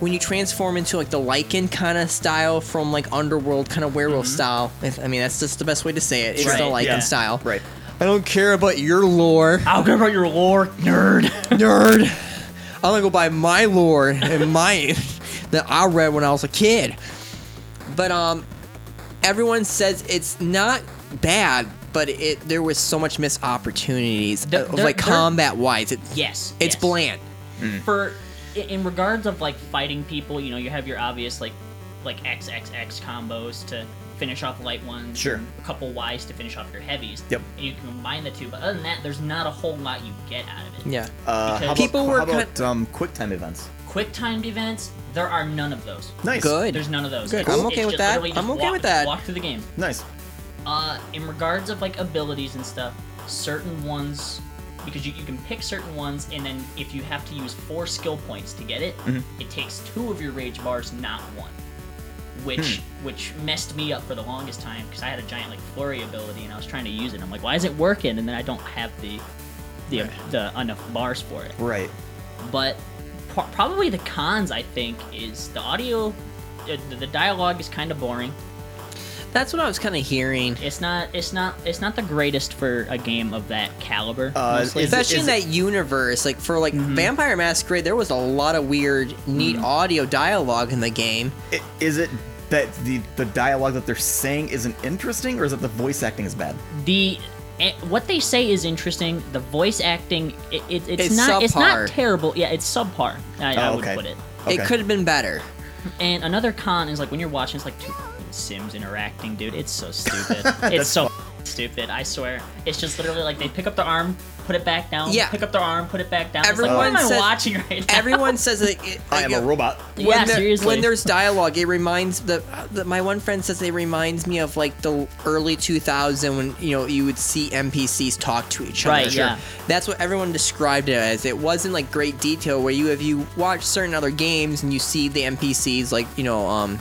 S2: When you transform into like the lichen kind of style from like underworld kind of werewolf style, if, I mean that's just the best way to say it. It's
S12: Mm-hmm. Right,
S2: the lichen
S12: yeah.
S2: style.
S1: Right.
S2: I don't care about your lore. I
S3: don't care about your lore,
S1: [LAUGHS]
S3: nerd.
S2: nerd. I'm gonna go by my
S1: [LAUGHS]
S2: lore and my that I read when I was a kid. But um, everyone says it's not bad, but it there was so much missed opportunities uh, of
S3: they're-
S2: like
S3: they're-
S2: combat wise. It,
S3: Yes,
S2: it's bland.
S3: for i- in regards of like fighting people, you know, you have your obvious like like XXX combos to finish off light ones.
S1: Sure.
S3: and A couple Ys to finish off your heavies.
S1: Yep.
S3: And you can combine the two, but other than that, there's not a whole lot you get out of it.
S2: Yeah.
S1: Uh, how
S3: Because-
S1: people
S3: People
S1: about,
S3: were
S1: how
S3: kin-
S1: about um, quick time events?
S3: Quick timed events, there are none of those.
S1: Nice. Good.
S3: There's none of those.
S1: Good.
S3: It's-
S1: I'm okay
S3: it's
S1: with
S3: just
S1: that.
S3: literally just
S1: I'm okay
S3: walk-
S1: with that.
S3: Walk through the game.
S1: Nice.
S3: Uh, in regards of like abilities and stuff, certain ones because you, you can pick certain ones and then if you have to use four skill points to get it,
S10: Mhm.
S3: it takes two of your rage bars, not one. Which which messed me up for the longest time because I had a giant like flurry ability and I was trying to use it. I'm like, why is it working? And then I don't have the the the enough bars for it.
S1: Right.
S3: But pro- probably the cons I think is the audio, uh, the, the dialogue is kind of boring.
S2: That's what I was kind of hearing.
S3: It's not. It's not. It's not the greatest for a game of that caliber.
S2: Uh,
S3: mostly.
S2: especially in that universe, like for like
S1: Mm-hmm.
S2: Vampire Masquerade, there was a lot of weird, neat audio dialogue in the game.
S1: I- Is it that the the dialogue that they're saying isn't interesting, or is it the voice acting is bad?
S3: the eh, what they say is interesting. The voice acting, it, it, it's,
S1: It's
S3: not. It's
S1: subpar.
S3: not terrible. Yeah, it's subpar. I, I
S1: Oh,
S3: would
S1: okay.
S3: put it.
S1: It Okay. could
S2: have
S1: [LAUGHS]
S2: been better.
S3: And another con is like when you're watching, it's like two fucking Sims interacting, dude. It's
S1: [LAUGHS]
S3: so stupid. it's so [LAUGHS] stupid. I swear. It's just literally like they pick up their arm, put it back down.
S2: Yeah.
S3: Pick up their arm, put it back down. It's like,
S2: Everyone
S3: what am
S2: says-
S3: I watching right now?
S2: Everyone says that it,
S1: I am a robot.
S3: Yeah,
S2: there-
S3: seriously.
S2: When there's dialogue, it reminds the, the my one friend says it reminds me of like the early 2000 when you know you would see NPCs talk to each other.
S3: Right, yeah.
S2: That's what everyone described it as. It wasn't like great detail where you if you watch certain other games and you see the NPCs like you know um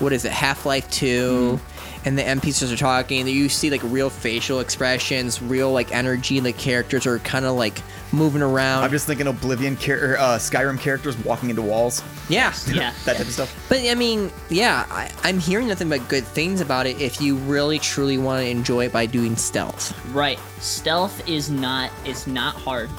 S2: what is it Half Life 2
S3: Mm-hmm.
S2: and the NPCs are talking you see like real facial expressions, real like energy. The characters are kind of like moving around.
S1: I'm just thinking Oblivion char- uh, Skyrim characters walking into walls.
S2: Yeah.
S3: [LAUGHS]
S1: that type of stuff.
S2: But I mean, yeah, I, I'm hearing nothing but good things about it. If you really truly want to enjoy it by doing stealth,
S3: Right. Stealth is not it's not hard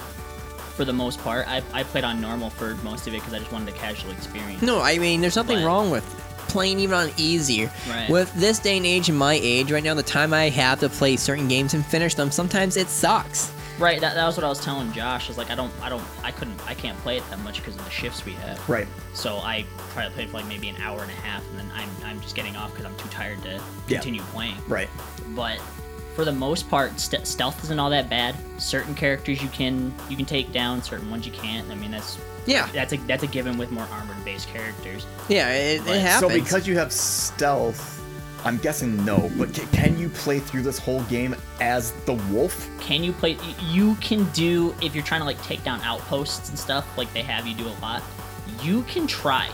S3: for the most part. I, I played on normal for most of it because I just wanted the casual experience.
S2: no, I mean, there's nothing wrong with playing even on easier.
S3: Right.
S2: With this day and age, and my age right now, the time I have to play certain games and finish them, sometimes it sucks.
S3: Right. That, that was what I was telling Josh. I was like, I don't, I don't, I couldn't, I can't play it that much because of the shifts we have.
S1: Right.
S3: So I try to play for like maybe an hour and a half, and then I'm, I'm just getting off because I'm too tired to
S1: Yeah.
S3: continue playing.
S1: Right.
S3: But for the most part, st- stealth isn't all that bad. Certain characters you can you can take down, certain ones you can't. I mean, that's
S2: yeah,
S3: that's a that's a given with more armored based characters.
S2: Yeah, it,
S3: Right.
S1: So because you have stealth, I'm guessing no. But c- can you play through this whole game as the wolf?
S3: Can you play? y- You can do if you're trying to like take down outposts and stuff like they have you do a lot. You can try.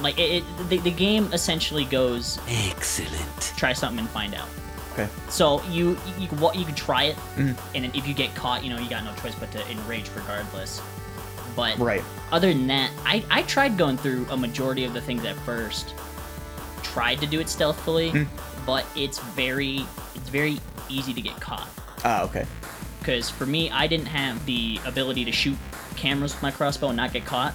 S3: Like it, it the, the game essentially goes
S8: excellent.
S3: Try something and find out.
S1: Okay.
S3: So you you can wa- you can try it,
S1: Mhm.
S3: and then if you get caught, you know you got no choice but to enrage regardless. But
S1: Right.
S3: other than that, I, I tried going through a majority of the things at first. Tried to do it stealthily,
S1: Mhm.
S3: but it's very it's very easy to get caught.
S1: Ah, okay.
S3: Because for me, I didn't have the ability to shoot cameras with my crossbow and not get caught.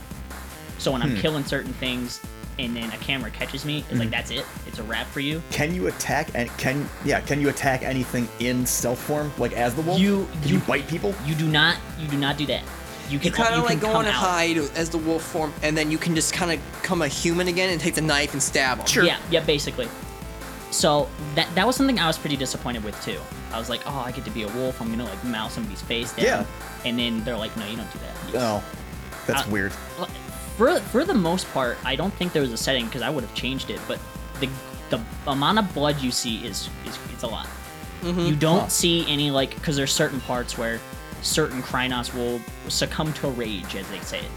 S3: So when I'm
S1: Hmm.
S3: killing certain things and then a camera catches me, it's like
S1: Mhm.
S3: that's it. It's a wrap for you.
S1: Can you attack and can yeah? Can you attack anything in stealth form, like as the wolf?
S3: You
S1: can you, bite people?
S3: You do not. You do not do that. You
S2: you
S3: can
S2: kind
S3: you
S2: of
S3: can
S2: like go
S3: come
S2: on and
S3: out.
S2: hide as the wolf form, and then you can just kind of come a human again and take the knife and stab him.
S3: Yeah, yeah, basically. So that that was something I was pretty disappointed with too. I was like, oh, I get to be a wolf. I'm gonna like mow somebody's face down.
S1: Yeah.
S3: And then they're like, no, you don't do that.
S1: Oh, that's
S3: Uh,
S1: weird.
S3: Well, For for the most part, I don't think there was a setting because I would have changed it. But the the amount of blood you see is is it's a lot.
S10: Mhm.
S3: You don't
S10: Huh.
S3: see any like because there's certain parts where certain Krynos will succumb to rage, as they say it.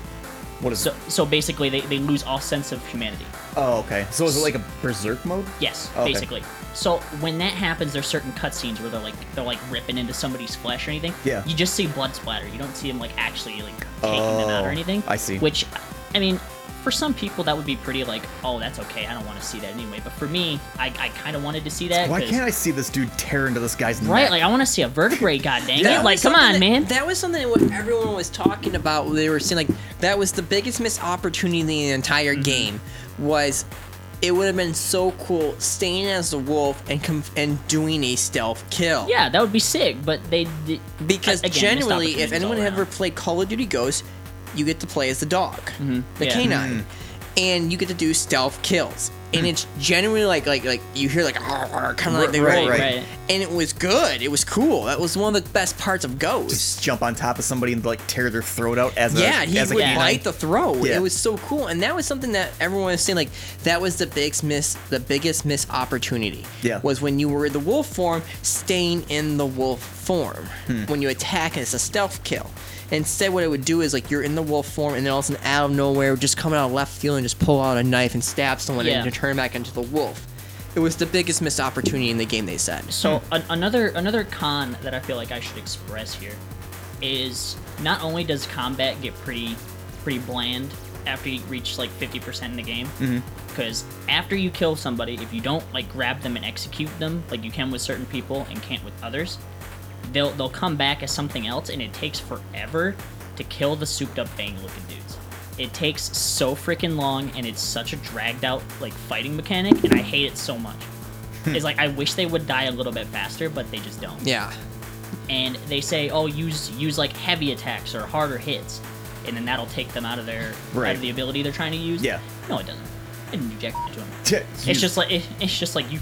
S1: What is
S3: so? So basically, they, they lose all sense of humanity.
S1: Oh, okay. So is it like a berserk mode?
S3: Yes,
S1: Okay.
S3: basically. So when that happens, there's certain cutscenes where they're like they're like ripping into somebody's flesh or anything.
S1: Yeah.
S3: You just see blood splatter. You don't see them like actually like taking them out
S1: Oh,
S3: or anything.
S1: I see.
S3: Which, I mean, for some people that would be pretty like, oh, that's okay. I don't want to see that anyway. But for me, I, I kind of wanted to see that.
S1: Why
S3: 'cause-
S1: can't I see this dude tear into this guy's
S3: Right,
S1: neck?
S3: like I want to see a vertebrae. [LAUGHS] God dang
S2: That
S3: it!
S2: was
S3: Like, come
S2: something
S3: on,
S2: that-
S3: man.
S2: That was something that what everyone was talking
S3: Mm-hmm.
S2: about. They were saying like that was the biggest missed opportunity in the entire game was it would have been so cool staying as the wolf and com- and doing a stealth kill.
S3: Yeah, that would be sick, but they did.
S2: Because
S3: again, missed
S2: generally,
S3: opportunities
S2: if anyone
S3: all
S2: had ever played Call of Duty Ghosts, you get to play as the dog, the
S3: Mm-hmm. Yeah.
S2: canine, and you get to do stealth kills.
S3: Mm.
S2: And it's generally like like like you hear like kind of like the
S1: Right,
S2: roar.
S1: right, right.
S2: and it was good. It was cool. That was one of the best parts of Ghosts.
S1: Jump on top of somebody and like tear their throat out as
S2: yeah,
S1: a
S2: he
S1: as a
S2: would
S1: canine.
S2: bite the throat.
S1: Yeah.
S2: It was so cool, and that was something that everyone was saying like that was the biggest miss, the biggest miss opportunity.
S1: Yeah.
S2: was when you were the wolf form, staying in the wolf form
S1: Hmm.
S2: when you attack, and it's a stealth kill. Instead, what it would do is like you're in the wolf form, and then all of a sudden, out of nowhere, just coming out of left field and just pull out a knife and stab someone,
S3: Yeah.
S2: and and turn back into the wolf. It was the biggest missed opportunity in the game. They said
S3: So an- another another con that I feel like I should express here is not only does combat get pretty pretty bland after you reach like 50% in the game
S10: Mhm.
S3: because after you kill somebody if you don't like grab them and execute them like you can with certain people and can't with others they'll they'll come back as something else and it takes forever to kill the souped up bang looking dudes it takes so freaking long and it's such a dragged out like fighting mechanic and i hate it so much it's like i wish they would die a little bit faster but they just don't
S2: yeah,
S3: and they say, "Oh, use use like heavy attacks or harder hits," and then that'll take them out of their out
S1: Right.
S3: of the ability they're trying to use.
S1: Yeah.
S3: No, it doesn't. It didn't do jack to them.
S1: Yeah, you-
S3: It's just like it, it's just like you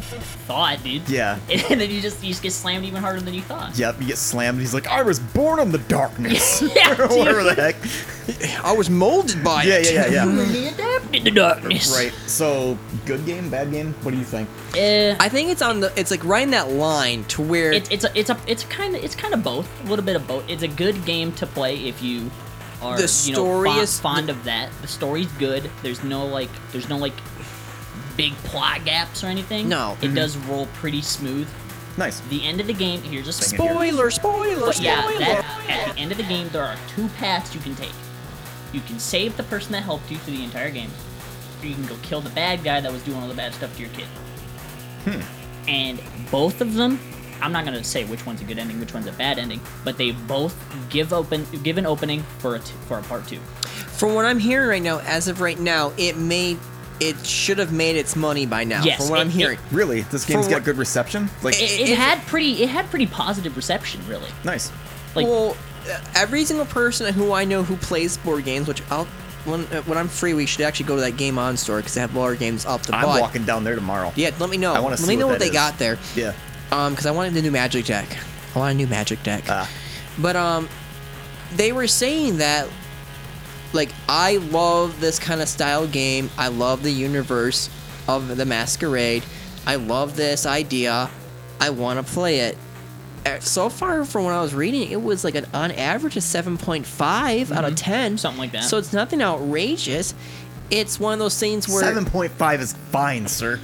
S3: thought, dude.
S1: Yeah.
S3: [LAUGHS] And then you just you just get slammed even harder than you thought.
S1: Yep, you get slammed. He's like, I was born in the
S2: [LAUGHS]
S1: darkness.
S3: Yeah,
S1: [LAUGHS] Or Whatever the
S3: dude.
S1: heck.
S2: I was molded by
S1: yeah,
S2: it.
S1: Yeah, yeah, [LAUGHS] yeah.
S3: Really adapted to darkness.
S1: Right. So, good game, bad game. What do you think?
S3: Eh.
S2: I think it's on the. It's like right in that line to where
S3: It's it's a, it's a it's kind of it's kind of both a little bit of both. It's a good game to play if you are
S2: The
S3: you know,
S2: story
S3: fond,
S2: is-
S3: fond of that. The story's good. There's no like there's no like big plot gaps or anything.
S2: No.
S3: it
S2: Mhm.
S3: does roll pretty smooth.
S1: Nice.
S3: The end of the game. Here's a
S2: Thank you. Spoiler, spoiler,
S3: But yeah,
S2: spoiler.
S3: that- at the end of the game, there are two paths you can take. You can save the person that helped you through the entire game, or you can go kill the bad guy that was doing all the bad stuff to your kid.
S2: Hmm.
S3: And both of them, I'm not gonna say which one's a good ending, which one's a bad ending, but they both give open give an opening for a t- for a part two.
S2: From what I'm hearing right now, as of right now, it may, it should have made its money by now.
S3: Yes,
S2: from what
S3: it-
S2: I'm hearing,
S1: Really, this game's
S2: For
S1: got
S2: what-
S1: good reception. Like,
S3: It, it had pretty it had pretty positive reception, really.
S1: nice.
S3: Like,
S2: well, uh, every single person who I know who plays board games, which I'll when uh, when I'm free, we should actually go to that game on store because they have board games up the
S1: I'm
S2: butt.
S1: walking down there tomorrow.
S2: Yeah, let me know.
S1: I want
S2: let
S1: to see
S2: me know what,
S1: what
S2: they
S1: that
S2: got
S1: is.
S2: there.
S1: Yeah.
S2: Um, because I wanted the new magic deck. I want a new magic deck. But um, they were saying that, like, I love this kind of style game. I love the universe of the Masquerade. I love this idea. I want to play it. Uh, So far, from what I was reading, it was like an on average a 7.5 out of
S3: Mhm.
S2: 10.
S3: Something like that.
S2: So it's nothing outrageous. It's one of those things where.
S1: Seven point five is fine, sir.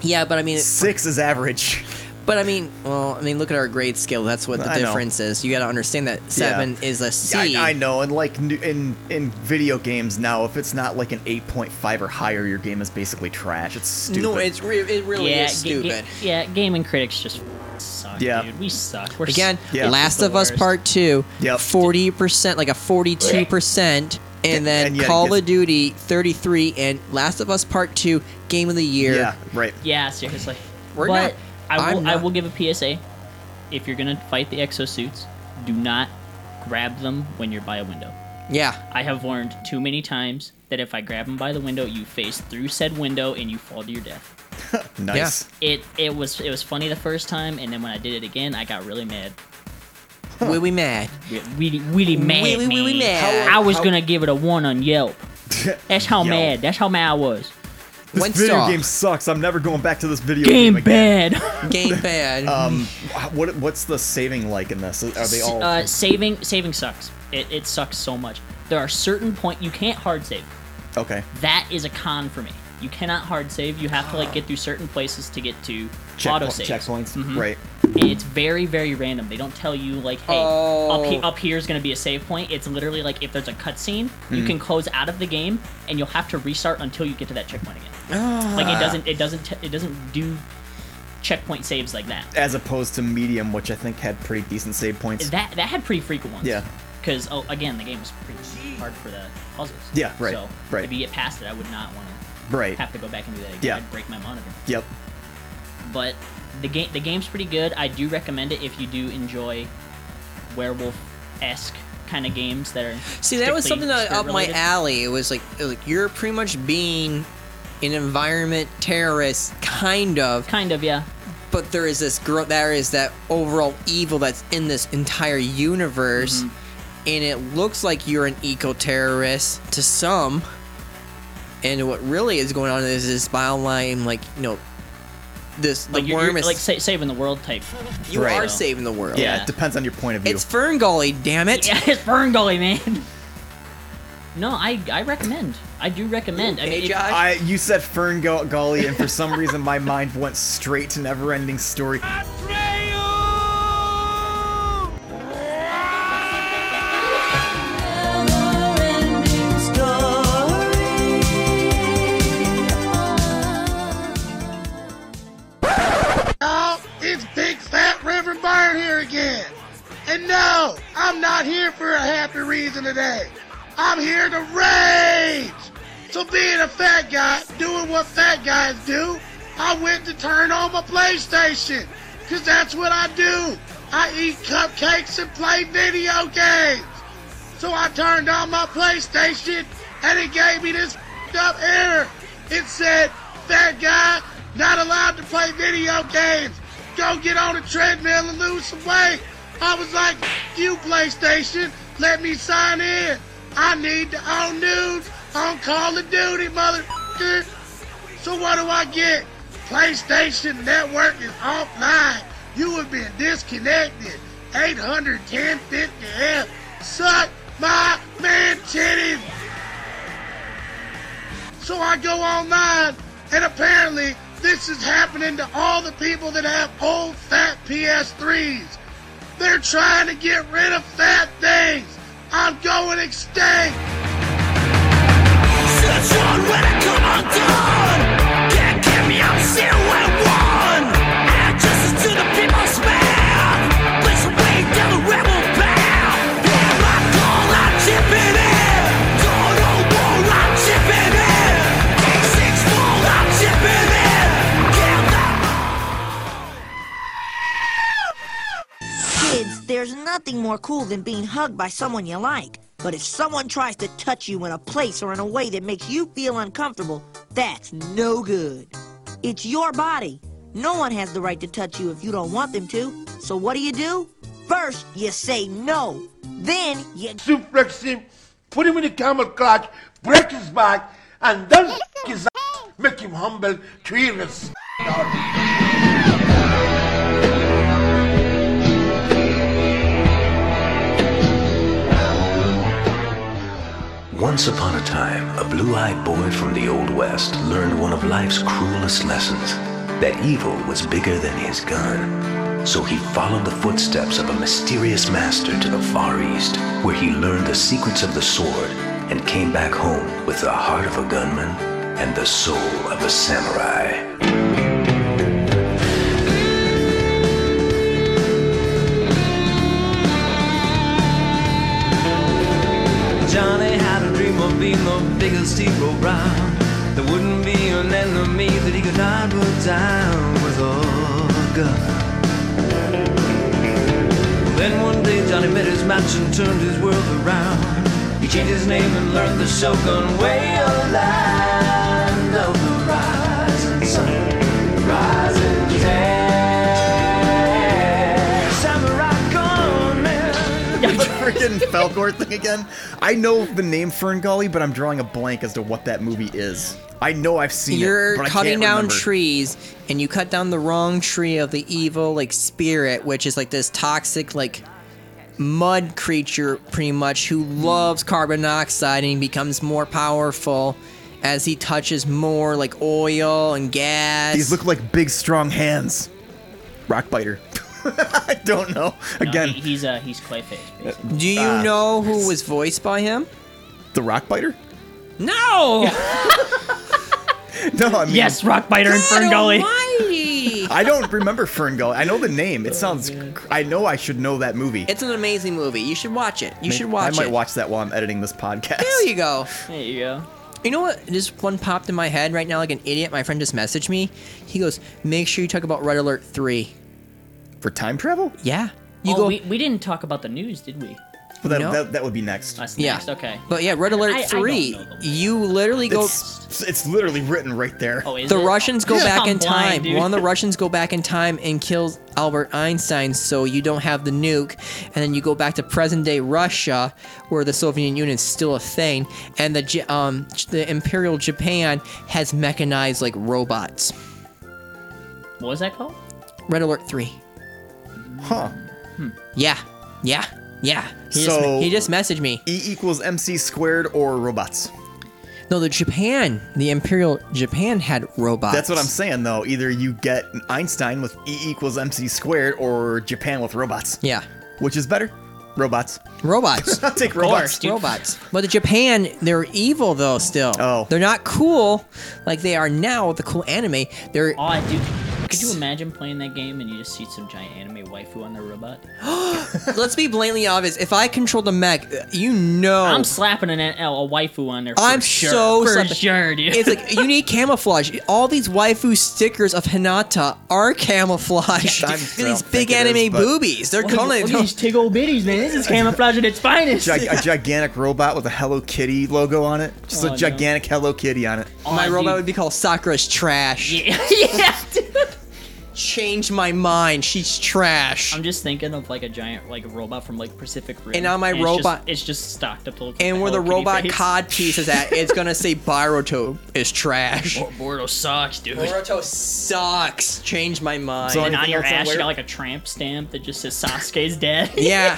S2: Yeah, but I mean,
S1: six is average.
S2: But I mean, well, I mean, look at our grade scale. That's what the
S1: I know.
S2: difference is. You got to understand that seven
S1: Yeah.
S2: is a
S1: I-
S2: C.
S1: I know, and like n- in in video games now, if it's not like an eight point five or higher, your game is basically trash. It's stupid.
S2: No, it's re- it really
S3: yeah,
S2: is
S3: ga- ga-
S2: stupid.
S3: yeah, gaming critics just suck,
S2: Yeah.
S3: dude. We suck. We're
S2: Again,
S3: s-
S2: Last of Us Part Two, forty percent, like a forty-two percent, and then
S1: and yet it
S2: Call
S1: gets-
S2: of Duty thirty-three, and Last of Us Part Two, Game of the Year.
S1: yeah, right.
S3: Yeah, seriously.
S2: We're
S3: but
S2: not-
S3: I will.
S2: I'm
S3: I
S2: not-
S3: will give a PSA. If you're gonna fight the exosuits, do not grab them when you're by a window.
S2: Yeah.
S3: I have learned too many times that if I grab them by the window, you face through said window and you fall to your death.
S1: Nice.
S3: It it was it was funny the first time, and then when I did it again, I got really mad.
S2: Will we mad?
S3: Really, really mad.
S2: Wee- wee- wee- wee
S3: man.
S2: mad.
S3: I was
S2: How-
S3: gonna give it a one on Yelp.
S1: [LAUGHS]
S3: That's how
S1: Yelp.
S3: mad. That's how mad I was.
S1: This video game sucks. I'm never going back to this video
S3: Game
S1: game. again. [LAUGHS]
S3: bad.
S2: game bad.
S1: Um, wh- what what's the saving like in this? Are they all?
S3: Uh, saving saving sucks. It, it sucks so much. There are certain point you can't hard save.
S1: okay.
S3: That is a con for me. You cannot hard save. You have to like get through certain places to get to
S1: Checkpo-
S3: auto Mm-hmm. saves.
S1: checkpoints, right.
S3: And it's very very random. They don't tell you like, hey, up, he- up here is going to be a save point. It's literally like if there's a cutscene, you
S1: Mm-hmm.
S2: Mhm.
S3: can close out of the game and you'll have to restart until you get to that checkpoint again. Like it
S1: Ah.
S3: doesn't it doesn't t- it doesn't do checkpoint saves like that.
S1: As opposed to medium, which I think had pretty decent save points.
S3: That that had pretty frequent ones.
S1: Yeah.
S3: Because oh, again, the game was pretty hard for the puzzles.
S1: Yeah, right,
S3: So
S1: right.
S3: if you get past it, I would not want to
S1: Right.
S3: have to go back and do that again.
S1: Yeah.
S3: I'd break my monitor.
S1: Yep.
S3: But the game the game's pretty good. I do recommend it if you do enjoy werewolf esque kind of games that are
S2: See, that was something
S3: strictly
S2: that up my
S3: spirit-related.
S2: alley. It was like, it was like you're pretty much being an environment terrorist, kind of.
S3: Kind of, yeah.
S2: But there is this girl. There is that overall evil that's in this entire universe,
S3: Mm-hmm.
S2: and it looks like you're an eco terrorist to some. And what really is going on is this byline, like you know, this
S3: like
S2: the
S3: you're,
S2: worm
S3: you're
S2: is
S3: like sa- saving the world type.
S2: You Right. are saving the world.
S1: Yeah, it depends on your point of view.
S2: It's Ferngully, damn it.
S3: Yeah, [LAUGHS] it's Ferngully, man. No, I I recommend. I do recommend. I mean, it-
S1: I, you said Fern Gully, and for some reason my mind went straight to Never Ending
S3: [LAUGHS]
S1: Story.
S10: Oh, it's Big Fat Reverend Byrne here again. And no, I'm not here for a happy reason today. I'm here to rage. So being a fat guy, doing what fat guys do, I went to turn on my PlayStation. Cause that's what I do. I eat cupcakes and play video games. So I turned on my PlayStation and it gave me this up error. It said, Fat guy, not allowed to play video games. Go get on a treadmill and lose some weight. I was like, "F- you PlayStation, let me sign in. I need to own news on Call of Duty, motherfucker. So what do I get? PlayStation Network is offline. You have been disconnected. 81050F. Suck my man titties. So I go online, and apparently this is happening to all the people that have old fat PS3s. They're trying to get rid of fat things. I'm going extinct. Search on when I come undone. Can't get me out, zero and one. And justice to the people's man. Place the way down the rebel path. Where I call, I'm chipping in. Door to wall, I'm chipping in. Six fall, I'm chipping in. Kill the
S12: Kids, there's nothing more cool than being hugged by someone you like. But if someone tries to touch you in a place or in a way that makes you feel uncomfortable, that's no good. It's your body. No one has the right to touch you if you don't want them to. So what do you do? First, you say no. Then you
S10: suplex him, put him in a camel clutch, break his back, and then his ass, make him humble to hear his
S13: Once upon a time, a blue eyed boy from the Old West learned one of life's cruelest lessons that evil was bigger than his gun. So he followed the footsteps of a mysterious master to the Far East, where he learned the secrets of the sword and came back home with the heart of a gunman and the soul of a samurai.
S14: Johnny had a dream of being the biggest hero round. There wouldn't be an enemy that he could not put down with a gun. Then one day Johnny met his match and turned his world around. He changed his name and learned the Shogun way of land of the rising sun, rising day. Samurai gunmen.
S1: the freaking Falcor thing again. I know the name Fern Gully, but I'm drawing a blank as to what that movie is. I know I've seen
S2: You're
S1: it. but I
S2: cutting
S1: can't
S2: down
S1: remember.
S2: trees, and you cut down the wrong tree of the evil like spirit, which is like this toxic like mud creature, pretty much who loves carbon dioxide and he becomes more powerful as he touches more like oil and gas.
S1: These look like big, strong hands. Rockbiter. [LAUGHS] I don't know. Again,
S3: he- he's uh he's Clayface.
S2: Do you
S1: Uh,
S2: know who was voiced by him?
S1: The Rockbiter?
S2: [LAUGHS] No.
S1: [LAUGHS] No, I mean.
S3: Yes, Rockbiter and
S2: God
S3: Ferngully.
S2: almighty.
S1: I don't remember Fern Gully. I know the name. It
S2: Oh,
S1: sounds. cr- I know I should know that movie.
S2: It's an amazing movie. You should watch it. You
S1: May-
S2: should watch
S1: I might
S2: it.
S1: watch that while I'm editing this podcast.
S2: There you go.
S3: There you go.
S2: You know what? Just one popped in my head right now, like an idiot. My friend just messaged me. He goes, "Make sure you talk about Red Alert 3.
S1: for time travel.
S2: Yeah,
S3: You oh, we, we didn't talk about the news, did we?
S1: But that,
S2: No.
S1: that, that would be next.
S3: That's
S2: Yeah.
S3: next. Okay.
S2: But yeah, Red Alert
S3: I- I don't
S2: 3,
S3: know the
S2: you literally go.
S1: It's, it's literally written right there.
S3: Oh, is
S2: the
S3: it?
S2: Russians go
S3: Yeah.
S2: back
S3: [LAUGHS] I'm
S2: in
S3: blind,
S2: time.
S3: dude.
S2: One of the Russians go back in time and kills Albert Einstein, so you don't have the nuke. And then you go back to present day Russia, where the Soviet Union is still a thing, and the J- um, the Imperial Japan has mechanized like robots.
S3: What was that called?
S2: Red Alert Three.
S1: Huh.
S2: Yeah. Yeah. Yeah. He
S1: So-
S2: just, he just messaged me.
S1: E equals MC squared or robots.
S2: No, the Japan, the Imperial Japan had robots.
S1: That's what I'm saying, though. Either you get Einstein with E equals MC squared or Japan with robots.
S2: Yeah.
S1: Which is better? Robots. [LAUGHS]
S2: Robots.
S1: I'll take robots.
S2: robots. But the Japan, they're evil though. Still, oh, they're not cool like they are now with the cool anime.
S1: [LAUGHS]
S2: They're
S3: Oh, dude. Could you imagine playing that game and you just see some giant anime waifu on the robot?
S2: Oh. let's be blatantly obvious. If I control the mech, you know
S3: I'm slapping an, a, a waifu on there. For
S2: I'm
S3: sure.
S2: so
S3: for
S2: slapping-
S3: sure,
S2: [LAUGHS]
S3: dude. [LAUGHS]
S2: It's like you need camouflage. All these waifu stickers of Hinata are
S1: [LAUGHS]
S2: camouflage.
S1: I
S2: Look at
S1: don't
S2: these big
S1: think it
S2: anime
S1: is, but-
S2: boobies. They're
S1: Look at-
S2: calling
S1: look
S2: it.
S1: at
S3: these tig old bitties, man.
S2: [LAUGHS]
S3: This is camouflage at its finest.
S1: Gi- a gigantic robot with a Hello Kitty logo on it. Just
S2: Oh,
S1: a
S2: no.
S1: gigantic Hello Kitty on it.
S2: [LAUGHS] my robot would be called Sakura's trash.
S3: [LAUGHS] yeah, dude.
S2: Change my mind. She's trash.
S3: I'm just thinking of like a giant like robot from like Pacific Rim.
S2: And on my
S3: it's just-
S2: robot-
S3: it's just, stocked up. with
S2: And where the
S3: Hello Kitty
S2: robot
S3: face.
S2: cod piece is at, it's gonna say Boruto
S1: [LAUGHS]
S2: is trash.
S3: Bor- Boruto sucks, dude. [LAUGHS]
S2: Boruto sucks. Changed my mind.
S3: and on your ass, you got like a tramp stamp that just says Sasuke's dead.
S2: [LAUGHS] yeah.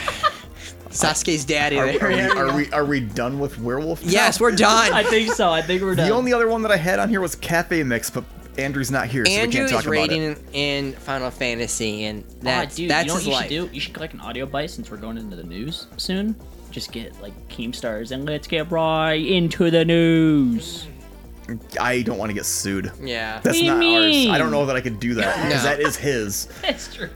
S2: Sasuke's daddy.
S1: Are,
S2: there.
S1: are we, are, we, are we done with werewolf? now?
S2: Yes,
S1: [LAUGHS]
S2: we're done.
S3: I think so. I think we're
S1: The
S3: done.
S1: only other one that I had on here was Cafe Mix, but Andrew's not here, so we
S2: Andrew
S1: can't talk
S2: is
S1: about
S2: rating
S1: it.
S2: in, in Final Fantasy, and
S3: Ah,
S2: that's
S3: dude,
S2: that's
S3: you know what
S2: his
S3: you
S2: life.
S3: should do? You should collect an audio bite since we're going into the news soon. Just get like Keemstars and let's get right into the news.
S1: I don't want to get sued.
S2: Yeah.
S1: That's
S3: What do you
S1: not ours. I
S3: mean?
S1: don't know that I could do that because
S2: No.
S1: that is his.
S3: [LAUGHS] That's [LAUGHS] true.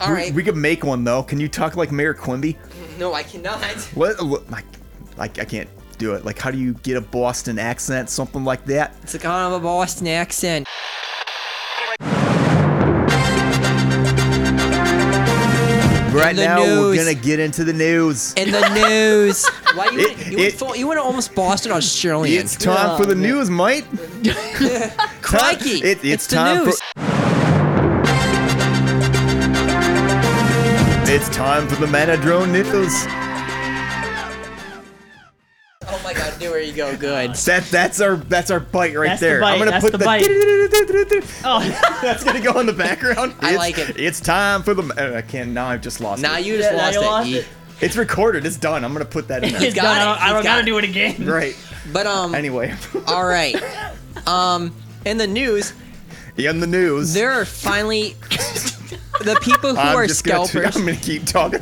S2: All
S1: we,
S2: right.
S1: we could make one though. Can you talk like Mayor Quimby?
S2: No, I cannot. [LAUGHS]
S1: What? what I, I, I can't do it. Like, how do you get a Boston accent, something like that?
S2: It's like kind of a Boston accent.
S1: Right
S2: the
S1: now, we're
S2: news.
S1: gonna get into the news.
S2: In the
S1: [LAUGHS]
S2: news. Why you?
S1: It-
S2: you,
S1: it-
S2: thought- you went almost Boston Australian.
S1: It's time for the news, mate. [LAUGHS]
S2: Crikey!
S1: It- it's,
S2: it's the
S1: time
S2: news.
S1: for. It's time for the Manadrone News.
S2: Oh my God! There you go. Good.
S1: That that's our that's our bite right
S2: That's the
S1: there.
S2: bite,
S1: I'm gonna
S2: that's
S1: put
S2: the
S1: the, [LAUGHS]
S3: oh,
S1: that's gonna go in the background.
S2: I
S1: It's-
S2: like it.
S1: It's time for the. Ma- uh, I can't. Now I've just lost.
S2: Now
S1: it.
S2: you just
S3: Yeah, now
S2: lost,
S3: you
S2: it.
S3: lost
S2: E.
S3: it.
S1: It's recorded. It's done. I'm gonna put that in
S2: [LAUGHS]
S1: there.
S2: He's got
S3: done.
S2: it.
S3: I don't
S2: He's
S3: gotta
S2: got
S3: do
S2: [LAUGHS]
S3: it again.
S1: Right.
S2: But um.
S1: Anyway, [LAUGHS]
S2: All right. Um. In the news,
S1: in the news,
S2: there are finally the people who
S1: I'm
S2: are
S1: just [LAUGHS] gonna-
S2: scalpers.
S1: I'm gonna keep talking.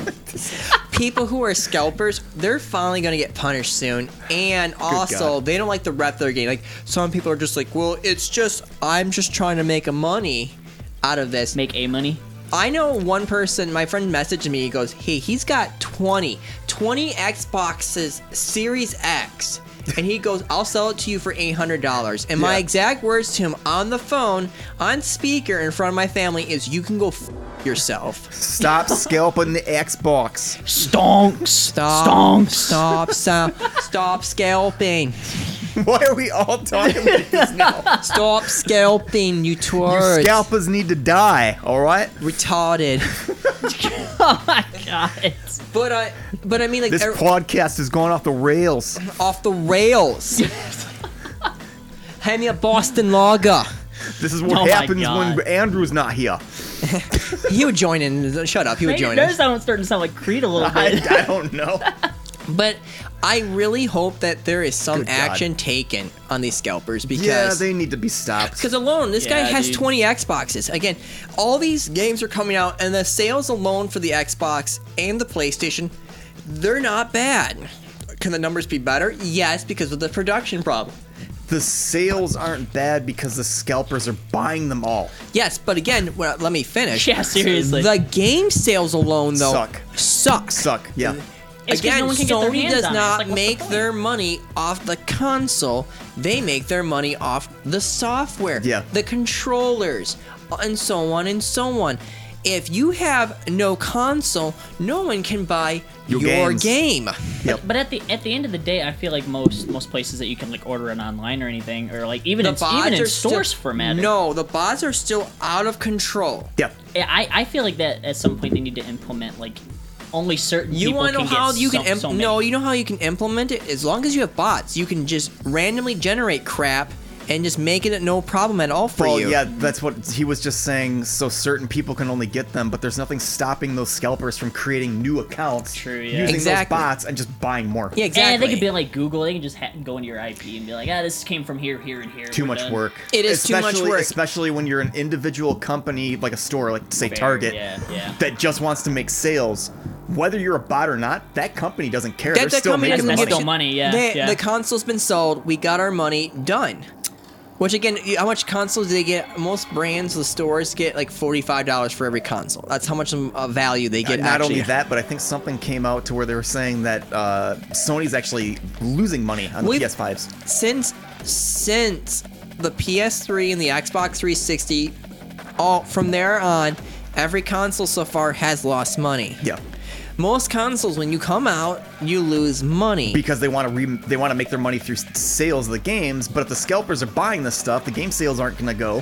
S2: [LAUGHS] people who are scalpers, they're finally gonna get punished soon. And also,
S1: God.
S2: they don't like the rep they're getting. Like some people are just like, well, it's just I'm just trying to make a money out of this.
S3: Make
S2: [LAUGHS]
S3: a money.
S2: I know one person, my friend messaged me, he goes, hey, he's got 20, 20 Xboxes Series X. And he goes, I'll sell it to you for $800. And my
S1: Yeah.
S2: exact words to him on the phone, on speaker in front of my family is, you can go f yourself.
S1: Stop scalping the Xbox. [LAUGHS]
S3: Stonks.
S2: Stop. Stop. Stop. Stop scalping.
S1: Why are we all talking
S2: [LAUGHS]
S1: like this now?
S2: Stop scalping, you twerps.
S1: You scalpers need to die, all right?
S2: Retarded.
S3: oh my god.
S2: But I, but I mean, like
S1: This
S2: every-
S1: podcast is going off the rails.
S2: off the rails. Hand me a Boston Lager.
S1: This is what
S2: Oh my
S1: happens
S2: God.
S1: when Andrew's not
S2: [LAUGHS]
S1: here.
S2: He would join in. Shut up. He would
S3: Maybe
S2: join
S3: those
S2: in.
S3: sound starting to sound like Creed
S2: [LAUGHS]
S3: a little
S1: I,
S3: bit.
S1: I don't know.
S2: But I really hope that there is some
S1: Good God.
S2: action taken on these scalpers because.
S1: yeah, they need to be stopped.
S2: Because alone, this guy
S3: Yeah,
S2: has
S3: dude.
S2: 20 Xboxes. Again, all these games are coming out, and the sales alone for the Xbox and the PlayStation, they're not bad. Can the numbers be better? Yes, because of the production problem.
S1: The sales aren't bad because the scalpers are buying them all.
S2: Yes, but again, well, let me finish.
S3: Yeah, seriously.
S2: The game sales alone, though,
S1: Suck.
S2: Suck.
S1: Suck, yeah.
S3: It's 'cause
S2: Again,
S3: no one can get their
S2: Sony
S3: hands
S2: does
S3: on it. It's
S2: not
S3: like, what's the
S2: make their money off the console. They make their money off the software, yeah. the controllers, uh, and so on and so on. If you have no console, no one can buy your, game.
S3: But, but at the at the end of the day, I feel like most most places that you can like order it online or anything, or like even in, even in stores
S2: still,
S3: for matter.
S2: No, the bots are still out of control.
S1: Yep.
S3: eh, I I feel like that at some point they need to implement like only certain.
S2: You
S3: want
S2: want
S3: to
S2: to know how you can
S3: so,
S2: imp-
S3: so many. Eh,
S2: no, you know how you can implement it as long as you have bots, you can just randomly generate crap and just make it no problem at all for
S1: well,
S2: you.
S1: yeah, that's what he was just saying. So certain people can only get them, but there's nothing stopping those scalpers from creating new accounts
S3: yeah.
S1: using
S3: Exactly.
S1: those bots and just buying more.
S3: And they could be like Google. They can just ha- go into your IP and be like, ah, this came from here, here, and here.
S1: too
S3: we're
S1: much
S3: done."
S1: work. Especially- especially when you're an individual company like a store, like say
S3: Fair,
S1: Target,
S3: yeah, yeah.
S1: that just wants to make sales. Whether you're a bot or not, that company doesn't care.
S2: That,
S1: They're
S2: that
S1: still
S2: company
S1: making
S2: doesn't give
S1: money.
S2: a shit. They- The console's been sold. We got our money done. Which again, you- how much consoles do they get? Most brands, the stores get like forty-five dollars for every console. That's how much um, uh, value they get.
S1: Uh, not
S2: actually.
S1: only that, but I think something came out to where they were saying that uh, Sony's actually losing money on the
S2: We've-
S1: PS5s.
S2: since since the PS3 and the Xbox 360, all from there on, every console so far has lost money.
S1: Yeah.
S2: Most consoles, when you come out, you lose money
S1: because they want to re- they want to make their money through s- sales of the games. But if the scalpers are buying this stuff, the game sales aren't going to go,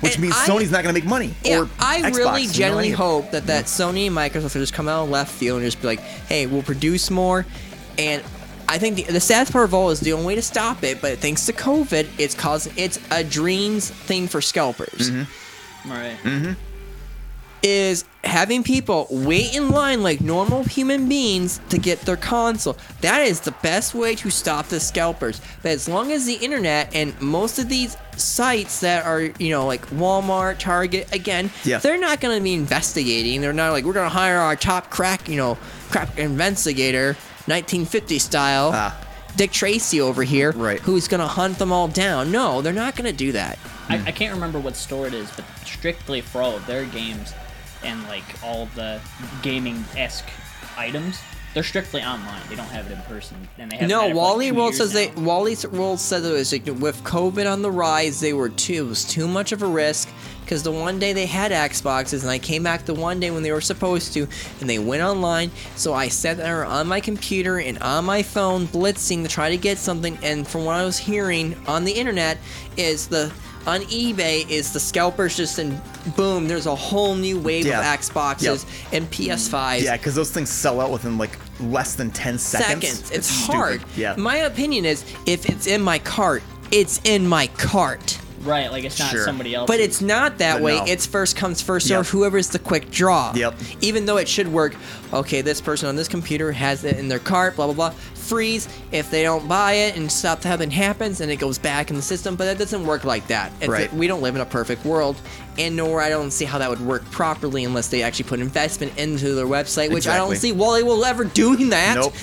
S1: which means
S2: I-
S1: Sony's not going to make money.
S2: Yeah,
S1: or
S2: I
S1: Xbox,
S2: really
S1: you know,
S2: genuinely
S1: any of it.
S2: hope that that Sony and Microsoft will just come out of left field and just be like, "Hey, we'll produce more," and I think the, the saddest part of all is the only way to stop it. But thanks to COVID, it's causing it's a dreams thing for
S1: Mm-hmm.
S2: scalpers.
S3: Right.
S2: Mm-hmm. Is having people wait in line like normal human beings to get their console. That is the best way to stop the scalpers. But as long as the internet and most of these sites that are, you know, like Walmart, Target, again,
S1: Yeah.
S2: they're not going to be investigating. They're not like, we're going to hire our top crack, you know, crack investigator, 1950 style. Dick Tracy over here, right. who's going to hunt them all down. No, they're not going to do that.
S3: I, I can't remember what store it is, but strictly for all of their games and like all of the gaming esque items, they're strictly online. They don't have it in person. And they haven't
S2: No,
S3: had it for, like,
S2: Wally
S3: two
S2: World
S3: years
S2: says
S3: now.
S2: they. Wally World said that it was like, with COVID on the rise, they were too. It was too much of a risk because the one day they had Xboxes, and I came back the one day when they were supposed to, and they went online. So I sat there on my computer and on my phone, blitzing to try to get something. And from what I was hearing on the internet, is the on eBay is the scalpers just and boom, there's a whole new wave
S1: Yeah.
S2: of Xboxes and PS5s.
S1: Yeah, because those things sell out within like less than ten seconds.
S2: It's,
S1: stupid.
S2: hard.
S1: Yeah.
S2: My opinion is if it's in my cart, it's in my cart.
S3: Right, like it's not
S2: Sure.
S3: somebody else.
S2: But it's not that
S3: But
S2: way.
S3: no.
S2: It's first comes first
S3: Yep.
S2: serve. Whoever's the quick draw. Yep. Even though it should work. Okay, this person on this computer has it in their cart. Blah blah blah. Freeze if they don't buy it and stop something happens and it goes back in the system. But that doesn't work like that. It's-
S1: Right.
S2: We don't live in a perfect world, and nor I don't see how that would work properly unless they actually put investment into their website, which I don't
S1: Exactly.
S2: see Wally will ever doing that.
S1: Nope.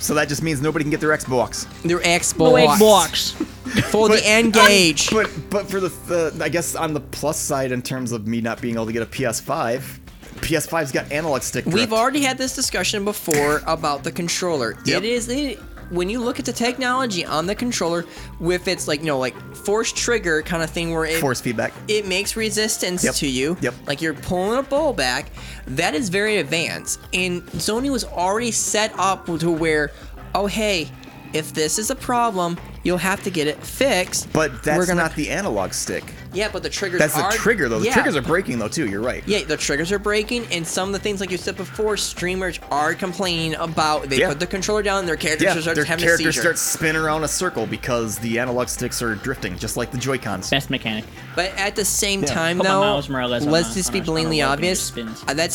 S1: So that just means nobody can get their Xbox.
S2: Their Xbox. for the engage.
S1: But but for the, the I guess on the plus side in terms of me not being able to get a PS5, PS5's got analog stick.
S2: We've
S1: drift.
S2: already had this discussion before about the controller. It is it, when you look at the technology on the controller with its like you know like force trigger kind of thing where it
S1: force feedback.
S2: it makes resistance
S1: Yep.
S2: to you. Yep. Like you're pulling a ball back. That is very advanced. And Sony was already set up to where, oh hey, if this is a problem, you'll have to get it fixed.
S1: But
S2: We're
S1: that's
S2: gonna-
S1: not the analog stick.
S2: Yeah, but the triggers
S1: That's the
S2: are-
S1: trigger though. The
S2: Yeah.
S1: triggers are breaking though too. You're right.
S2: Yeah, the triggers are breaking, and some of the things, like you said before, streamers are complaining about. They
S1: Yeah.
S2: put the controller down, and their characters
S1: Yeah,
S2: just start
S1: their
S2: having a
S1: character
S2: seizure.
S1: starts spinning around a circle because the analog sticks are drifting, just like the Joy Cons.
S3: Best mechanic.
S2: But at the same
S1: Yeah.
S2: time,
S1: Put my
S2: though,
S1: Miles Morales on
S2: let's
S1: a-
S2: just
S1: on
S2: be
S1: a- on a
S2: blatantly
S1: rope and it
S2: obvious. Uh, That's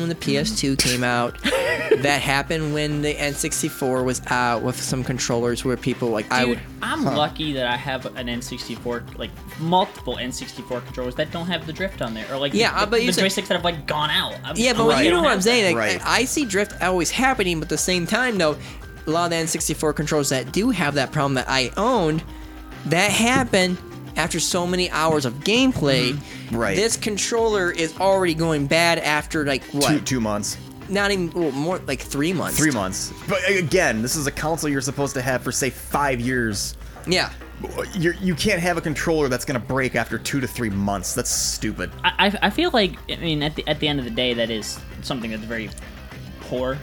S1: [LAUGHS]
S2: when the PS2 came out. that happened when the N64 was out with some controllers where people like I
S3: Dude,
S2: would.
S3: I'm
S2: Huh.
S3: lucky that I have an N64, like multiple N64 controllers that don't have the drift on there, or like
S2: Yeah,
S3: the,
S2: uh, but
S3: the
S2: you said-
S3: joysticks that have like gone out. I'm,
S2: Yeah, but
S3: I'm lucky
S2: you
S3: I
S2: know
S3: don't
S2: what
S3: have
S2: I'm saying.
S3: that.
S2: Like, I I see drift always happening, but at the same time, though, a lot of the N64 controllers that do have that problem that I owned, that happened after so many hours of gameplay.
S1: Mm-hmm. Right.
S2: This controller is already going bad after like what
S1: Two, two months.
S2: not even well, more like three months.
S1: Three months. But again, this is a council you're supposed to have for say five years.
S2: Yeah.
S1: You're, you can't have a controller that's going to break after two to three months. That's stupid.
S3: I, I- I feel like I mean at the at the end of the day that is something that's very poor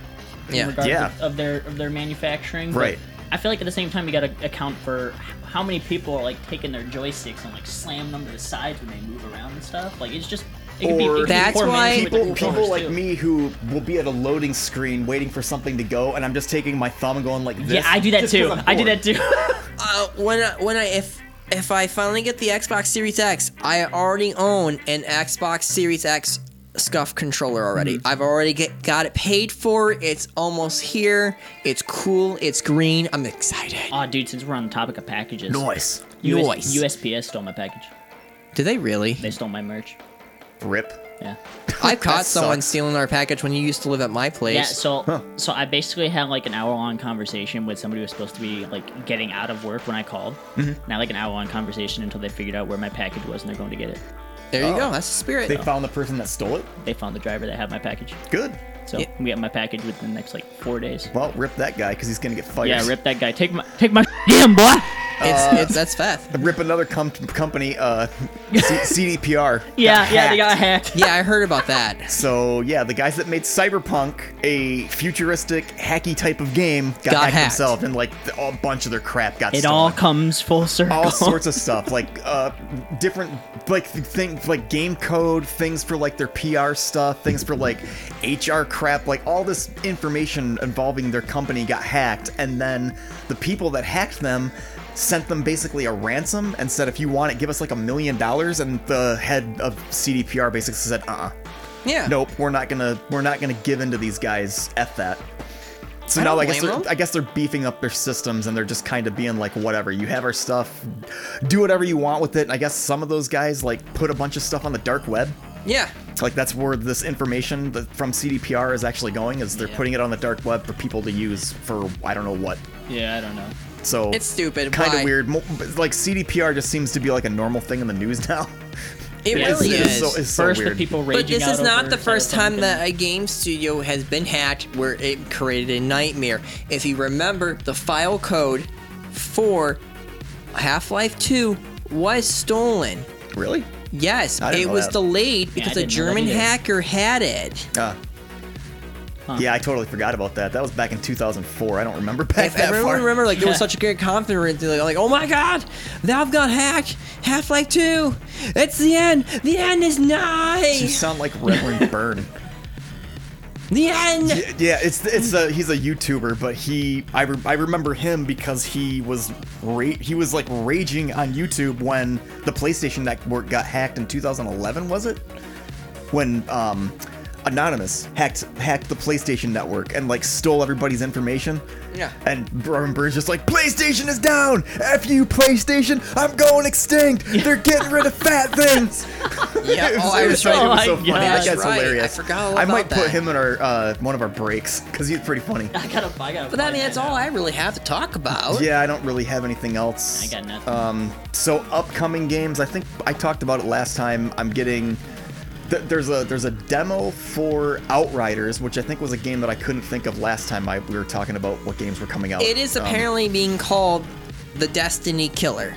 S3: in
S1: Yeah.
S3: regards
S1: Yeah.
S3: Of, of their of their manufacturing. but
S1: Right.
S3: I feel like at the same time you got to account for h- how many people are like taking their joysticks and like slam them to the sides when they move around and stuff. Like it's just it could be, it could be poor management
S1: people,
S3: of
S1: people
S3: controllers,
S1: like
S3: too.
S1: me who will be at a loading screen waiting for something to go, and I'm just taking my thumb and going like this.
S3: Yeah, I do that
S1: just 'cause
S3: too.
S1: I'm
S3: I do
S1: bored.
S3: that too. [LAUGHS]
S2: uh, when I, when I if if I finally get the Xbox Series X, I already own an Xbox Series X scuff controller already. I've already get, got it paid for. It's almost here. It's cool. It's green. I'm excited.
S3: Aw, dude, since we're on the topic of packages.
S2: Nice.
S3: US,
S2: Nice.
S3: USPS stole my package.
S2: Did they really?
S3: They stole my merch.
S1: Rip.
S3: Yeah.
S1: [LAUGHS]
S2: I've caught
S3: That
S2: someone
S3: sucks.
S2: stealing our package when you used to live at my place.
S3: Yeah, so so I basically had like an hour long conversation with somebody who was supposed to be like getting out of work when I called.
S2: Mhm.
S1: Mm-hmm.
S3: Now like an hour long conversation until they figured out where my package was and they're going to get it.
S2: There you go. That's the spirit.
S1: They found the person that stole it.
S3: They found the driver that had my package.
S1: Good.
S3: So I'm getting my package within the next like four days.
S1: Well, rip that guy because he's gonna get fired.
S3: Yeah, rip that guy. Take my take my [LAUGHS] damn boy.
S2: It's, it's that's Feth.
S1: Rip another com- company, uh,
S3: [LAUGHS]
S1: C- CDPR.
S3: Yeah, yeah, they got
S2: [LAUGHS]
S3: hacked.
S2: Yeah, I heard about that.
S1: So yeah, the guys that made Cyberpunk, a futuristic hacky type of game, got,
S3: Got
S1: hacked,
S3: hacked.
S1: themselves, and like th- a bunch of their crap got
S3: It
S1: stolen.
S3: all comes full circle. [LAUGHS]
S1: all sorts of stuff like uh different like th- things like game code things for like their pr stuff things for like hr crap like all this information involving their company got hacked and then the people that hacked them sent them basically a ransom and said if you want it give us like a million dollars and the head of cdpr basically said uh-uh
S2: yeah
S1: nope we're not gonna we're not gonna give in to these guys f that so
S2: I
S1: now
S2: don't
S1: I guess
S2: blame
S1: they're,
S2: them.
S1: I guess they're beefing up their systems and they're just kind of being like, whatever, you have our stuff, do whatever you want with it. And I guess some of those guys like put a bunch of stuff on the dark web.
S2: Yeah.
S1: Like that's where this information that- from CDPR is actually going is they're putting it on the dark web for people to use for I don't know what.
S3: Yeah, I don't know.
S1: So
S2: It's stupid.
S1: Kind
S2: Why?
S1: of weird. Mo- but, Like CDPR just seems to be like a normal thing in the news [LAUGHS] now.
S2: It
S1: It's-
S2: really
S1: it
S2: is.
S1: so- it's so
S3: First the
S1: weird.
S3: people
S2: But this is not the first time that a game studio has been hacked where it created a nightmare. If you remember, the file code for Half Life 2 was stolen.
S1: Really?
S2: Yes,
S1: I didn't
S2: it
S1: know
S2: was
S1: that.
S2: delayed
S1: Yeah, I
S2: because a
S1: didn't know that
S2: German
S1: either.
S2: hacker had it.
S1: Uh, Yeah, I totally forgot about that. That was back in 2004. I don't remember [LAUGHS] back
S2: If
S1: that
S2: everyone
S1: far.
S2: remember, like
S1: [LAUGHS]
S2: there was such a great confidence, like, like, oh my god, now I've got hacked. Half Life 2, it's the end. The end is
S1: You [LAUGHS]
S2: nice.
S1: sound like
S2: [LAUGHS]
S1: Reverend Byrne.
S2: The end.
S1: Y- Yeah, it's it's a he's a YouTuber, but he I, re- I remember him because he was ra- he was like raging on YouTube when the PlayStation Network got hacked in 2011, was it? When um Anonymous hacked hacked the PlayStation Network and like stole everybody's information.
S2: Yeah.
S1: And Reverend Byrne's just like PlayStation is down. F you PlayStation, I'm going extinct. They're getting rid of fat things.
S2: Yeah,
S1: It
S2: oh, I
S1: it
S2: was right.
S1: It was
S2: Oh
S1: so
S2: my
S1: funny. That
S2: gosh,
S1: guy's
S2: right. I
S1: hilarious.
S2: forgot all
S1: I
S2: about
S1: might put
S2: that.
S1: him in our uh, one of our breaks because he's pretty
S2: [LAUGHS]
S1: funny.
S3: I gotta, I gotta
S2: But I mean, that's all I really have to talk about.
S1: Yeah, I don't really have anything else.
S2: I got nothing.
S1: Um, so upcoming games, I think I talked about it last time. I'm getting th- there's a there's a demo for Outriders, which I think was a game that I couldn't think of last time I we were talking about what games were coming out.
S2: It is
S1: Um,
S2: apparently being called the Destiny Killer.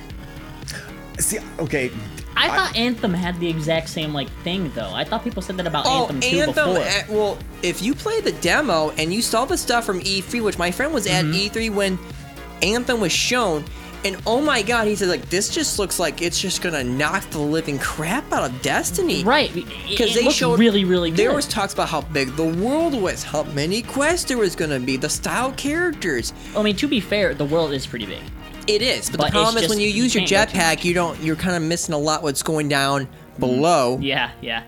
S1: See, okay.
S3: I thought Anthem had the exact same like thing though. I thought people said that about
S2: Oh,
S3: Anthem 2
S2: Anthem.
S3: before.
S2: eh, Well, if you play the demo and you saw the stuff from E3, which my friend was
S3: Mm-hmm.
S2: at E3 when Anthem was shown, and oh my god, he said, like, this just looks like it's just gonna knock the living crap out of Destiny.
S3: Right.
S2: Because
S3: it
S2: they
S3: looked
S2: showed
S3: really, really good.
S2: There was talks about how big the world was, how many quests there was gonna be, the style characters.
S3: I mean, to be fair, the world is pretty big.
S2: It is, but,
S3: But
S2: the
S3: it's
S2: problem is
S3: just-
S2: when you use your
S3: you can't go too
S2: jetpack, you don't. You're kind of missing a lot what's going down below.
S3: Yeah, yeah.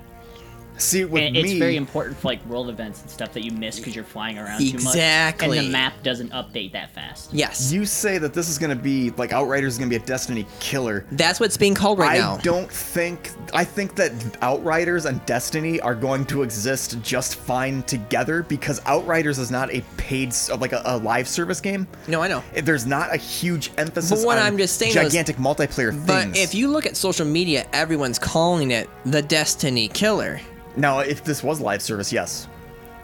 S1: See, with
S3: And it's
S2: me-
S3: very important for like world events and stuff that you miss because you're flying around too much,
S2: Exactly.
S3: and the map doesn't update that fast.
S2: Yes.
S1: You say that this is going to be like Outriders is going to be a Destiny killer.
S2: That's what it's being called right
S1: I
S2: now.
S1: don't think I think that Outriders and Destiny are going to exist just fine together because Outriders is not a paid s- like a, a live service game.
S2: No, I know.
S1: There's not a huge emphasis
S2: But what
S1: on
S2: I'm just saying is-
S1: gigantic multiplayer
S2: But
S1: things.
S2: if you look at social media, everyone's calling it the Destiny Killer.
S1: now, if this was live service, yes.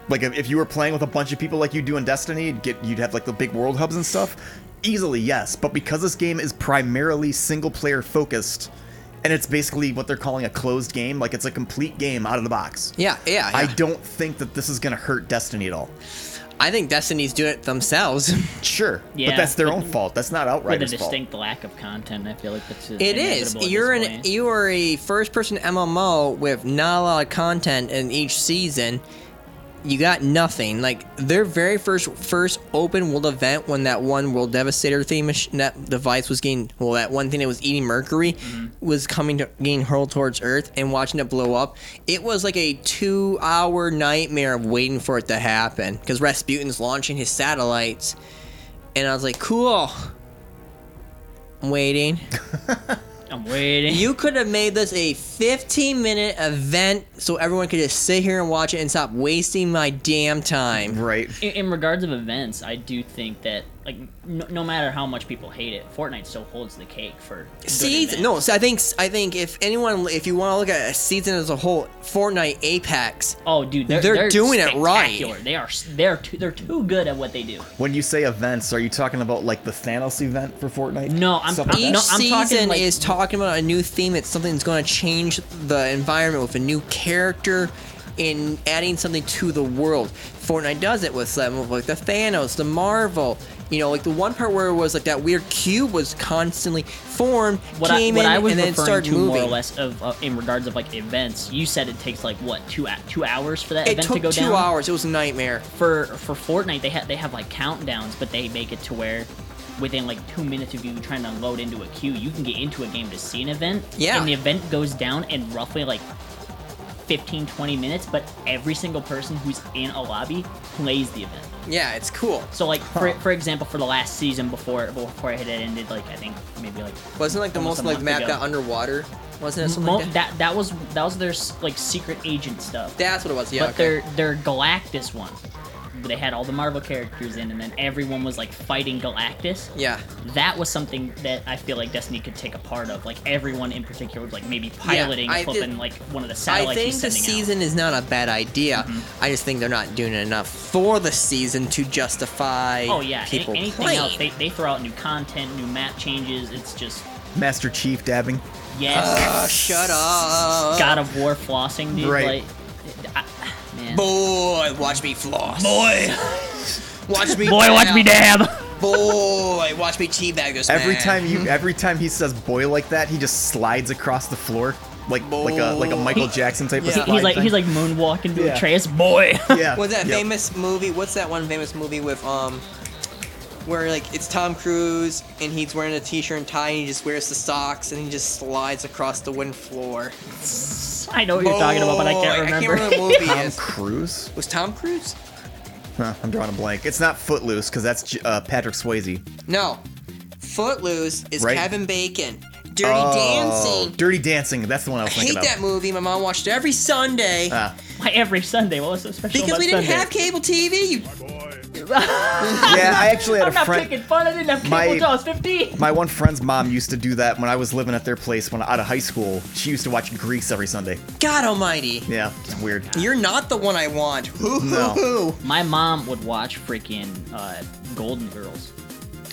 S1: Like if, if you were playing with a bunch of people like you do in Destiny, you'd get you'd have like the big world hubs and stuff. Easily, yes, but because this game is primarily single player focused, and it's basically what they're calling a closed game, like it's a complete game out of the box.
S2: Yeah, yeah,
S1: I
S2: yeah.
S1: don't think that this is going to hurt Destiny at all.
S2: I think Destiny's doing it themselves. [LAUGHS]
S1: Sure,
S3: Yeah,
S1: but that's their
S3: with-
S1: own fault. That's not outright
S3: With a
S1: fault.
S3: distinct lack of content, I feel like that's
S2: It is.
S3: inevitable at
S2: You're
S3: this
S2: an
S3: point.
S2: you are a first person MMO with not a lot of content in each season. You got nothing. Like their very first first open world event when that one world devastator theme mach- that device was getting well that one thing that was eating mercury
S3: Mm-hmm.
S2: was coming to getting hurled towards Earth and watching it blow up. It was like a two hour nightmare of waiting for it to happen because Rasputin's launching his satellites, and I was like, cool. I'm waiting.
S3: I'm waiting.
S2: You could have made this a 15 minute event so everyone could just sit here and watch it and stop wasting my damn time.
S1: Right.
S3: In, in regards of events, I do think that like no, no matter how much people hate it, Fortnite still holds the cake for. good
S2: Season, no, so I think I think if anyone, if you want to look at a season as a whole, Fortnite, Apex,
S3: oh dude, they're, they're
S2: doing it
S3: spectacular.
S2: right.
S3: They are s- they're too, they're too good at what they do.
S1: When you say events, are you talking about like the Thanos event for Fortnite?
S3: No, I'm-
S1: Something
S2: Each
S1: like that?
S2: season is talking about a new theme. It's something that's going to change the environment with a new character and adding something to the world. Fortnite does it with some of like the Thanos, the Marvel. You know, like the one part where it was like that weird cube was constantly formed,
S3: What I,
S2: came
S3: what
S2: in,
S3: I was
S2: and then it
S3: referring
S2: started
S3: to
S2: moving.
S3: more or less of uh, in regards of like events, you said it takes like what two hou- two hours for that
S2: it
S3: event
S2: took
S3: to go
S2: two
S3: down.
S2: hours. It was a nightmare.
S3: for for Fortnite, they have they have like countdowns, but they make it to where within like two minutes of you trying to load into a queue, you can get into a game to see an event.
S2: Yeah.
S3: And the event goes down in roughly like 15, 20 minutes, but every single person who's in a lobby plays the event.
S2: Yeah, it's cool.
S3: So like for, for example, for the last season before before it had ended, like I think maybe like
S2: Wasn't like the
S3: almost
S2: most
S3: a
S2: like
S3: month
S2: map
S3: ago.
S2: got underwater. Wasn't it something
S3: Mo-
S2: like that?
S3: that that was that was their s- like secret agent stuff.
S2: That's what it was. Yeah.
S3: but
S2: okay.
S3: their their Galactus one, they had all the Marvel characters in, and then everyone was like fighting Galactus.
S2: Yeah.
S3: That was something that I feel like Destiny could take a part of. Like everyone in particular, was, like maybe piloting
S2: I
S3: flipping
S2: did-
S3: like one of the
S2: I
S3: satellites
S2: think
S3: he's
S2: the
S3: sending out. Mm-hmm.
S2: season is not a bad idea. I just think they're not doing enough for the season to justify.
S3: Oh yeah, any-
S2: people
S3: anything
S2: playing.
S3: else? They, they throw out new content, new map changes. It's just
S1: Master Chief dabbing.
S3: yes.
S2: [SIGHS]
S3: [LAUGHS]
S2: Ugh, shut up.
S3: God of War flossing, dude.
S1: Right.
S3: Like, I, man.
S2: Boy, watch me floss.
S3: Boy.
S2: [LAUGHS] watch me.
S3: Boy, watch me [LAUGHS] dab.
S2: Boy, watch me teabag this
S1: Every
S2: man. [LAUGHS]
S1: time you, every time he says "boy" like that, he just slides across the floor like like a like a Michael Jackson type of
S3: He-
S1: slide
S3: he's like
S1: thing.
S3: he's like moonwalking to
S1: Yeah.
S3: Atreus. Boy.
S1: yeah.
S2: Was that
S1: yeah.
S2: famous movie? What's that one famous movie with um, where like it's Tom Cruise and he's wearing a t-shirt and tie and he just wears the socks and he just slides across the wind floor.
S3: [LAUGHS] I know what you're talking about, but I can't
S2: Boy,
S3: remember.
S2: I can't remember
S3: [LAUGHS]
S2: what movie it
S1: Tom
S2: is.
S1: Cruise?
S2: Was Tom Cruise?
S1: Huh, I'm drawing a blank. It's not Footloose because that's J- uh, Patrick Swayze.
S2: No. Footloose is
S1: Right?
S2: Kevin Bacon. Dirty
S1: Oh,
S2: Dancing.
S1: Dirty Dancing. That's the one I was
S2: I hate
S1: thinking
S2: that
S1: of.
S2: movie. My mom watched it every Sunday
S1: Ah.
S3: Why every Sunday? What was so special
S2: because
S3: about
S2: we didn't
S3: Sunday?
S2: have cable TV. You
S1: yeah, I actually had
S3: I'm
S1: a
S3: not
S1: friend.
S3: making fun. I didn't have cable
S1: My-
S3: till I was 15.
S1: My one friend's mom used to do that when I was living at their place when out of high school. She used to watch Grease every Sunday.
S2: God Almighty.
S1: Yeah, it's
S2: [LAUGHS]
S1: weird.
S2: You're not the one I want. Hoo
S1: [LAUGHS] No.
S2: hoo hoo.
S3: My mom would watch freaking uh, Golden Girls.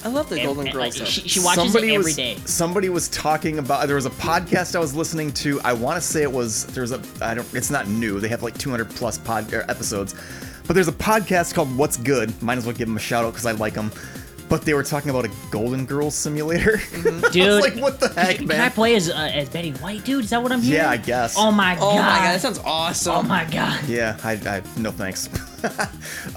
S2: I love the
S3: And-
S2: Golden
S3: and,
S2: Girls.
S3: like,
S2: though.
S3: she, she watches it every
S1: was,
S3: day.
S1: Somebody was talking about there was a podcast I was listening to. I want to say it was there's a I don't it's not new. They have like 200 plus pod er, episodes. But there's a podcast called What's Good. Might as well give them a shout out cuz I like them. But they were talking about a Golden Girls simulator. [LAUGHS] I
S3: Dude,
S1: was like what the heck,
S3: can I
S1: man?
S3: play as uh, as Betty White, dude? Is that what I'm hearing?
S1: Yeah, I guess.
S3: Oh my
S2: oh
S3: god.
S2: my god, that sounds awesome.
S3: oh my god.
S1: Yeah, I, I no thanks.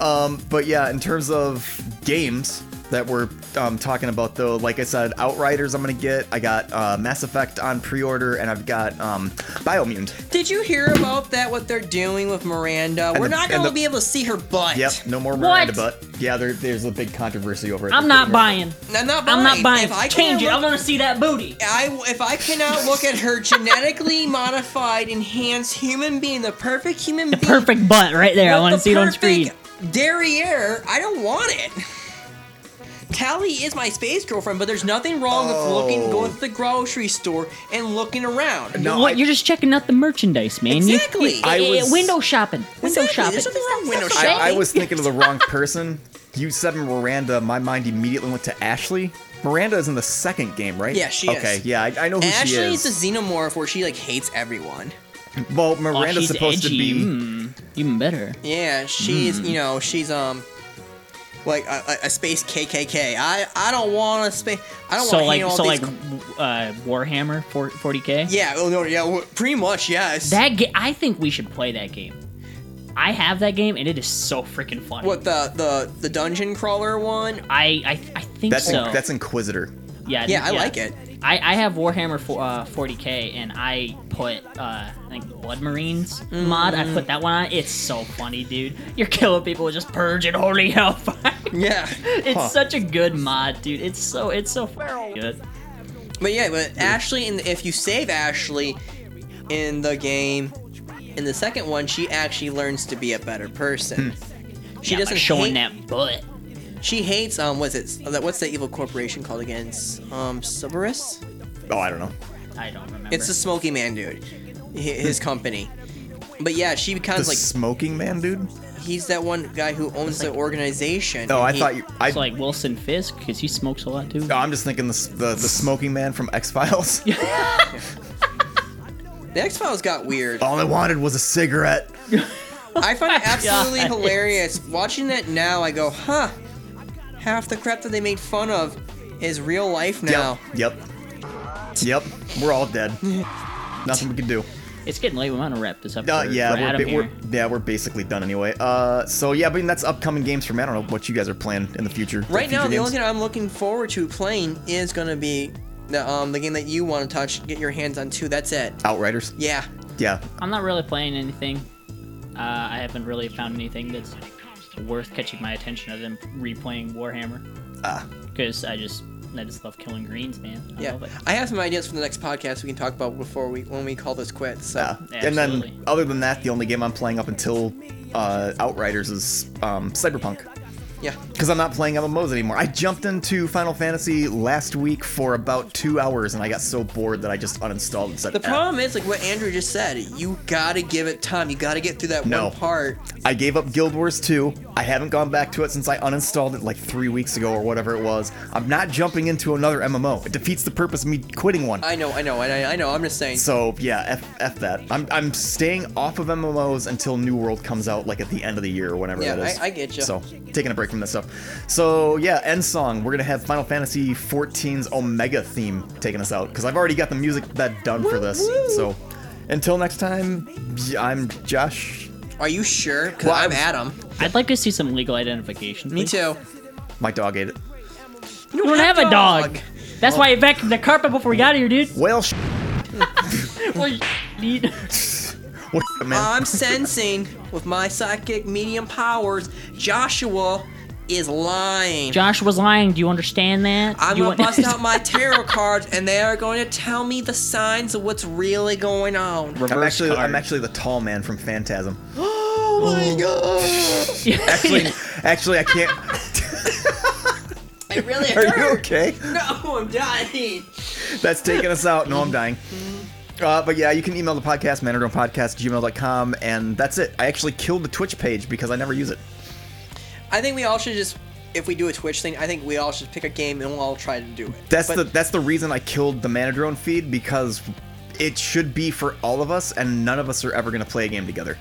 S1: [LAUGHS] um, but yeah, in terms of games that we're um, talking about though, like I said, Outriders I'm gonna get. I got uh, Mass Effect on pre-order, and I've got um, Biomutant.
S2: Did you hear about that? What they're doing with Miranda? We're
S1: the-
S2: not
S1: and
S2: going to
S1: the-
S2: be able to see her butt.
S1: Yep, no more Miranda
S3: What?
S1: butt. Yeah, there, there's a big controversy over it.
S3: I'm not buying.
S2: I'm not buying.
S3: I'm not buying.
S2: If I
S3: Change
S2: can't
S3: it. I
S2: look-
S3: want to see that booty.
S2: I, if I cannot look at her genetically [LAUGHS] modified, enhanced human being, the perfect human being,
S3: Perfect butt right there. I
S2: with
S3: want to
S2: the
S3: see it on
S2: perfect
S3: screen.
S2: Derriere, I don't want it. Tally is my space girlfriend, but there's nothing wrong with looking,
S1: Oh.
S2: going to the grocery store and looking around.
S3: what you're just checking out the merchandise, man. You-
S2: Exactly.
S3: you-
S1: I
S3: eh,
S1: was-
S3: window shopping. Window shopping.
S2: window
S1: I, I was thinking of the wrong person. [LAUGHS] You said Miranda. My mind immediately went to Ashley. Miranda is in the second game, right?
S2: Yeah, she
S1: okay,
S2: is.
S1: yeah, I, I know who
S2: Ashley
S1: she is.
S2: a xenomorph where she like hates everyone.
S1: well,
S3: Oh,
S1: Miranda's
S2: she's
S1: supposed
S2: edgy.
S1: to be.
S3: Hmm, even better.
S2: Yeah, she's
S1: Hmm.
S2: you know she's um like a, a- a space KKK. I I don't want to space. I don't
S3: so
S2: want
S3: like
S2: all
S3: so
S2: these.
S3: like uh, Warhammer 40k.
S2: yeah, oh, no, yeah, well, pretty much yes.
S3: That ga- I think we should play that game. I have that game and it is so freaking fun.
S2: what the the the dungeon crawler one?
S3: I I, I think
S1: that's
S3: so.
S1: that's Inquisitor.
S3: yeah,
S2: yeah, I like it.
S3: I, I have Warhammer for, uh, 40k and I put uh, I think Blood Marines mod. I
S2: Mm.
S3: put that one on. It's so funny, dude. You're killing people with just purge and holy hellfire.
S2: Yeah,
S3: [LAUGHS] it's
S2: Huh.
S3: such a good mod, dude. It's so it's so f- good.
S2: But yeah, but Ashley, and if you save Ashley in the game, in the second one, she actually learns to be a better person. She
S1: Hmm.
S3: Yeah, by
S2: doesn't
S3: showing
S2: hate-
S3: that butt.
S2: She hates um, what's it? that- What's the evil corporation called again? S- Um, Cerberus.
S1: Oh, I don't know.
S3: I don't remember.
S2: It's the Smoky Man dude, hi- his company. But yeah, she
S1: The
S2: becomes like
S1: smoking man, dude.
S2: he's that one guy who owns the organization.
S1: No, Oh,
S2: and
S1: I
S2: he-
S1: thought you. I
S3: like Wilson Fisk because he smokes a lot too.
S1: No, I'm just thinking the s- the, the smoking man from X
S2: [LAUGHS]
S1: Files.
S2: the X Files got weird.
S1: All I wanted was a cigarette.
S2: I find
S3: [LAUGHS]
S2: it absolutely
S1: God.
S2: hilarious. Watching that now, I go, huh. Half the crap that they made fun of is real life now.
S1: Yep. Yep. We're all
S2: [LAUGHS]
S1: dead. Nothing we can do.
S3: It's getting late. We want to wrap this up.
S1: Uh,
S3: for-
S1: yeah,
S3: for Adam
S1: we're, ba-
S3: here.
S1: we're yeah we're basically done anyway. Uh, so yeah, I mean that's upcoming games for me. I don't know what you guys are planning in the future.
S2: Right
S1: future
S2: now, the
S1: games.
S2: only thing I'm looking forward to playing is gonna be the um the game that you want to touch, get your hands on too. That's it.
S1: Outriders.
S2: Yeah.
S1: Yeah.
S3: I'm not really playing anything. Uh, I haven't really found anything that's worth catching my attention other than replaying Warhammer.
S1: Ah.
S3: Because I just I just love killing greens, man. I
S2: Yeah.
S3: love it.
S2: I have some ideas for the next podcast we can talk about before we when we call this quits. So.
S1: Uh, And then other than that, the only game I'm playing up until uh, Outriders is um, Cyberpunk.
S2: Yeah.
S1: Because I'm not playing MMOs anymore. I jumped into Final Fantasy last week for about two hours, and I got so bored that I just uninstalled and said,
S2: The
S1: "Eh."
S2: problem is like what Andrew just said. You gotta give it time. You gotta get through that
S1: No.
S2: one part.
S1: I gave up Guild Wars 2. I haven't gone back to it since I uninstalled it like three weeks ago or whatever it was. I'm not jumping into another MMO. It defeats the purpose of me quitting one.
S2: I know, I know, I, I know. I'm just saying.
S1: So yeah, f, f that. I'm I'm staying off of MMOs until New World comes out like at the end of the year or whenever
S2: Yeah,
S1: that is.
S2: I- I get ya.
S1: So taking a break from that stuff. So yeah, end song. We're gonna have Final Fantasy XIV's Omega theme taking us out because I've already got the music bed done for this. So until next time, y- I'm Josh.
S2: Are you sure? 'Cause
S1: Well, I
S2: I'm
S1: was-
S2: Adam.
S3: I'd like to see some legal identification.
S2: Me too.
S1: My dog ate it.
S3: You don't have a dog. That's why you vacuumed the carpet before we got
S2: [LAUGHS]
S3: here, dude.
S1: Well, sh-
S3: well, dude.
S1: What the man?
S2: I'm sensing with my psychic medium powers, Joshua is lying.
S3: Josh was lying. Do you understand that?
S2: I'm
S3: you
S2: gonna
S3: [LAUGHS]
S2: bust
S1: [LAUGHS]
S2: out my tarot cards, and they are going to tell me the signs of what's really going on.
S1: I'm actually I'm actually the tall man from Phantasm.
S2: [GASPS]
S1: [LAUGHS]
S2: Oh my god!
S1: Actually,
S2: [LAUGHS]
S1: actually I can't.
S2: I really
S1: Are you
S2: hurt.
S1: okay?
S2: [LAUGHS] No, I'm dying.
S1: That's taking us out. No, I'm dying. Uh, but yeah, you can email the podcast, manadronepodcast, gmail.com, and that's it. I actually killed the Twitch page because I never use it.
S2: I think we all should just, if we do a Twitch thing, I think we all should pick a game and we'll all try to do it.
S1: That's
S2: But-
S1: the that's the reason I killed the Manadrone feed because it should be for all of us, and none of us are ever going to play a game together.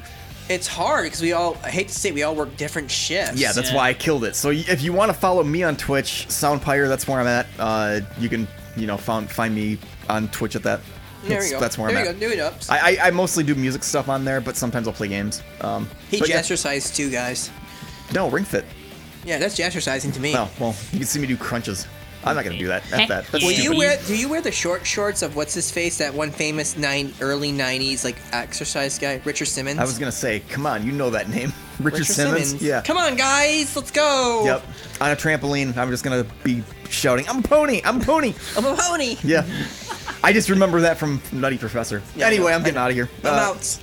S2: It's hard because we all, I hate to say, it, we all work different shifts.
S1: Yeah, that's why I killed it. So y- if you want to follow me on Twitch, Soundpire, that's where I'm at. Uh, you can you know found, find me on Twitch at that.
S2: There
S1: that's,
S2: we go.
S1: That's where
S2: there
S1: I'm
S2: you
S1: at.
S2: go. Do it up.
S1: I, I I mostly do music stuff on there, but sometimes I'll play games. Um,
S2: He
S1: but yeah.
S2: gesturesized too, guys.
S1: No, Ring Fit.
S2: Yeah, that's gesturesizing to me.
S1: No, well, you can see me do crunches. I'm not gonna do that. F
S2: Heck
S1: that. That's
S2: Will you
S1: stupid.
S2: wear? Do you wear the short shorts of what's his face? That one famous nine early '90s like exercise guy, Richard Simmons.
S1: I was gonna say, come on, you know that name, [LAUGHS] Richard, Simmons. Yeah.
S2: Come on, guys, let's go.
S1: Yep. On a trampoline, I'm just gonna be shouting, "I'm a pony! I'm a pony!"
S2: I'm a pony.
S1: yeah. I just remember that from Nutty Professor.
S2: Yeah, I know.
S1: anyway, I'm getting out of here.
S2: I'm
S1: Uh,
S2: out.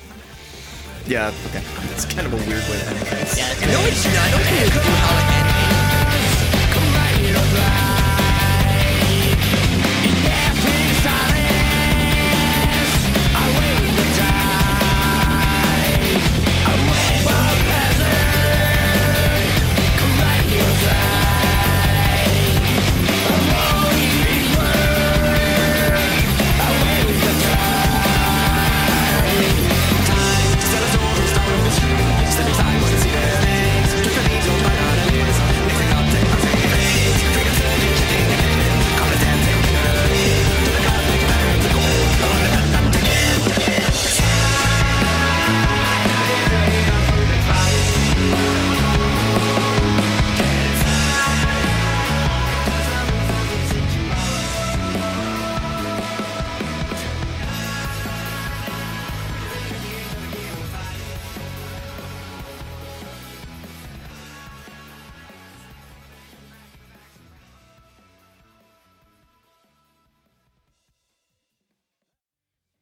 S1: Yeah. Okay. It's kind of a weird way to end things.
S2: No, it's not. Don't you-